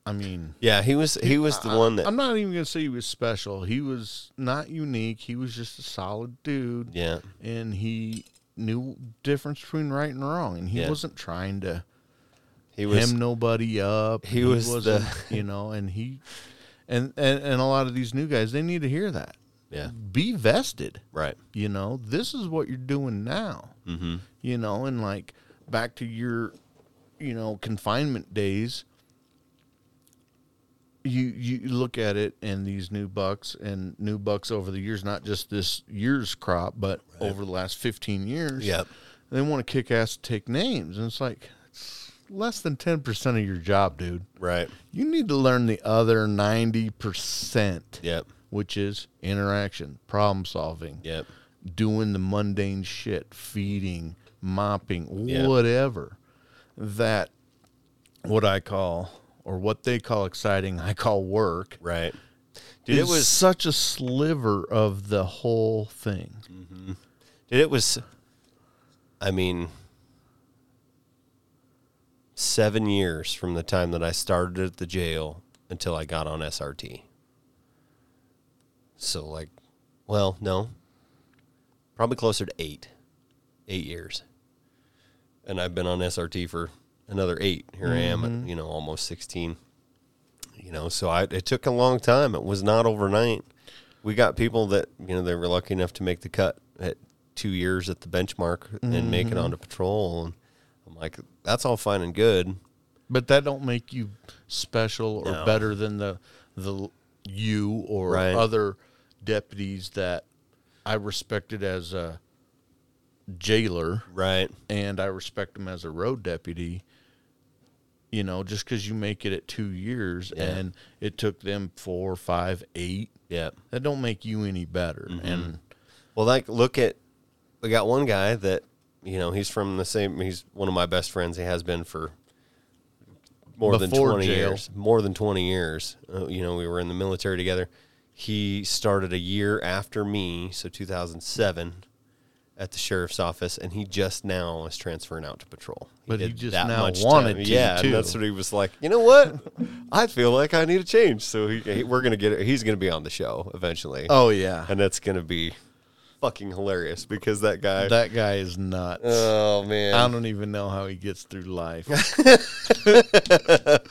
Speaker 2: I mean,
Speaker 1: Yeah, he was he was the one that
Speaker 2: I'm not even going to say he was special. He was not unique. He was just a solid dude.
Speaker 1: Yeah.
Speaker 2: and he knew difference between right and wrong and he
Speaker 1: Yeah.
Speaker 2: wasn't trying to
Speaker 1: He was
Speaker 2: hem nobody up
Speaker 1: he was the-
Speaker 2: wasn't, you know and he and, and and a lot of these new guys they need to hear that
Speaker 1: Yeah.
Speaker 2: be vested
Speaker 1: Right.
Speaker 2: you know this is what you're doing now mm-hmm. you know and like back to your you know confinement days you you look at it and these new bucks and new bucks over the years not just this year's crop but over the last 15 years
Speaker 1: Yep.
Speaker 2: they want to kick ass take names and it's like It's less than 10% of your job, dude.
Speaker 1: Right.
Speaker 2: You need to learn the other 90%,
Speaker 1: Yep.
Speaker 2: which is interaction, problem solving,
Speaker 1: Yep.
Speaker 2: doing the mundane shit, feeding, mopping,
Speaker 1: Yeah.
Speaker 2: whatever. That what I call or what they call exciting, I call work.
Speaker 1: Right.
Speaker 2: Dude,
Speaker 1: Dude,
Speaker 2: it
Speaker 1: it was
Speaker 2: such a sliver of the whole thing.
Speaker 1: Dude, it was, I mean, seven years from the time that I started at the jail until I got on SRT. So, like, well, no, probably closer to eight, eight years. And I've been on SRT for another eight. Here I am, at, you know, almost 16. You know, so I, it took a long time. It was not overnight. We got people that, you know, they were lucky enough to make the cut at two years at the benchmark and make it onto patrol. And I'm like, that's all fine and good.
Speaker 2: But that don't make you special or
Speaker 1: No.
Speaker 2: better than the the you or
Speaker 1: Right.
Speaker 2: other deputies that I respected as a jailer
Speaker 1: Right.
Speaker 2: and I respect them as a road deputy. You know, just because you make it at two years
Speaker 1: Yeah.
Speaker 2: and it took them four, five, eight,
Speaker 1: Yeah. Mm-hmm.
Speaker 2: that don't make you any better. And
Speaker 1: Well, like, look at we got one guy that you know he's from the same. He's one of my best friends. He has been for more than
Speaker 2: Before
Speaker 1: twenty
Speaker 2: jail.
Speaker 1: years. More than twenty years. Uh, you know, we were in the military together. He started a year after me, so 2007, at the sheriff's office, and he just now is transferring out to patrol.
Speaker 2: But he
Speaker 1: did
Speaker 2: just
Speaker 1: that
Speaker 2: now
Speaker 1: much
Speaker 2: wanted
Speaker 1: time.
Speaker 2: to,
Speaker 1: yeah.
Speaker 2: too.
Speaker 1: And that's what he was like. You know what? I feel like I need a change. So he, he- we're gonna get. He's gonna be on the show eventually
Speaker 2: oh yeah,
Speaker 1: and that's gonna be fucking hilarious because that guy.
Speaker 2: that guy is nuts.
Speaker 1: oh man!
Speaker 2: I don't even know how he gets through life.
Speaker 1: but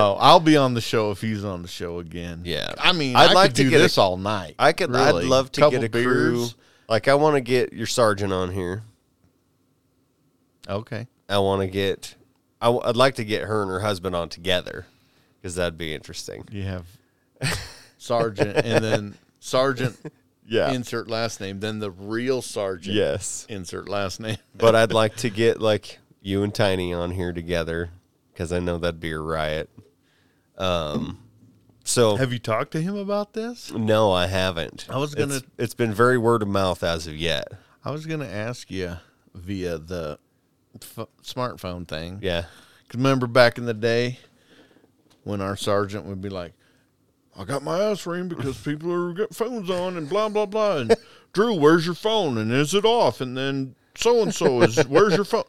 Speaker 2: oh, I'll be on the show if he's on the show again.
Speaker 1: Yeah.
Speaker 2: I mean,
Speaker 1: I'd
Speaker 2: I'd
Speaker 1: like
Speaker 2: like could
Speaker 1: to
Speaker 2: do
Speaker 1: get a-
Speaker 2: this all night.
Speaker 1: I could. I'd
Speaker 2: really.
Speaker 1: love to
Speaker 2: Couple
Speaker 1: get a crew.
Speaker 2: beers.
Speaker 1: Like I want to get your sergeant on here.
Speaker 2: Okay,
Speaker 1: I want to get. I, would like to get her and her husband on together because that'd be interesting.
Speaker 2: you have sergeant, and then sergeant.
Speaker 1: Yeah.
Speaker 2: Insert last name, then the real sergeant.
Speaker 1: Yes.
Speaker 2: Insert last name.
Speaker 1: But I'd like to get like you and Tiny on here together because I know that'd be a riot. Um. So
Speaker 2: Have you talked to him about this?
Speaker 1: no, I haven't.
Speaker 2: I was gonna-
Speaker 1: It's- it's been very word of mouth as of yet.
Speaker 2: I was gonna ask you via the f- smartphone thing.
Speaker 1: Yeah.
Speaker 2: 'Cause remember back in the day when our sergeant would be like, I got my ass ring because people are got phones on and blah blah blah and Drew, where's your phone and is it off? And then so and so is where's your phone?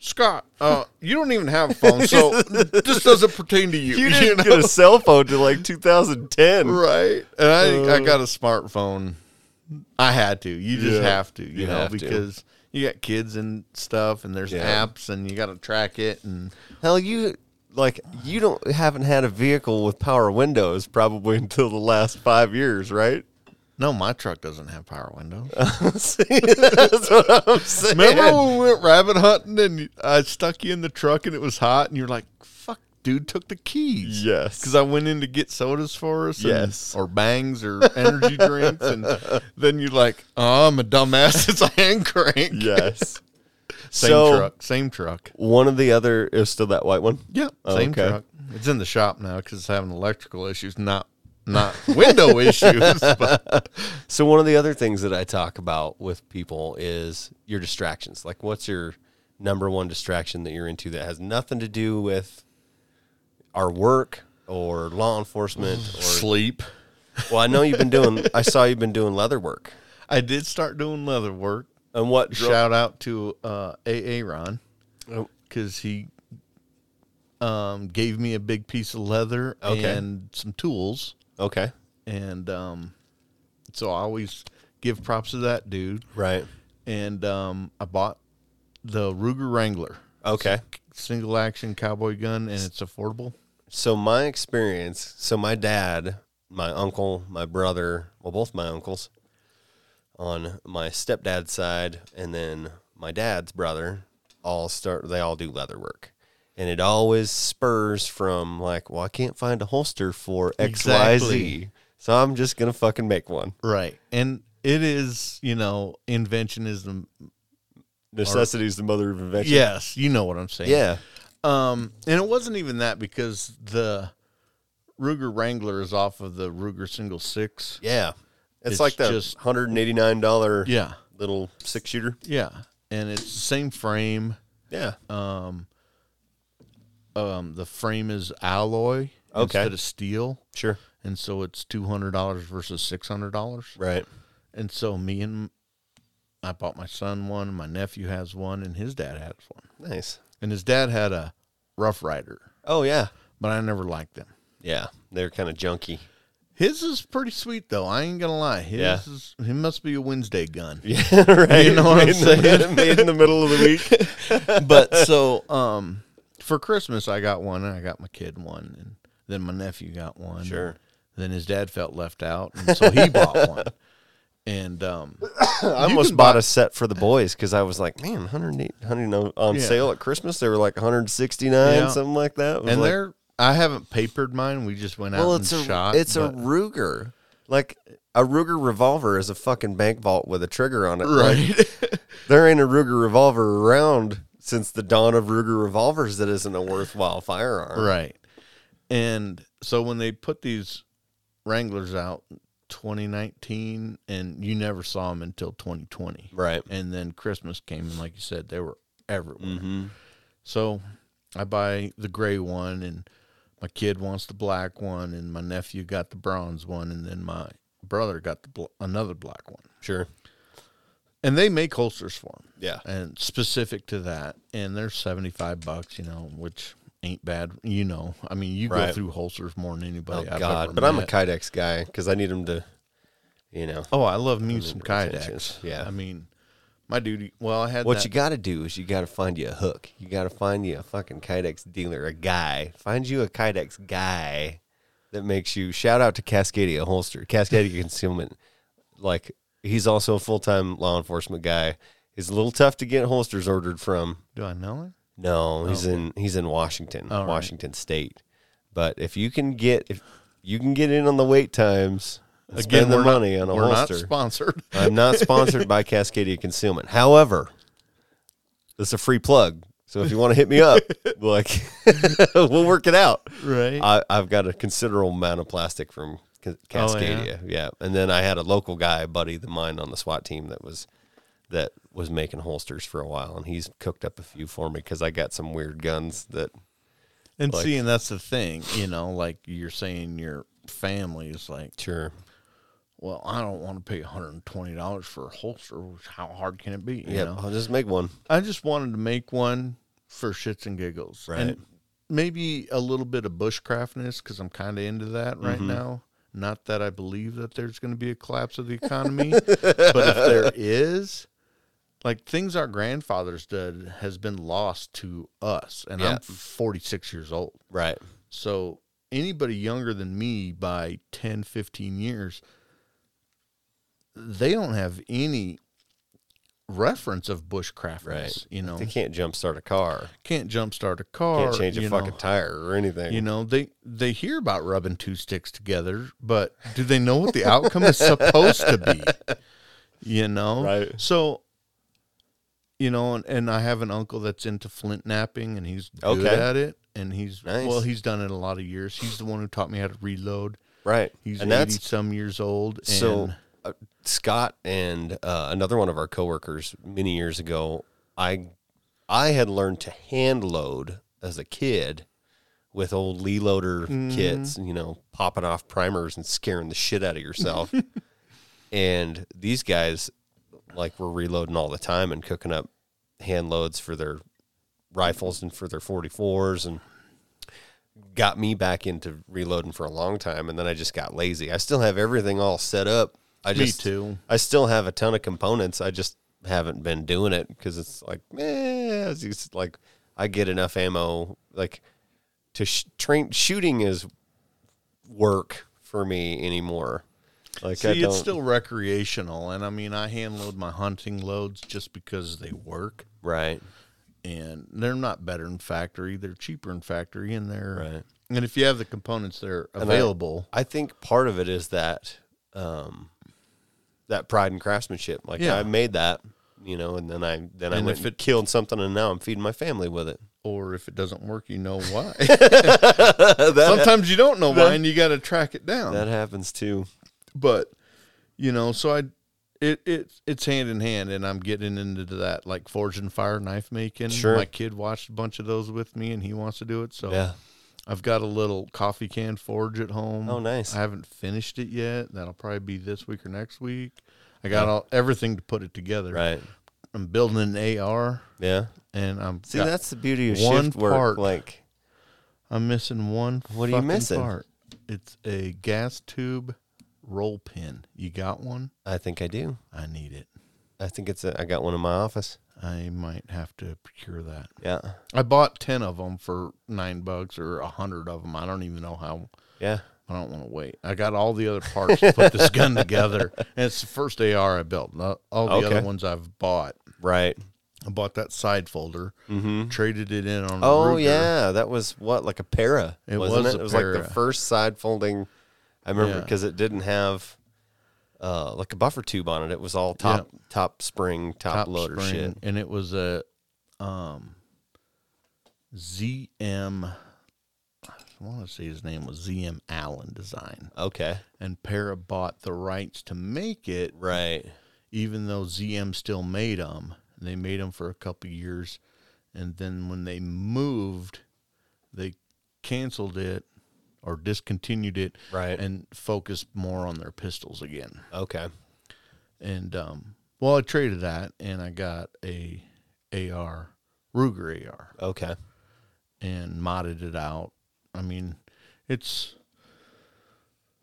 Speaker 2: Scott, uh, you don't even have a phone, so this doesn't pertain to you.
Speaker 1: You didn't get a cell phone till like 2010.
Speaker 2: right? And I, I got a smartphone. I had to. You just
Speaker 1: Yeah.
Speaker 2: have to, you,
Speaker 1: You
Speaker 2: know,
Speaker 1: have to.
Speaker 2: because you got kids and stuff, and there's
Speaker 1: Yeah.
Speaker 2: apps, and you got to track it, and
Speaker 1: Hell, you like you don't haven't had a vehicle with power windows probably until the last five years, right?
Speaker 2: No, my truck doesn't have power windows.
Speaker 1: See, that's what I'm saying.
Speaker 2: Remember when we went rabbit hunting and you- I stuck you in the truck and it was hot and you're like, "Fuck, dude, took the keys."
Speaker 1: Yes.
Speaker 2: because I went in to get sodas for us. and-
Speaker 1: Yes.
Speaker 2: or bangs or energy drinks, and then you're like, "Oh, I'm a dumbass. It's a hand crank."
Speaker 1: yes.
Speaker 2: same
Speaker 1: so
Speaker 2: truck, same truck.
Speaker 1: one of the other is still that white one.
Speaker 2: Yeah,
Speaker 1: Oh,
Speaker 2: same
Speaker 1: okay.
Speaker 2: truck. It's in the shop now because it's having electrical issues, not not window issues. But
Speaker 1: So one of the other things that I talk about with people is your distractions. Like, what's your number one distraction that you're into that has nothing to do with our work or law enforcement or
Speaker 2: sleep.
Speaker 1: Well, I know you've been doing. I saw you've been doing leather work.
Speaker 2: I did start doing leather work.
Speaker 1: And what? dro-
Speaker 2: Shout out to uh, AA Ron.
Speaker 1: Oh,
Speaker 2: because he um, gave me a big piece of leather
Speaker 1: Okay.
Speaker 2: and some tools,
Speaker 1: okay.
Speaker 2: and um, so I always give props to that dude.
Speaker 1: Right.
Speaker 2: And um, I bought the Ruger Wrangler
Speaker 1: Okay.
Speaker 2: single action cowboy gun, and it's affordable.
Speaker 1: So my experience. So my dad, my uncle, my brother. Well, both my uncles, on my stepdad's side, and then my dad's brother, all start. They all do leather work. And it always spurs from like, well, I can't find a holster for X Y Z,
Speaker 2: Exactly.
Speaker 1: so I'm just gonna fucking make one.
Speaker 2: Right, and it is you know invention is the
Speaker 1: necessity is the mother of invention.
Speaker 2: Yes, you know what I'm saying.
Speaker 1: Yeah.
Speaker 2: Um, and it wasn't even that because the Ruger Wrangler is off of the Ruger Single Six.
Speaker 1: Yeah. It's,
Speaker 2: It's
Speaker 1: like that
Speaker 2: just-
Speaker 1: $189
Speaker 2: Yeah,
Speaker 1: little six shooter.
Speaker 2: yeah, and it's the same frame.
Speaker 1: Yeah.
Speaker 2: Um, um, the frame is alloy
Speaker 1: Okay.
Speaker 2: instead of steel,
Speaker 1: Sure.
Speaker 2: and so it's two hundred dollars versus six hundred dollars.
Speaker 1: Right.
Speaker 2: And so me and I bought my son one. My nephew has one, and his dad has one.
Speaker 1: Nice.
Speaker 2: And his dad had a Rough Rider,
Speaker 1: Oh, yeah.
Speaker 2: but I never liked them.
Speaker 1: Yeah. They're kind of junky.
Speaker 2: His is pretty sweet though. I ain't gonna lie. His
Speaker 1: Yeah.
Speaker 2: is, he must be a Wednesday gun.
Speaker 1: Yeah. Right.
Speaker 2: You know what I'm
Speaker 1: Made in the-
Speaker 2: saying?
Speaker 1: made in the middle of the week.
Speaker 2: But so um for Christmas I got one and I got my kid one and then my nephew got one.
Speaker 1: Sure.
Speaker 2: Then his dad felt left out and so he bought one. And um
Speaker 1: I almost bought a set for the boys because I was like, man, 108, 100 on
Speaker 2: Yeah.
Speaker 1: sale at Christmas. They were like 169,
Speaker 2: Yeah.
Speaker 1: something like that. It was
Speaker 2: and
Speaker 1: like,
Speaker 2: they're I haven't papered mine. We just went out
Speaker 1: well,
Speaker 2: and
Speaker 1: it's a
Speaker 2: shot.
Speaker 1: it's a
Speaker 2: but-
Speaker 1: Ruger. Like a Ruger revolver is a fucking bank vault with a trigger on it. Like,
Speaker 2: right.
Speaker 1: there ain't a Ruger revolver around since the dawn of Ruger revolvers that isn't a worthwhile firearm.
Speaker 2: right. And so when they put these Wranglers out 2019 and you never saw them until 2020.
Speaker 1: Right.
Speaker 2: and then Christmas came, and like you said, they were everywhere.
Speaker 1: Mm-hmm.
Speaker 2: So I buy the gray one, and my kid wants the black one, and my nephew got the bronze one, and then my brother got the bl- another black one.
Speaker 1: Sure.
Speaker 2: And they make holsters for them,
Speaker 1: Yeah.
Speaker 2: and specific to that, and they're seventy five bucks, you know, which ain't bad, you know. I mean, you go
Speaker 1: Right.
Speaker 2: through holsters more than
Speaker 1: Oh
Speaker 2: anybody. I've ever
Speaker 1: God. But I'm a
Speaker 2: met.
Speaker 1: Kydex guy because I need them to, you know.
Speaker 2: oh, I love me some
Speaker 1: pretentious,
Speaker 2: Kydex.
Speaker 1: yeah.
Speaker 2: I mean, my duty. Well, I had
Speaker 1: What
Speaker 2: that-
Speaker 1: you got to do is you got to find you a hook. You got to find you a fucking Kydex dealer, a guy. Find you a Kydex guy that makes you. Shout out to Cascadia Holster, Cascadia Concealment. Like he's also a full time law enforcement guy. He's a little tough to get holsters ordered from.
Speaker 2: Do I know it?
Speaker 1: No, he's in he's in Washington,
Speaker 2: Oh, All right.
Speaker 1: Washington State. But if you can get if you can get in on the wait times, and spend the
Speaker 2: we're not-
Speaker 1: money on a
Speaker 2: we're not
Speaker 1: holster.
Speaker 2: sponsored.
Speaker 1: I'm not sponsored by Cascadia Concealment. However, this is a free plug. So if you want to hit me up, like we'll work it out.
Speaker 2: Right.
Speaker 1: I, I've got a considerable amount of plastic from Ca-
Speaker 2: Oh, yeah?
Speaker 1: Cascadia. yeah? And then I had a local guy, a buddy of mine on the SWAT team that was that was making holsters for a while and he's cooked up a few for me because I got some weird guns that
Speaker 2: and
Speaker 1: like-
Speaker 2: see, and that's the thing, you know, like you're saying your family is like,
Speaker 1: sure.
Speaker 2: well, I don't want to pay $120 for a holster. which How hard can it be? You
Speaker 1: Yeah,
Speaker 2: know,
Speaker 1: I'll just make one.
Speaker 2: I just wanted to make one for shits and giggles.
Speaker 1: Right.
Speaker 2: And maybe a little bit of bushcraftness because I'm kind of into that right
Speaker 1: Mm-hmm.
Speaker 2: now. Not that I believe that there's going to be a collapse of the economy, but if there is, like things our grandfathers did has been lost to us. And
Speaker 1: Yeah.
Speaker 2: I'm 46 years old.
Speaker 1: Right.
Speaker 2: So anybody younger than me by 10, 15 years, they don't have any reference of bushcraftness.
Speaker 1: Right.
Speaker 2: You know,
Speaker 1: They can't jump start a car.
Speaker 2: can't jumpstart a car.
Speaker 1: Can't change a
Speaker 2: you
Speaker 1: fucking
Speaker 2: know.
Speaker 1: tire or anything.
Speaker 2: You know, they they hear about rubbing two sticks together, but do they know what the outcome is supposed to be? You know?
Speaker 1: Right.
Speaker 2: So you know, and, and I have an uncle that's into flint napping and he's good
Speaker 1: Okay.
Speaker 2: at it. And he's
Speaker 1: Nice.
Speaker 2: well, he's done it a lot of years. He's the one who taught me how to reload.
Speaker 1: Right.
Speaker 2: He's
Speaker 1: and
Speaker 2: eighty
Speaker 1: that's
Speaker 2: some years old. And
Speaker 1: So uh, Scott and uh, another one of our coworkers many years ago, I I had learned to hand load as a kid with old Lee loader kits, you know, popping off primers and scaring the shit out of yourself. and these guys like were reloading all the time and cooking up hand loads for their rifles and for their 44s and got me back into reloading for a long time and then I just got lazy. I still have everything all set up. I
Speaker 2: me
Speaker 1: just
Speaker 2: too.
Speaker 1: I still have a ton of components. I just haven't been doing it because it's like, eh, it's just like I get enough ammo. Like to sh- train shooting is work for me anymore. Like I
Speaker 2: See,
Speaker 1: don't.
Speaker 2: it's still recreational, and I mean, I hand load my hunting loads just because they work.
Speaker 1: right.
Speaker 2: and they're not better in factory. They're cheaper in factory, and they're and if you have the components, they're
Speaker 1: I-
Speaker 2: available.
Speaker 1: I think part of it is that um, that pride and craftsmanship. Like
Speaker 2: Yeah.
Speaker 1: I made that. you know, and then I then I
Speaker 2: And
Speaker 1: went
Speaker 2: if
Speaker 1: and killed something, and now I'm feeding my family with it.
Speaker 2: Or if it doesn't work, you know why.
Speaker 1: that,
Speaker 2: Sometimes you don't know why, and you got to track it down.
Speaker 1: that happens too.
Speaker 2: but you know, so I, it it it's hand in hand, and I'm getting into that like forging fire knife making.
Speaker 1: Sure.
Speaker 2: my kid watched a bunch of those with me, and he wants to do it. So
Speaker 1: Yeah,
Speaker 2: I've got a little coffee can forge at home.
Speaker 1: Oh, nice.
Speaker 2: I haven't finished it yet. That'll probably be this week or next week. I got all everything to put it together.
Speaker 1: right.
Speaker 2: I'm building an AR,
Speaker 1: Yeah.
Speaker 2: and I'm
Speaker 1: See,
Speaker 2: got-
Speaker 1: that's the beauty of
Speaker 2: one
Speaker 1: shift work.
Speaker 2: part.
Speaker 1: Like,
Speaker 2: I'm missing one.
Speaker 1: What are you
Speaker 2: fucking
Speaker 1: missing?
Speaker 2: Part. It's a gas tube roll pin. You got one?
Speaker 1: I think I do.
Speaker 2: I need it.
Speaker 1: I think it's. A, I got one in my office.
Speaker 2: I might have to procure that.
Speaker 1: Yeah.
Speaker 2: I bought ten of them for nine bucks or a hundred of them. I don't even know how.
Speaker 1: Yeah.
Speaker 2: I don't want to wait. I got all the other parts to put this gun together, and it's the first AR I built. Not- All the
Speaker 1: Okay.
Speaker 2: other ones I've bought.
Speaker 1: Right.
Speaker 2: I bought that side folder,
Speaker 1: Mm-hmm.
Speaker 2: traded it in on. a
Speaker 1: Oh
Speaker 2: Ruger.
Speaker 1: yeah, that was what like a para.
Speaker 2: It
Speaker 1: wasn't
Speaker 2: was
Speaker 1: it?
Speaker 2: a
Speaker 1: it was like
Speaker 2: para.
Speaker 1: the first side folding. I remember
Speaker 2: Yeah.
Speaker 1: because it didn't have uh, like a buffer tube on it. It was all top top spring top,
Speaker 2: top
Speaker 1: loader
Speaker 2: spring,
Speaker 1: shit.
Speaker 2: and it was a um ZM. I want to say his name was ZM Allen Design,
Speaker 1: Okay.
Speaker 2: and Para bought the rights to make it,
Speaker 1: Right.
Speaker 2: even though ZM still made them. They made them for a couple years, and then when they moved, they canceled it or discontinued it,
Speaker 1: Right.
Speaker 2: and focused more on their pistols again
Speaker 1: Okay.
Speaker 2: and um, well, I traded that and I got a AR Ruger AR
Speaker 1: Okay.
Speaker 2: and modded it out. I mean, it's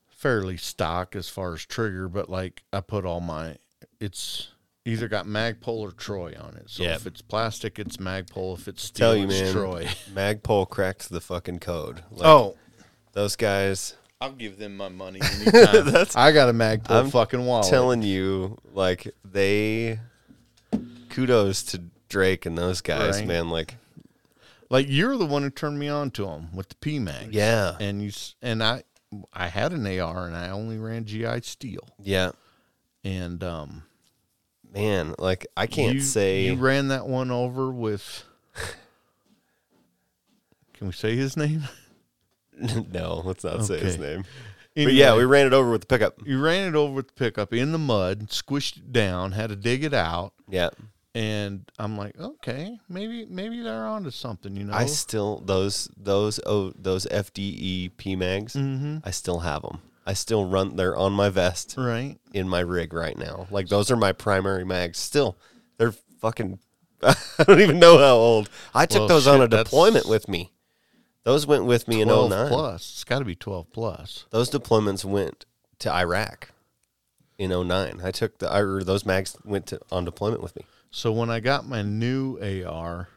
Speaker 2: fairly stock as far as trigger, but like I put all my it's either got Magpul or Troy on it. So
Speaker 1: Yeah.
Speaker 2: if it's plastic, it's Magpul. If it's steel,
Speaker 1: Tell you,
Speaker 2: it's
Speaker 1: man.
Speaker 2: Troy.
Speaker 1: Magpul cracked the fucking code. Like,
Speaker 2: oh.
Speaker 1: those guys.
Speaker 2: I'll give them my money anytime. I got a Magpul
Speaker 1: I'm
Speaker 2: fucking wallet.
Speaker 1: telling you, like they. Kudos to Drake and those guys,
Speaker 2: Right.
Speaker 1: man. Like,
Speaker 2: like you're the one who turned me on to them with the P Mag.
Speaker 1: yeah,
Speaker 2: and you s- and I I had an AR and I only ran GI steel
Speaker 1: yeah,
Speaker 2: and um
Speaker 1: man. Like, I can't
Speaker 2: you,
Speaker 1: say
Speaker 2: you ran that one over with Can we say his name?
Speaker 1: no, let's not say his
Speaker 2: Okay.
Speaker 1: name. But yeah, we ran it over with the pickup.
Speaker 2: you ran it over with the pickup in the mud, squished it down, had to dig it out
Speaker 1: Yeah.
Speaker 2: and I'm like, okay, maybe maybe they're onto something, you know.
Speaker 1: I still those those oh those FDE PMags,
Speaker 2: Mm-hmm.
Speaker 1: I still have them. I still run they're on my vest
Speaker 2: right?
Speaker 1: in my rig right now. Like those are my primary mags still. They're fucking I don't even know how old. I took
Speaker 2: Well,
Speaker 1: those on
Speaker 2: shit,
Speaker 1: a
Speaker 2: that's-
Speaker 1: deployment with me. Those went with me in 09.
Speaker 2: 12 plus. It's got to be 12 plus.
Speaker 1: Those deployments went to Iraq in 09. I took the or those mags went to, on deployment with me.
Speaker 2: So when I got my new AR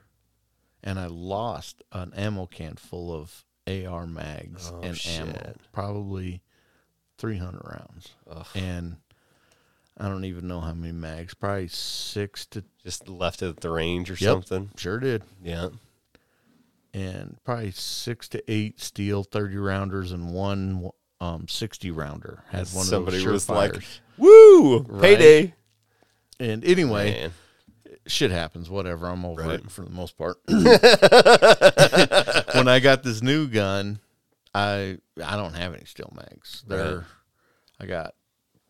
Speaker 2: and I lost an ammo can full of AR mags and ammo,
Speaker 1: Oh, shit.
Speaker 2: probably 300 rounds. And I don't even know how many mags, probably six to,
Speaker 1: Just left it at the range or
Speaker 2: Yep.
Speaker 1: something.
Speaker 2: sure did.
Speaker 1: Yeah.
Speaker 2: And probably six to eight steel 30 rounders and one um, 60 rounder. Had one
Speaker 1: Somebody
Speaker 2: of those
Speaker 1: was like,
Speaker 2: surefires.
Speaker 1: "Woo,
Speaker 2: Payday." and anyway,
Speaker 1: Man.
Speaker 2: shit happens, whatever. I'm over it for the most part. when I got this new gun, I I don't have any steel mags. There,
Speaker 1: Right.
Speaker 2: I got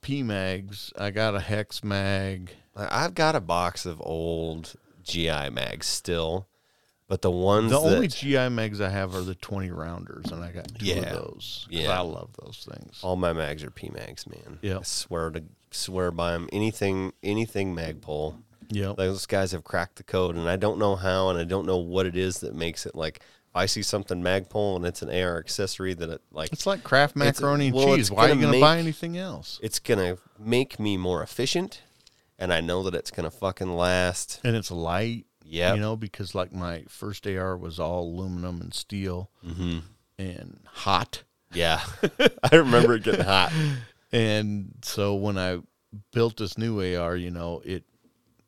Speaker 2: P mags. I got a hex mag.
Speaker 1: I- I've got a box of old GI mags still, but the ones
Speaker 2: The
Speaker 1: that
Speaker 2: only GI mags I have are the 20 rounders, and I got two
Speaker 1: Yeah.
Speaker 2: of those. 'cause
Speaker 1: Yeah.
Speaker 2: I love those things.
Speaker 1: all my mags are P mags, man.
Speaker 2: Yeah.
Speaker 1: I swear to swear by them. Anything anything magpul.
Speaker 2: Yep.
Speaker 1: Those guys have cracked the code, and I don't know how, and I don't know what it is that makes it like. If I see something magpul and it's an AR accessory that it like
Speaker 2: it's like Kraft
Speaker 1: It's-
Speaker 2: macaroni and
Speaker 1: well, it's
Speaker 2: cheese. Why are you
Speaker 1: gonna
Speaker 2: going to buy
Speaker 1: make-
Speaker 2: anything else?
Speaker 1: it's gonna make me more efficient, and I know that it's gonna fucking last.
Speaker 2: And it's light.
Speaker 1: Yep.
Speaker 2: You know, because like my first AR was all aluminum and steel
Speaker 1: Mm-hmm.
Speaker 2: and hot.
Speaker 1: Yeah, I remember it getting hot.
Speaker 2: And so when I built this new AR, you know, it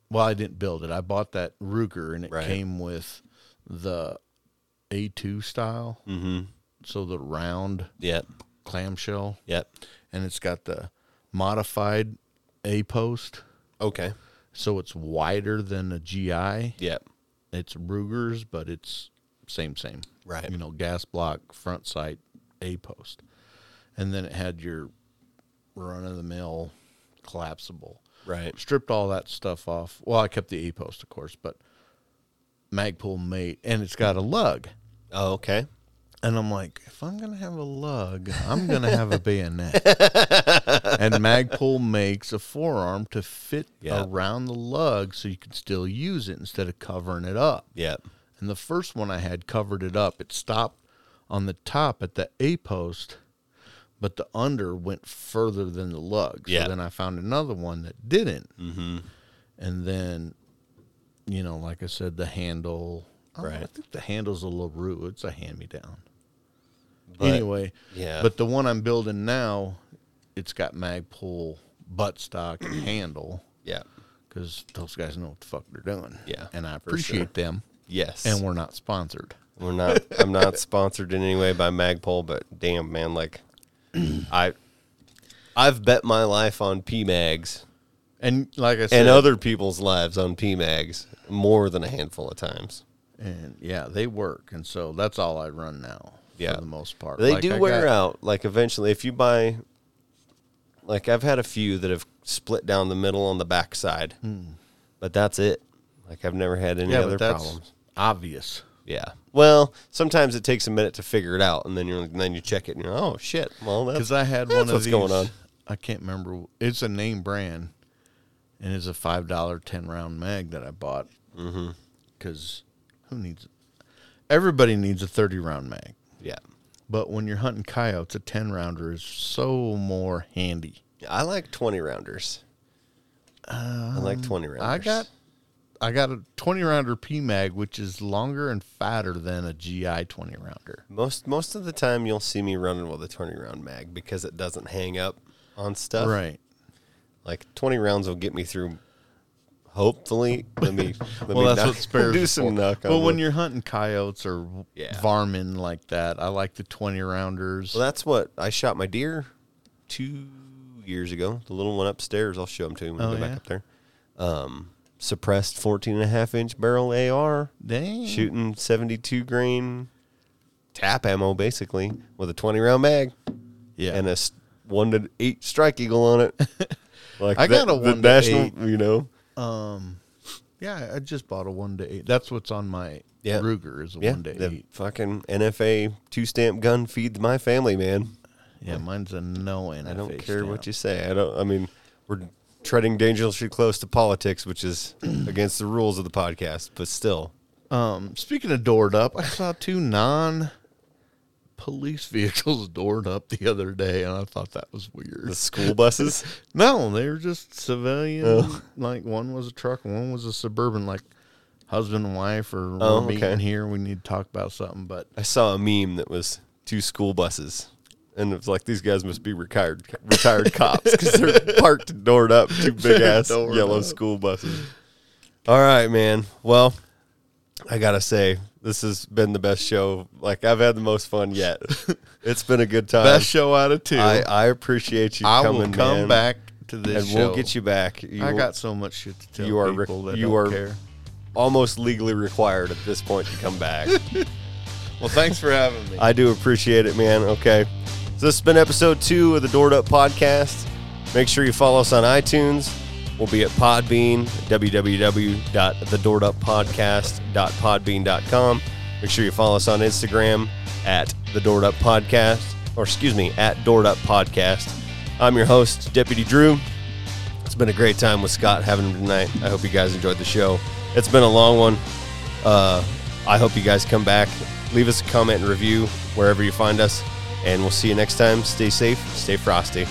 Speaker 2: well, I didn't build it. I bought that Ruger and it
Speaker 1: Right.
Speaker 2: came with the A2 style. Mm-hmm. So the round
Speaker 1: Yep,
Speaker 2: clamshell
Speaker 1: yep.
Speaker 2: and it's got the modified A post.
Speaker 1: Okay.
Speaker 2: so it's wider than a GI.
Speaker 1: Yep.
Speaker 2: It's Ruger's, but it's same same.
Speaker 4: Right.
Speaker 2: You know, gas block, front sight, A post. And then it had your run of the mill collapsible.
Speaker 1: Right.
Speaker 2: Stripped all that stuff off. Well, I kept the A post, of course, but Magpul mate and it's got a lug.
Speaker 4: Oh, okay.
Speaker 2: And I'm like, if I'm gonna have a lug, I'm gonna have a bayonet. and Magpul makes a forearm to fit
Speaker 4: Yeah.
Speaker 2: around the lug so you can still use it instead of covering it up.
Speaker 4: Yeah.
Speaker 2: And the first one I had covered it up. It stopped on the top at the A post, but the under went further than the lug. So
Speaker 4: Yeah.
Speaker 2: then I found another one that didn't. Mm-hmm. And then, you know, like I said, the handle. I don't know, I
Speaker 4: Right.
Speaker 2: think the handle's a LaRue. It's a hand me down.
Speaker 4: But-
Speaker 2: anyway,
Speaker 4: yeah.
Speaker 2: But the one I'm building now, it's got Magpul buttstock and handle
Speaker 4: Yeah.
Speaker 2: because those guys know what the fuck they're doing.
Speaker 4: Yeah,
Speaker 2: and I
Speaker 4: for sure.
Speaker 2: appreciate them.
Speaker 1: Yes.
Speaker 2: And we're not sponsored.
Speaker 1: We're not. I'm not sponsored in any way by Magpul, but damn, man, like I, I've bet my life on PMags
Speaker 2: And like I said,
Speaker 1: and other people's lives on PMags more than a handful of times.
Speaker 2: and yeah, they work, and so that's all I run now.
Speaker 1: Yeah.
Speaker 2: for the most part,
Speaker 1: They
Speaker 2: Like,
Speaker 1: do
Speaker 2: I
Speaker 1: wear uh,
Speaker 2: got-
Speaker 1: out. Like eventually, if you buy, like I've had a few that have split down the middle on the backside, but that's it. Like I've never had any
Speaker 2: Hmm. Yeah,
Speaker 1: other
Speaker 2: but that's
Speaker 1: problems.
Speaker 2: obvious.
Speaker 1: Yeah. Well, sometimes it takes a minute to figure it out, and then you're and then you check it, and you're oh shit. Well, that's
Speaker 2: Because I had
Speaker 1: that's
Speaker 2: one of
Speaker 1: what's
Speaker 2: these.
Speaker 1: going on.
Speaker 2: I can't remember. It's a name brand, and it's a five dollar ten round mag that I bought.
Speaker 1: Mm-hmm.
Speaker 2: Because who needs? Everybody needs a thirty round mag,
Speaker 1: yeah.
Speaker 2: but when you're hunting coyotes, a ten rounder is so more handy.
Speaker 1: I like twenty rounders. I like twenty rounders.
Speaker 2: Um, I got I got a 20 rounder P mag, which is longer and fatter than a GI 20 rounder.
Speaker 1: most most of the time you'll see me running with a twenty round mag because it doesn't hang up on stuff.
Speaker 2: Right.
Speaker 1: Like twenty rounds will get me through. Hopefully, let me. Let
Speaker 2: Well,
Speaker 1: me
Speaker 2: that's
Speaker 1: knock-
Speaker 2: what spares
Speaker 1: Do
Speaker 2: are
Speaker 1: some
Speaker 2: for.
Speaker 1: knock on
Speaker 2: But when
Speaker 1: wood.
Speaker 2: you're hunting coyotes or
Speaker 1: Yeah.
Speaker 2: varmin like that, I like the 20 rounders.
Speaker 1: Well, that's what I shot my deer two years ago. The little one upstairs. I'll show him to you when
Speaker 2: Oh,
Speaker 1: we go
Speaker 2: yeah?
Speaker 1: back up there. Um, suppressed 14 and a half inch barrel AR,
Speaker 2: Dang.
Speaker 1: shooting 72 grain tap ammo basically with a 20 round mag
Speaker 2: Yeah.
Speaker 1: and a s- one to eight strike eagle on it. like
Speaker 2: I got
Speaker 1: that-
Speaker 2: a one to
Speaker 1: national, you know.
Speaker 2: um, yeah, I just bought a 1 to 8. That's what's on my
Speaker 1: Yeah.
Speaker 2: Ruger is a
Speaker 1: Yeah,
Speaker 2: 1 to
Speaker 1: the
Speaker 2: 8.
Speaker 1: fucking NFA two stamp gun feeds my family, man.
Speaker 2: Yeah, mine's a no NFA.
Speaker 1: I don't care what you say. I don't. I mean, we're treading dangerously close to politics, which is against the rules of the podcast. But still,
Speaker 2: Um, speaking of doored up, I saw two non police vehicles doored up the other day, and I thought that was weird.
Speaker 1: the school buses.
Speaker 2: No, they were just civilian.
Speaker 1: Oh.
Speaker 2: Like one was a truck, and one was a suburban. Like husband and wife, or
Speaker 1: Oh,
Speaker 2: we're
Speaker 1: okay.
Speaker 2: meeting here. We need to talk about something. But
Speaker 1: I saw a meme that was two school buses, and it was like these guys must be retired retired cops because they're parked and doored up two big ass
Speaker 2: doored
Speaker 1: yellow
Speaker 2: up.
Speaker 1: school buses. All right, man. Well, I gotta say this has been the best show. Like I've had the most fun yet. it's been a good time.
Speaker 2: best show out of two.
Speaker 1: I,
Speaker 2: I,
Speaker 1: I appreciate you coming.
Speaker 2: will come
Speaker 1: man.
Speaker 2: back to this.
Speaker 1: and we'll
Speaker 2: show.
Speaker 1: get you back. You
Speaker 2: I got so much shit to tell
Speaker 1: you are
Speaker 2: people
Speaker 1: rec-
Speaker 2: that
Speaker 1: you
Speaker 2: don't
Speaker 1: are-
Speaker 2: care.
Speaker 1: almost legally required at this point to come back.
Speaker 2: Well, thanks for having me.
Speaker 1: I do appreciate it, man. Okay, so this has been episode two of the Doored Up Podcast. Make sure you follow us on iTunes. We'll be at Podbean, www.thedooreduppodcast.podbean.com. Make sure you follow us on Instagram at the Doored Up Podcast, or excuse me, at Doored Up Podcast. I'm your host, Deputy Drew. It's been a great time with Scott having him tonight. I hope you guys enjoyed the show. It's been a long one. Uh, I hope you guys come back. Leave us a comment and review wherever you find us. And we'll see you next time. Stay safe, stay frosty.